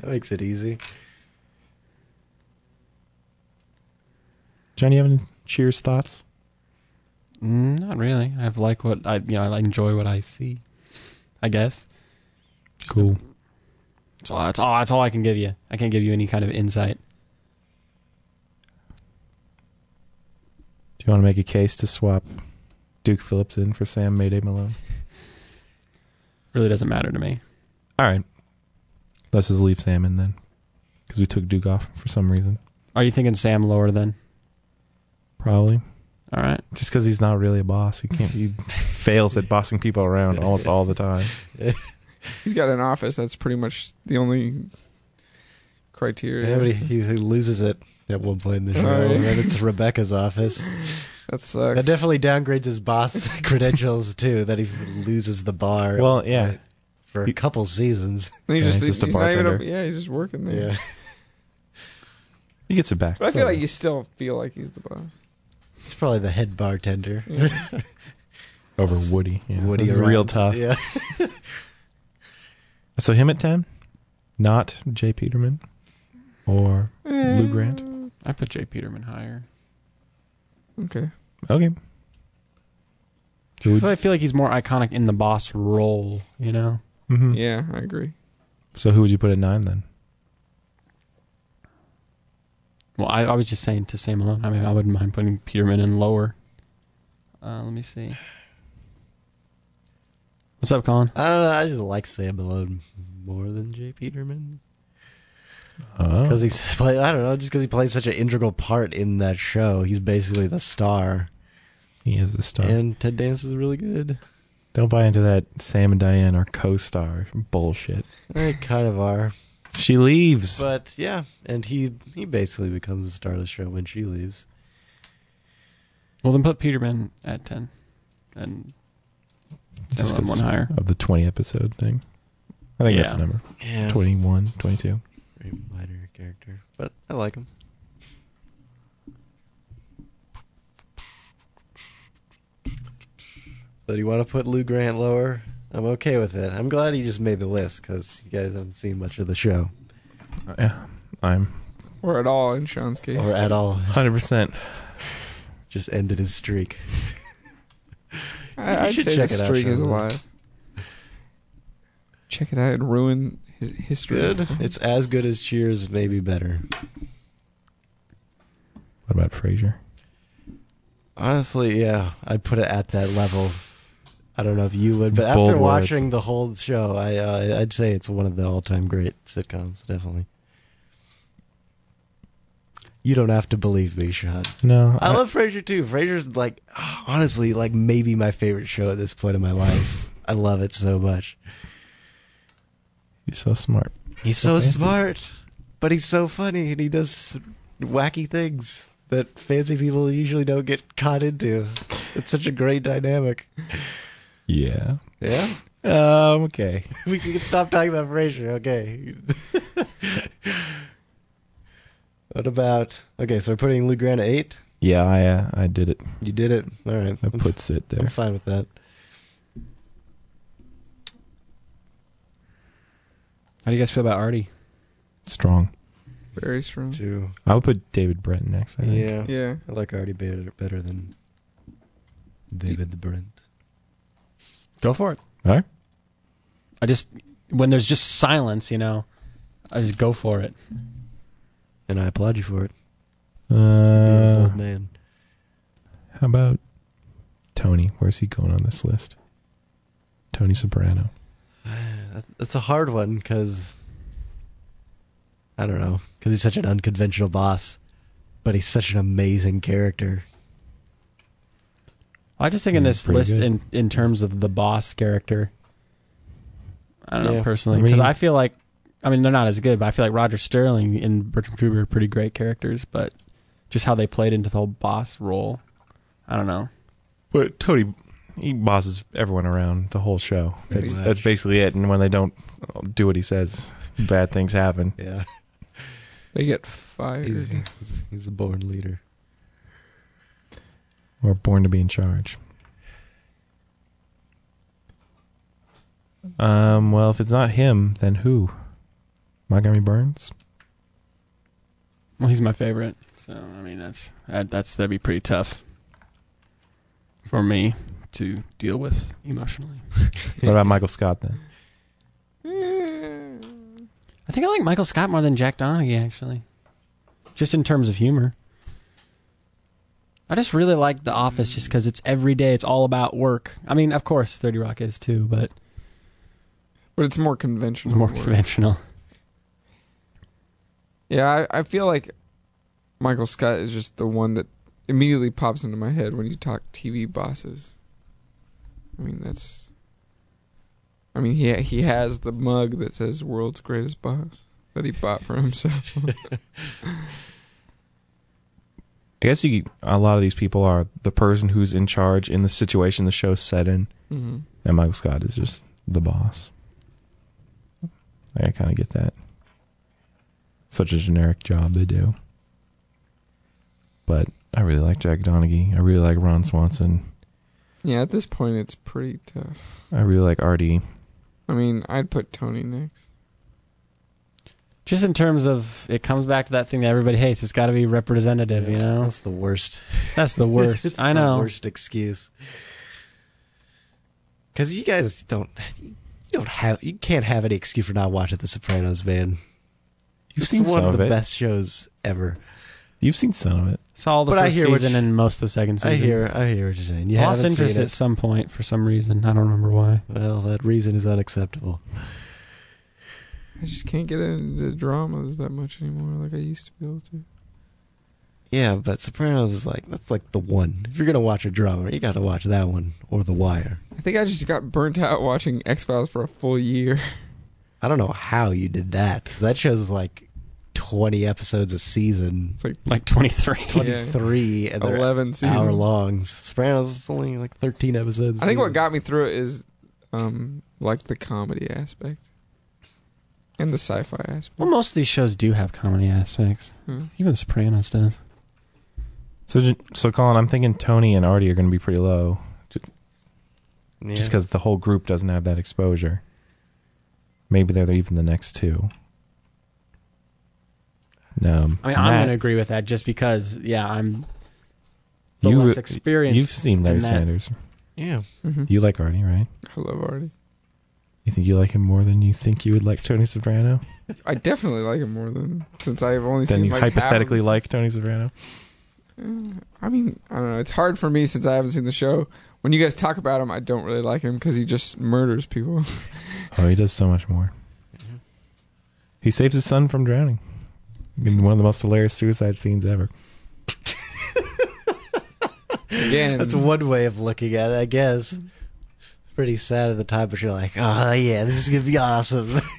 [SPEAKER 4] That makes it easy.
[SPEAKER 2] John, you have any Cheers thoughts?
[SPEAKER 3] Mm, Not really. I've like what I you know I enjoy what I see. I guess.
[SPEAKER 2] Cool.
[SPEAKER 3] That's all. That's all. That's all I can give you. I can't give you any kind of insight.
[SPEAKER 2] Do you want to make a case to swap Duke Phillips in for Sam Mayday Malone?
[SPEAKER 3] Really doesn't matter to me.
[SPEAKER 2] All right. Let's just leave Sam in then because we took Duke off for some reason.
[SPEAKER 3] Are you thinking Sam lower then?
[SPEAKER 2] Probably.
[SPEAKER 3] All right.
[SPEAKER 2] Just because he's not really a boss. He can't. He fails at bossing people around almost all the time.
[SPEAKER 5] He's got an office. That's pretty much the only criteria.
[SPEAKER 4] Yeah, but he, he loses it at one point in the show,
[SPEAKER 5] Oh, yeah.
[SPEAKER 4] and then it's Rebecca's office.
[SPEAKER 5] That sucks.
[SPEAKER 4] That definitely downgrades his boss credentials too. That he loses the bar.
[SPEAKER 2] Well, yeah.
[SPEAKER 4] for a couple seasons.
[SPEAKER 5] And he's
[SPEAKER 2] Yeah,
[SPEAKER 5] just,
[SPEAKER 2] he's
[SPEAKER 5] he's,
[SPEAKER 2] just a
[SPEAKER 5] not even. Up,
[SPEAKER 2] bartender.
[SPEAKER 5] yeah, he's just working there.
[SPEAKER 4] Yeah.
[SPEAKER 2] He gets it back.
[SPEAKER 5] But I feel like you still feel like he's the boss.
[SPEAKER 4] He's probably the head bartender.
[SPEAKER 5] Yeah.
[SPEAKER 2] Over Woody. Yeah.
[SPEAKER 4] Woody
[SPEAKER 2] That's
[SPEAKER 4] around.
[SPEAKER 2] real tough.
[SPEAKER 4] Yeah.
[SPEAKER 2] So him at 10, not Jay Peterman or Lou Grant.
[SPEAKER 3] I put Jay Peterman higher.
[SPEAKER 5] Okay.
[SPEAKER 4] Hmm.
[SPEAKER 2] Okay.
[SPEAKER 3] Because I feel like he's more iconic in the boss role. You know.
[SPEAKER 2] Mhm.
[SPEAKER 5] Yeah, I agree.
[SPEAKER 2] So who would you put at 9 then?
[SPEAKER 3] Well, I, I was just saying to Sam alone. I mean, I wouldn't mind putting Peterman in lower. Uh, let me see. What's up, Colin?
[SPEAKER 4] I don't know. I just like Sam Malone more than Jay Peterman
[SPEAKER 2] Oh.
[SPEAKER 4] because he's play. I don't know. Just because he plays such an integral part in that show, he's basically the star.
[SPEAKER 2] He is the star.
[SPEAKER 4] And Ted Dance is really good.
[SPEAKER 2] Don't buy into that Sam and Diane are co star bullshit.
[SPEAKER 4] They kind of are.
[SPEAKER 2] She leaves.
[SPEAKER 4] But yeah, and he he basically becomes the star of the show when she leaves.
[SPEAKER 3] Well, then put Peterman at ten, and
[SPEAKER 2] Just
[SPEAKER 3] just
[SPEAKER 2] 'cause
[SPEAKER 3] one higher.
[SPEAKER 2] Of the 20 episode thing. I think that's
[SPEAKER 3] Yeah.
[SPEAKER 2] the number.
[SPEAKER 4] Yeah.
[SPEAKER 2] Twenty one, twenty two. 21, 22.
[SPEAKER 4] Very minor character, but I like him. So do you want to put Lou Grant lower? I'm okay with it. I'm glad he just made the list because you guys haven't seen much of the show Uh,
[SPEAKER 2] Yeah. I'm
[SPEAKER 5] Or at all in Sean's case.
[SPEAKER 4] or at all.
[SPEAKER 2] 100%.
[SPEAKER 4] Just ended his streak. You
[SPEAKER 5] I, I'd
[SPEAKER 4] should
[SPEAKER 5] say
[SPEAKER 4] check
[SPEAKER 5] the
[SPEAKER 4] it out,
[SPEAKER 5] streak is
[SPEAKER 4] Sean.
[SPEAKER 5] alive. Check it out and ruin his history.
[SPEAKER 4] Good. It's as good as Cheers, maybe better.
[SPEAKER 2] What about Frasier?
[SPEAKER 4] Honestly, yeah, I'd put it at that level. I don't know if you would, but after
[SPEAKER 2] Bold words.
[SPEAKER 4] watching the whole show, I uh, I'd say it's one of the all-time great sitcoms, definitely. You don't have to believe me, Sean.
[SPEAKER 2] No.
[SPEAKER 4] I love Frasier too. Frasier's like honestly like maybe my favorite show at this point in my life. I love it so much.
[SPEAKER 2] He's so smart.
[SPEAKER 4] He's so
[SPEAKER 2] fancy.
[SPEAKER 4] smart, but he's so funny and he does wacky things that fancy people usually don't get caught into. It's such a great dynamic.
[SPEAKER 2] Yeah.
[SPEAKER 4] Yeah. Oh,
[SPEAKER 2] Um, okay.
[SPEAKER 4] Uh, we can stop talking about Frasier. Okay. what about? Okay, so we're putting Lou Grant at eight.
[SPEAKER 2] Yeah, I uh, I did it.
[SPEAKER 4] You did it. All right.
[SPEAKER 2] I put sit
[SPEAKER 4] I'm
[SPEAKER 2] there.
[SPEAKER 4] fine with that.
[SPEAKER 3] How do you guys feel about Artie?
[SPEAKER 2] Strong.
[SPEAKER 5] Very strong.
[SPEAKER 4] Two.
[SPEAKER 2] I would put David Brent next. I think.
[SPEAKER 4] Yeah.
[SPEAKER 5] Yeah.
[SPEAKER 4] I like Artie better, better than David the Brent.
[SPEAKER 3] Go for it.
[SPEAKER 2] All right.
[SPEAKER 3] I just when there's just silence, you know, I just go for it.
[SPEAKER 4] And I applaud you for it. Uh.
[SPEAKER 2] Uh,
[SPEAKER 4] Old man.
[SPEAKER 2] how about Tony? Where's he going on this list? Tony Soprano.
[SPEAKER 4] That's- That's a hard one because I don't know because he's such an unconventional boss, but he's such an amazing character.
[SPEAKER 3] I just think in this
[SPEAKER 4] pretty
[SPEAKER 3] list,
[SPEAKER 4] good.
[SPEAKER 3] in, in terms of the boss character, I don't
[SPEAKER 4] Yeah.
[SPEAKER 3] know personally
[SPEAKER 4] I mean-
[SPEAKER 3] because I feel like, I mean, they're not as good, but I feel like Roger Sterling and Bertram Truber are pretty great characters, but just how they played into the whole boss role, I don't know.
[SPEAKER 2] But Tony, he bosses everyone around the whole show.
[SPEAKER 3] Pretty
[SPEAKER 2] That's,
[SPEAKER 3] much.
[SPEAKER 2] that's basically it. And when they don't do what he says, bad things happen.
[SPEAKER 4] Yeah.
[SPEAKER 5] They get fired.
[SPEAKER 4] He's, he's- he's a born leader.
[SPEAKER 2] Or born to be in charge. Um. Well, if it's not him, then who? Montgomery Burns.
[SPEAKER 3] Well, he's my favorite, so I mean that's that, that's that'd be pretty tough for me to deal with emotionally.
[SPEAKER 2] What about Michael Scott then?
[SPEAKER 3] I think I like Michael Scott more than Jack Donaghy, actually. Just in terms of humor. I just really like The Office just because it's every day. It's all about work. I mean, of course, 30 Rock is too, but
[SPEAKER 5] But it's more conventional.
[SPEAKER 3] more
[SPEAKER 5] work.
[SPEAKER 3] conventional.
[SPEAKER 5] Yeah, I, I feel like Michael Scott is just the one that immediately pops into my head when you talk TV bosses. I mean, that's. I mean, he he has the mug that says "World's Greatest Boss" that he bought for himself.
[SPEAKER 2] I guess you, a lot of these people are the person who's in charge in the situation the show's set in,
[SPEAKER 5] Mhm.
[SPEAKER 2] and Michael Scott is just the boss. I kind of get that. Such a generic job they do. But I really like Jack Donaghy. I really like Ron Swanson.
[SPEAKER 5] yeah, at this point, it's pretty tough.
[SPEAKER 2] I really like Artie.
[SPEAKER 5] I mean, I'd put Tony next.
[SPEAKER 3] Just in terms of it comes back to that thing that everybody hates. It's got to be representative, you know? That's
[SPEAKER 4] the worst.
[SPEAKER 3] That's the worst.
[SPEAKER 4] It's
[SPEAKER 3] I
[SPEAKER 4] the
[SPEAKER 3] know.
[SPEAKER 4] worst excuse. Because you guys don't, you don't have, you can't have any excuse for not watching The Sopranos, man.
[SPEAKER 2] You've
[SPEAKER 4] It's
[SPEAKER 2] seen
[SPEAKER 4] one
[SPEAKER 2] some
[SPEAKER 4] of
[SPEAKER 2] of
[SPEAKER 4] the
[SPEAKER 2] it.
[SPEAKER 4] best shows ever.
[SPEAKER 2] You've seen some of it.
[SPEAKER 3] Saw the
[SPEAKER 4] But I
[SPEAKER 3] first
[SPEAKER 4] hear what
[SPEAKER 3] season
[SPEAKER 4] you-
[SPEAKER 3] and most of the second season.
[SPEAKER 4] I hear, I hear what you're saying. You
[SPEAKER 3] Lost
[SPEAKER 4] haven't seen
[SPEAKER 3] interest
[SPEAKER 4] it.
[SPEAKER 3] at some point for some reason. I don't remember why.
[SPEAKER 4] Well, that reason is unacceptable.
[SPEAKER 5] I just can't get into dramas that much anymore, like I used to be able to.
[SPEAKER 4] Yeah, but Sopranos is like that's like the one. If you're gonna watch a drama, you gotta watch that one or The Wire.
[SPEAKER 5] I think I just got burnt out watching X Files for a full year.
[SPEAKER 4] I don't know how you did that. 'cause that show's like 20 episodes a season. It's
[SPEAKER 5] like
[SPEAKER 3] like 23.
[SPEAKER 4] 23 and they're
[SPEAKER 5] 11 seasons.
[SPEAKER 4] hour long. Sopranos is only like 13 episodes.
[SPEAKER 5] I think what got me through it is um like the comedy aspect and the sci-fi aspect.
[SPEAKER 3] Well, most of these shows do have comedy aspects.
[SPEAKER 5] Hmm.
[SPEAKER 3] Even Sopranos does.
[SPEAKER 2] So, j- so Colin, I'm thinking Tony and Artie are going to be pretty low, ju-
[SPEAKER 4] Yeah.
[SPEAKER 2] just because the whole group doesn't have that exposure. Maybe they're even the next two. Um, No,
[SPEAKER 3] I mean, I'm going to agree with that just because, yeah, I'm the
[SPEAKER 2] You-
[SPEAKER 3] less experienced.
[SPEAKER 2] you've seen Larry
[SPEAKER 3] in that.
[SPEAKER 2] Sanders.
[SPEAKER 4] Yeah.
[SPEAKER 2] You like Artie, right?
[SPEAKER 5] I love Artie.
[SPEAKER 2] You think you like him more than you think you would like Tony Soprano?
[SPEAKER 5] I definitely like him more than since I've only
[SPEAKER 2] Then
[SPEAKER 5] seen
[SPEAKER 2] you
[SPEAKER 5] like
[SPEAKER 2] hypothetically like Tony Soprano.
[SPEAKER 5] half of- I mean, I don't know. It's hard for me since I haven't seen the show. When you guys talk about him, I don't really like him because he just murders people.
[SPEAKER 2] Oh, he does so much more. He saves his son from drowning. In one of the most hilarious suicide scenes ever.
[SPEAKER 5] Again,
[SPEAKER 4] That's one way of looking at it, I guess.
[SPEAKER 5] Mm-hmm.
[SPEAKER 4] It's pretty sad at the time, but you're like, oh yeah, this is gonna be awesome.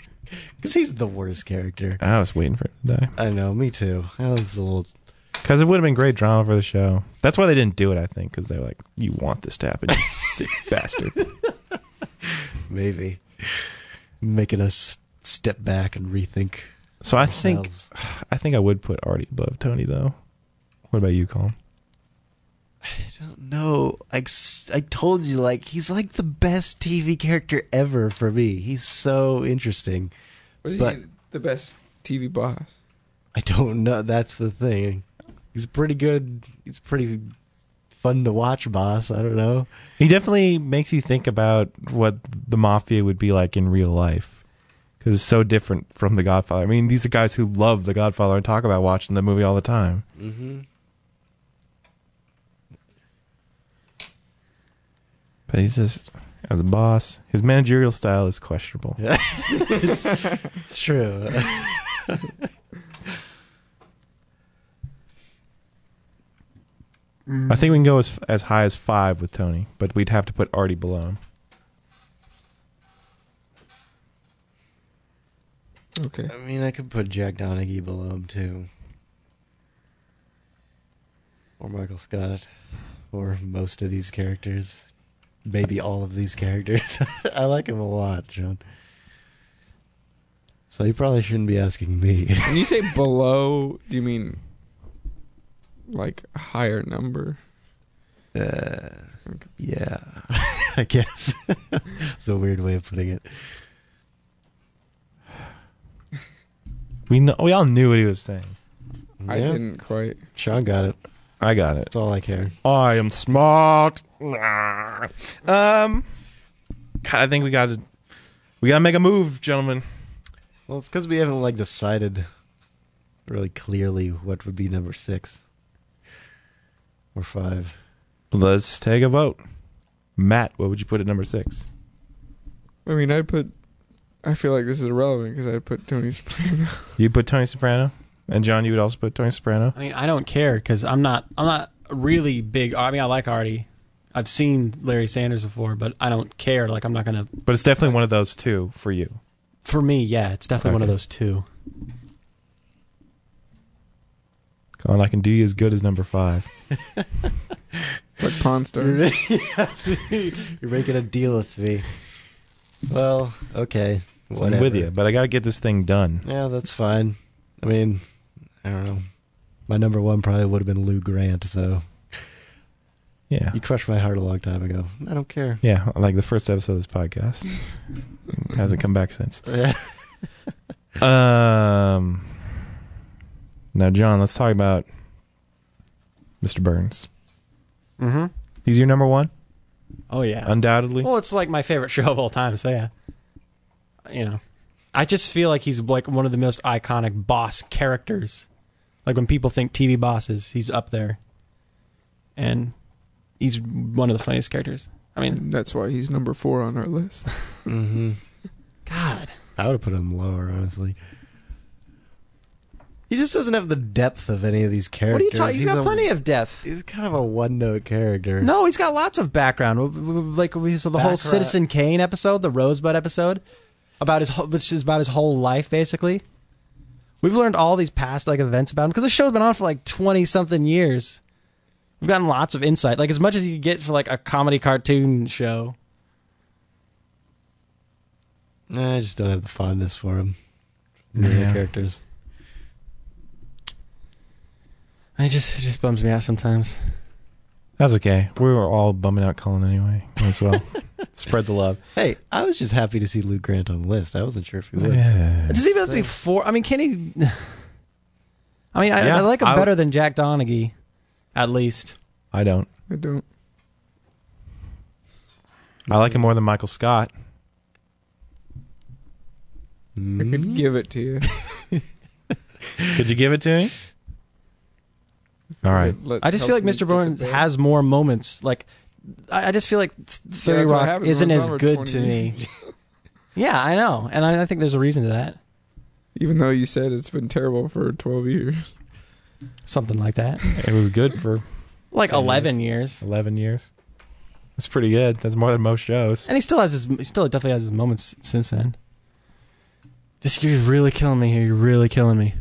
[SPEAKER 4] Because he's the worst character.
[SPEAKER 2] I was waiting for him to die.
[SPEAKER 4] I know, me too. Oh, it's a little.
[SPEAKER 2] Because it would have been great drama for the show. That's why they didn't do it, I think, because they're like, you want this to happen, you sick bastard.
[SPEAKER 4] Maybe. Making us step back and rethink.
[SPEAKER 2] So I think I think I would put Artie above Tony, though. What about you, Colin?
[SPEAKER 4] No, I, s- I told you, like, he's like the best TV character ever for me. He's so interesting.
[SPEAKER 5] Was
[SPEAKER 4] but
[SPEAKER 5] he the best TV boss?
[SPEAKER 4] I don't know. That's the thing. He's pretty good. He's pretty fun to watch, boss. I don't know.
[SPEAKER 2] He definitely makes you think about what the mafia would be like in real life. Because it's so different from The Godfather. I mean, these are guys who love The Godfather and talk about watching the movie all the time.
[SPEAKER 4] Mm-hmm.
[SPEAKER 2] But he's just, as a boss, his managerial style is questionable.
[SPEAKER 4] it's, it's true.
[SPEAKER 2] I think we can go as as high as five with Tony, but we'd have to put Artie below him.
[SPEAKER 5] Okay.
[SPEAKER 4] I mean, I could put Jack Donaghy below him too, or Michael Scott, or most of these characters, maybe all of these characters. I like him a lot, John. So you probably shouldn't be asking me.
[SPEAKER 5] When you say below, do you mean like a higher number?
[SPEAKER 4] Uh, yeah, I guess. it's a weird way of putting it.
[SPEAKER 2] We know, we all knew what he was saying.
[SPEAKER 5] I
[SPEAKER 4] Yeah.
[SPEAKER 5] didn't quite.
[SPEAKER 4] Sean got it.
[SPEAKER 2] I got it.
[SPEAKER 4] That's all I care.
[SPEAKER 2] I am smart. Um, God, I think we got to we got to make a move, gentlemen.
[SPEAKER 4] Well, it's because we haven't like decided really clearly what would be number six or five.
[SPEAKER 2] Let's take a vote. Matt, what would you put at number six?
[SPEAKER 5] I mean, I put. I feel like this is irrelevant because I put Tony Soprano.
[SPEAKER 2] You put Tony Soprano, and John, you would also put Tony Soprano.
[SPEAKER 3] I mean, I don't care because I'm not. I'm not really big. I mean, I like Artie. I've seen Larry Sanders before, but I don't care. Like, I'm not gonna.
[SPEAKER 2] But it's definitely one of those two for you.
[SPEAKER 3] For me, yeah, it's definitely one of
[SPEAKER 2] Okay.
[SPEAKER 3] those two.
[SPEAKER 2] Colin, I can do you as good as number five.
[SPEAKER 5] It's like Pawn
[SPEAKER 4] You're,
[SPEAKER 5] Stars.
[SPEAKER 4] you're making a deal with me. Well, okay.
[SPEAKER 2] So I'm with
[SPEAKER 4] whatever.
[SPEAKER 2] you, but I got to get this thing done.
[SPEAKER 4] Yeah, that's fine. I mean, I don't know. My number one probably would have been Lou Grant, so.
[SPEAKER 2] Yeah.
[SPEAKER 4] You crushed my heart a long time ago. I don't care.
[SPEAKER 2] Yeah, like the first episode of this podcast hasn't come back since.
[SPEAKER 4] Yeah.
[SPEAKER 2] um. Now, John, let's talk about Mr. Burns.
[SPEAKER 3] Mm-hmm.
[SPEAKER 2] He's your number one,
[SPEAKER 3] Oh yeah,
[SPEAKER 2] undoubtedly.
[SPEAKER 3] Well, it's like my favorite show of all time, so yeah. You know, I just feel like he's like one of the most iconic boss characters. Like when people think TV bosses, he's up there. And he's one of the funniest characters. I mean,
[SPEAKER 5] that's why he's number four on our list.
[SPEAKER 4] Mm-hmm.
[SPEAKER 3] God.
[SPEAKER 4] I would have put him lower, honestly. He just doesn't have the depth of any of these characters.
[SPEAKER 3] What are you talking? he's got
[SPEAKER 4] a-
[SPEAKER 3] plenty of depth.
[SPEAKER 4] He's kind of a one-note character.
[SPEAKER 3] No, he's got lots of background. W- w- w- Like we- so the whole
[SPEAKER 4] Baccarat.
[SPEAKER 3] Citizen Kane episode, the Rosebud episode, about his whole, which is about his whole life basically. We've learned all these past like events about him because the show's been on for like twenty something years. We've gotten lots of insight, like as much as you get for like a comedy cartoon show.
[SPEAKER 4] I just don't have the fondness for him. The
[SPEAKER 3] Yeah.
[SPEAKER 4] other characters.
[SPEAKER 3] It just it just bums me out sometimes.
[SPEAKER 2] That's okay. We were all bumming out Colin anyway as well. Spread the love.
[SPEAKER 4] Hey, I was just happy to see Luke Grant on the list. I wasn't sure if he would.
[SPEAKER 2] Yeah.
[SPEAKER 3] Does he even have to be four? I mean, can he? I mean, I,
[SPEAKER 4] Yeah,
[SPEAKER 3] I like him
[SPEAKER 4] I-
[SPEAKER 3] better than Jack Donaghy, at least.
[SPEAKER 2] I don't.
[SPEAKER 5] I don't.
[SPEAKER 2] I like him more than Michael Scott.
[SPEAKER 5] I
[SPEAKER 3] Mm-hmm.
[SPEAKER 5] could give it to you.
[SPEAKER 2] Could you give it to me? All right.
[SPEAKER 5] Let-
[SPEAKER 3] I just feel like
[SPEAKER 5] helps
[SPEAKER 3] Mr.
[SPEAKER 5] me get to
[SPEAKER 3] Burns
[SPEAKER 5] bed.
[SPEAKER 3] has more moments. Like, I, I just feel like th- Theory
[SPEAKER 5] that's what
[SPEAKER 3] Rock
[SPEAKER 5] happens
[SPEAKER 3] isn't
[SPEAKER 5] when it's
[SPEAKER 3] as
[SPEAKER 5] over
[SPEAKER 3] good to
[SPEAKER 5] 20
[SPEAKER 3] me. yeah, I know, and I, I think there's a reason to that.
[SPEAKER 5] Even though you said it's been terrible for 12 years.
[SPEAKER 3] Something like that.
[SPEAKER 2] It was good for
[SPEAKER 3] Like
[SPEAKER 2] Ten
[SPEAKER 3] 11 years.
[SPEAKER 2] 11 years. That's pretty good. That's more than most shows.
[SPEAKER 3] and he still has his. He still definitely has his moments since then. This you're really killing me here. You're really killing me.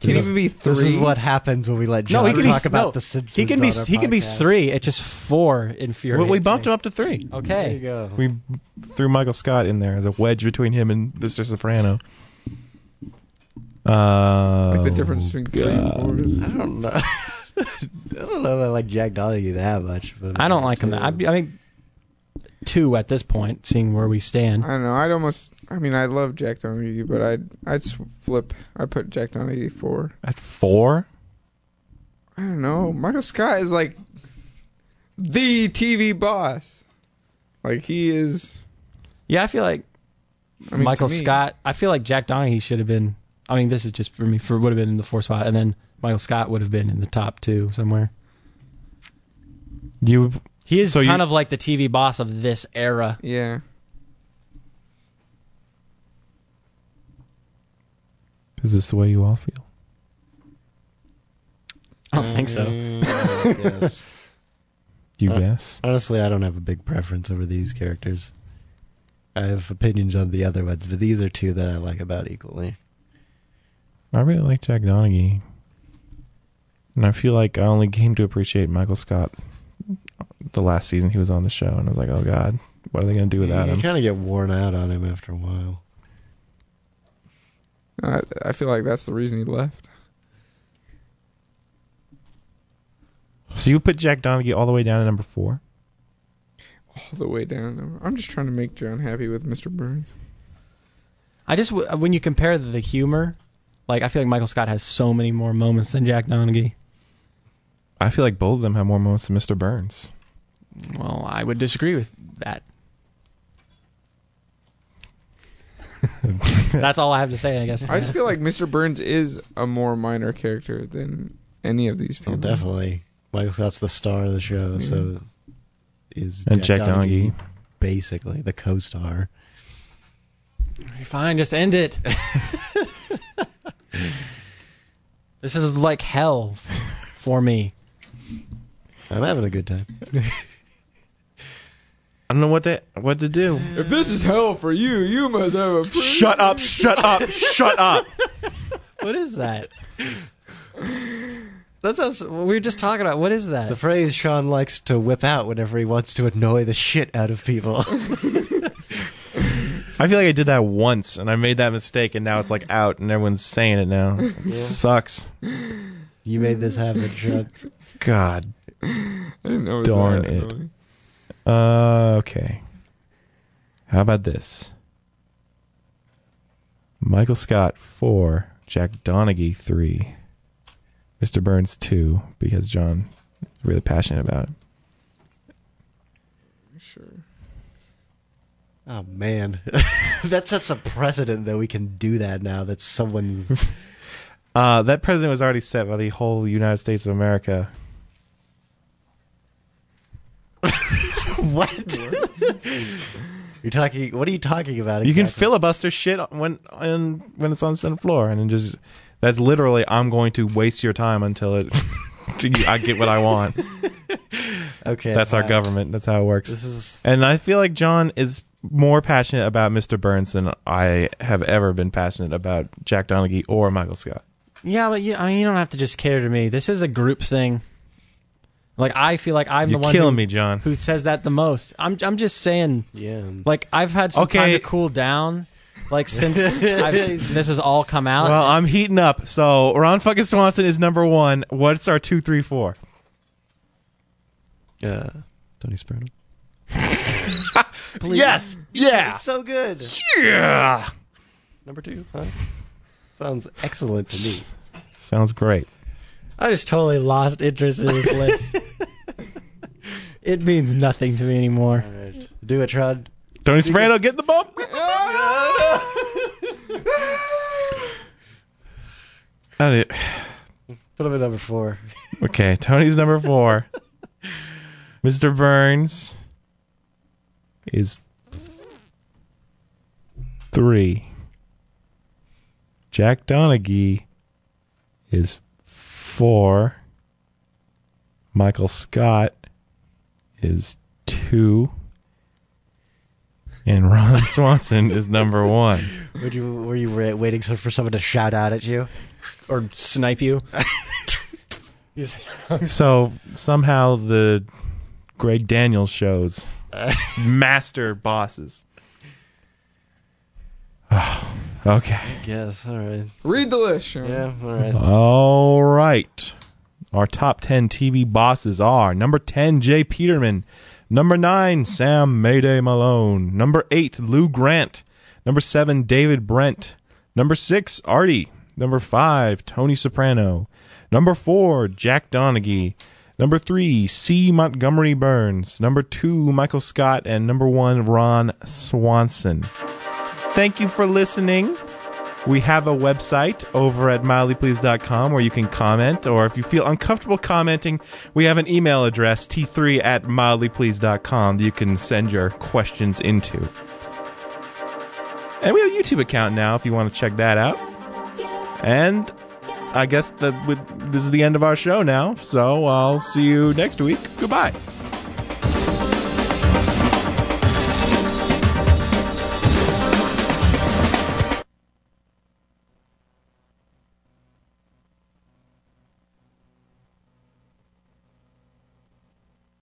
[SPEAKER 5] Can
[SPEAKER 4] This
[SPEAKER 5] he
[SPEAKER 4] is-
[SPEAKER 5] even be
[SPEAKER 4] This is
[SPEAKER 5] three?
[SPEAKER 4] what happens when we let John
[SPEAKER 3] no, he can
[SPEAKER 4] talk
[SPEAKER 3] be,
[SPEAKER 4] about
[SPEAKER 3] no,
[SPEAKER 4] the Simpsons.
[SPEAKER 3] He can be.
[SPEAKER 4] on our
[SPEAKER 3] He can be
[SPEAKER 4] podcast.
[SPEAKER 3] three. It's just four infuriates.
[SPEAKER 2] We, we bumped him up to three.
[SPEAKER 4] There you
[SPEAKER 3] Okay.
[SPEAKER 4] go.
[SPEAKER 2] We threw Michael Scott in there as a wedge between him and Mr. Soprano. Uh,
[SPEAKER 5] Like the
[SPEAKER 3] Oh,
[SPEAKER 5] difference between three and four is.
[SPEAKER 4] I don't know. I don't know that I like Jack Donaghy that much. But
[SPEAKER 3] I don't like him. That, I, I mean, two at this point. Seeing where we stand.
[SPEAKER 5] I don't know. I'd almost. I mean, I love Jack Donaghy, but I'd I'd s- flip. I put Jack Donaghy four.
[SPEAKER 2] At four?
[SPEAKER 5] I don't know. Michael Scott is like the TV boss. Like he is.
[SPEAKER 3] Yeah, I feel like
[SPEAKER 5] I mean,
[SPEAKER 3] Michael
[SPEAKER 5] to me-
[SPEAKER 3] Scott. I feel like Jack Donaghy should have been. I mean, this is just for me. For would have been in the four spot, and then Michael Scott would have been in the top two somewhere.
[SPEAKER 2] You.
[SPEAKER 3] He is
[SPEAKER 2] So you-
[SPEAKER 3] kind of like the TV boss of this era.
[SPEAKER 5] Yeah.
[SPEAKER 2] Is this the way you all feel?
[SPEAKER 3] I don't think so.
[SPEAKER 2] You
[SPEAKER 4] Hon-
[SPEAKER 2] guess.
[SPEAKER 4] Honestly, I don't have a big preference over these characters. I have opinions on the other ones, but these are two that I like about equally.
[SPEAKER 2] I really like Jack Donaghy. And I feel like I only came to appreciate Michael Scott the last season he was on the show. And I was like, oh, God, what are they going to do without
[SPEAKER 4] you
[SPEAKER 2] him?
[SPEAKER 4] kind of get worn out on him after a while.
[SPEAKER 5] I, I feel like that's the reason he left.
[SPEAKER 2] So you put Jack Donaghy all the way down to number four?
[SPEAKER 5] All the way down. I'm just trying to make John happy with Mr. Burns.
[SPEAKER 3] I just w- when you compare the humor, like I feel like Michael Scott has so many more moments than Jack Donaghy.
[SPEAKER 2] I feel like both of them have more moments than Mr. Burns.
[SPEAKER 3] Well, I would disagree with that. That's all I have to say, I guess.
[SPEAKER 5] I just feel like Mr. Burns is a more minor character than any of
[SPEAKER 2] Oh,
[SPEAKER 5] these people.
[SPEAKER 2] Mm-hmm.
[SPEAKER 4] Well, definitely. Michael Scott's the star of the show, so is
[SPEAKER 2] And Jack Donaghy.
[SPEAKER 4] basically the co-star.
[SPEAKER 3] Fine, just end it. this is like hell for me.
[SPEAKER 4] I'm having a good time.
[SPEAKER 2] I don't know what to, what to do.
[SPEAKER 5] If this is hell for you, you must have a.
[SPEAKER 2] Shut up, shut up, shut up.
[SPEAKER 3] What is that? That's us. We were just talking about. What is that?
[SPEAKER 4] It's a phrase Sean likes to whip out whenever he wants to annoy the shit out of people.
[SPEAKER 2] I feel like I did that once and I made that mistake and now it's like out and everyone's saying it now. It sucks.
[SPEAKER 4] you made this happen, Sean.
[SPEAKER 2] God
[SPEAKER 5] I didn't know. It was
[SPEAKER 2] Darn
[SPEAKER 5] that,
[SPEAKER 2] it.
[SPEAKER 5] really.
[SPEAKER 2] Uh, okay. How about this? Michael Scott four, Jack Donaghy three, Mr. Burns two because John is really passionate about it.
[SPEAKER 5] Sure.
[SPEAKER 4] Oh man, that sets a precedent that we can do that now. That someone's
[SPEAKER 2] Uh, that president was already set by the whole United States of America.
[SPEAKER 4] what? You're talking. What are you talking about?
[SPEAKER 2] You can
[SPEAKER 4] exactly?
[SPEAKER 2] filibuster shit when on, when it's on the floor and then just that's literally I'm going to waste your time until it I get what I want.
[SPEAKER 4] Okay,
[SPEAKER 2] That's our
[SPEAKER 4] fine.
[SPEAKER 2] government. That's how it works.
[SPEAKER 4] This is-
[SPEAKER 2] and I feel like John is more passionate about Mr. Burns than I have ever been passionate about Jack Donaghy or Michael Scott.
[SPEAKER 3] Yeah, but you, I mean, you don't have to just cater to me. This is a group thing. Like I feel like I'm
[SPEAKER 2] You're
[SPEAKER 3] the one
[SPEAKER 2] killing
[SPEAKER 3] who,
[SPEAKER 2] me, John.
[SPEAKER 3] who says that the most. I'm I'm just saying.
[SPEAKER 4] Yeah.
[SPEAKER 3] Like I've had some time
[SPEAKER 2] Okay.
[SPEAKER 3] to cool down. Like since I've, this has all come out.
[SPEAKER 2] Well, I'm heating up. So Ron fucking Swanson is number one. What's our two, three, four?
[SPEAKER 4] Uh, Tony Soprano.
[SPEAKER 2] Yes. Yeah.
[SPEAKER 4] It's so good.
[SPEAKER 2] Yeah.
[SPEAKER 4] Number two. Huh? Sounds excellent to me.
[SPEAKER 2] Sounds great.
[SPEAKER 3] I just totally lost interest in this list. it means nothing to me anymore.
[SPEAKER 4] Do it, Trud.
[SPEAKER 2] Tony Soprano, get the bump. I did-
[SPEAKER 4] Put him at number four.
[SPEAKER 2] Okay, Tony's number four. Mr. Burns is three. Jack Donaghy is four. Michael Scott is two. And Ron Swanson is number one.
[SPEAKER 4] Would you? Were you wa- waiting so- for someone to shout out at you?
[SPEAKER 3] Or snipe you?
[SPEAKER 2] So somehow the Greg Daniels shows master bosses. Oh, okay.
[SPEAKER 4] Yes. All right.
[SPEAKER 5] Read the list, Sean.
[SPEAKER 4] Yeah. All right.
[SPEAKER 2] All right. Our top 10 TV bosses are number 10, Jay Peterman. Number 9, Sam Mayday Malone. Number 8, Lou Grant. Number 7, David Brent. Number 6, Artie. Number 5, Tony Soprano. Number 4, Jack Donaghy. Number 3, C. Montgomery Burns. Number 2, Michael Scott. And number 1, Ron Swanson. Thank you for listening. We have a website over at mildlyplease.com where you can comment, or if you feel uncomfortable commenting, we have an email address, t3 at mildlyplease.com, that you can send your questions into. And we have a YouTube account now if you want to check that out. And I guess that would, this is the end of our show now. So I'll see you next week. Goodbye.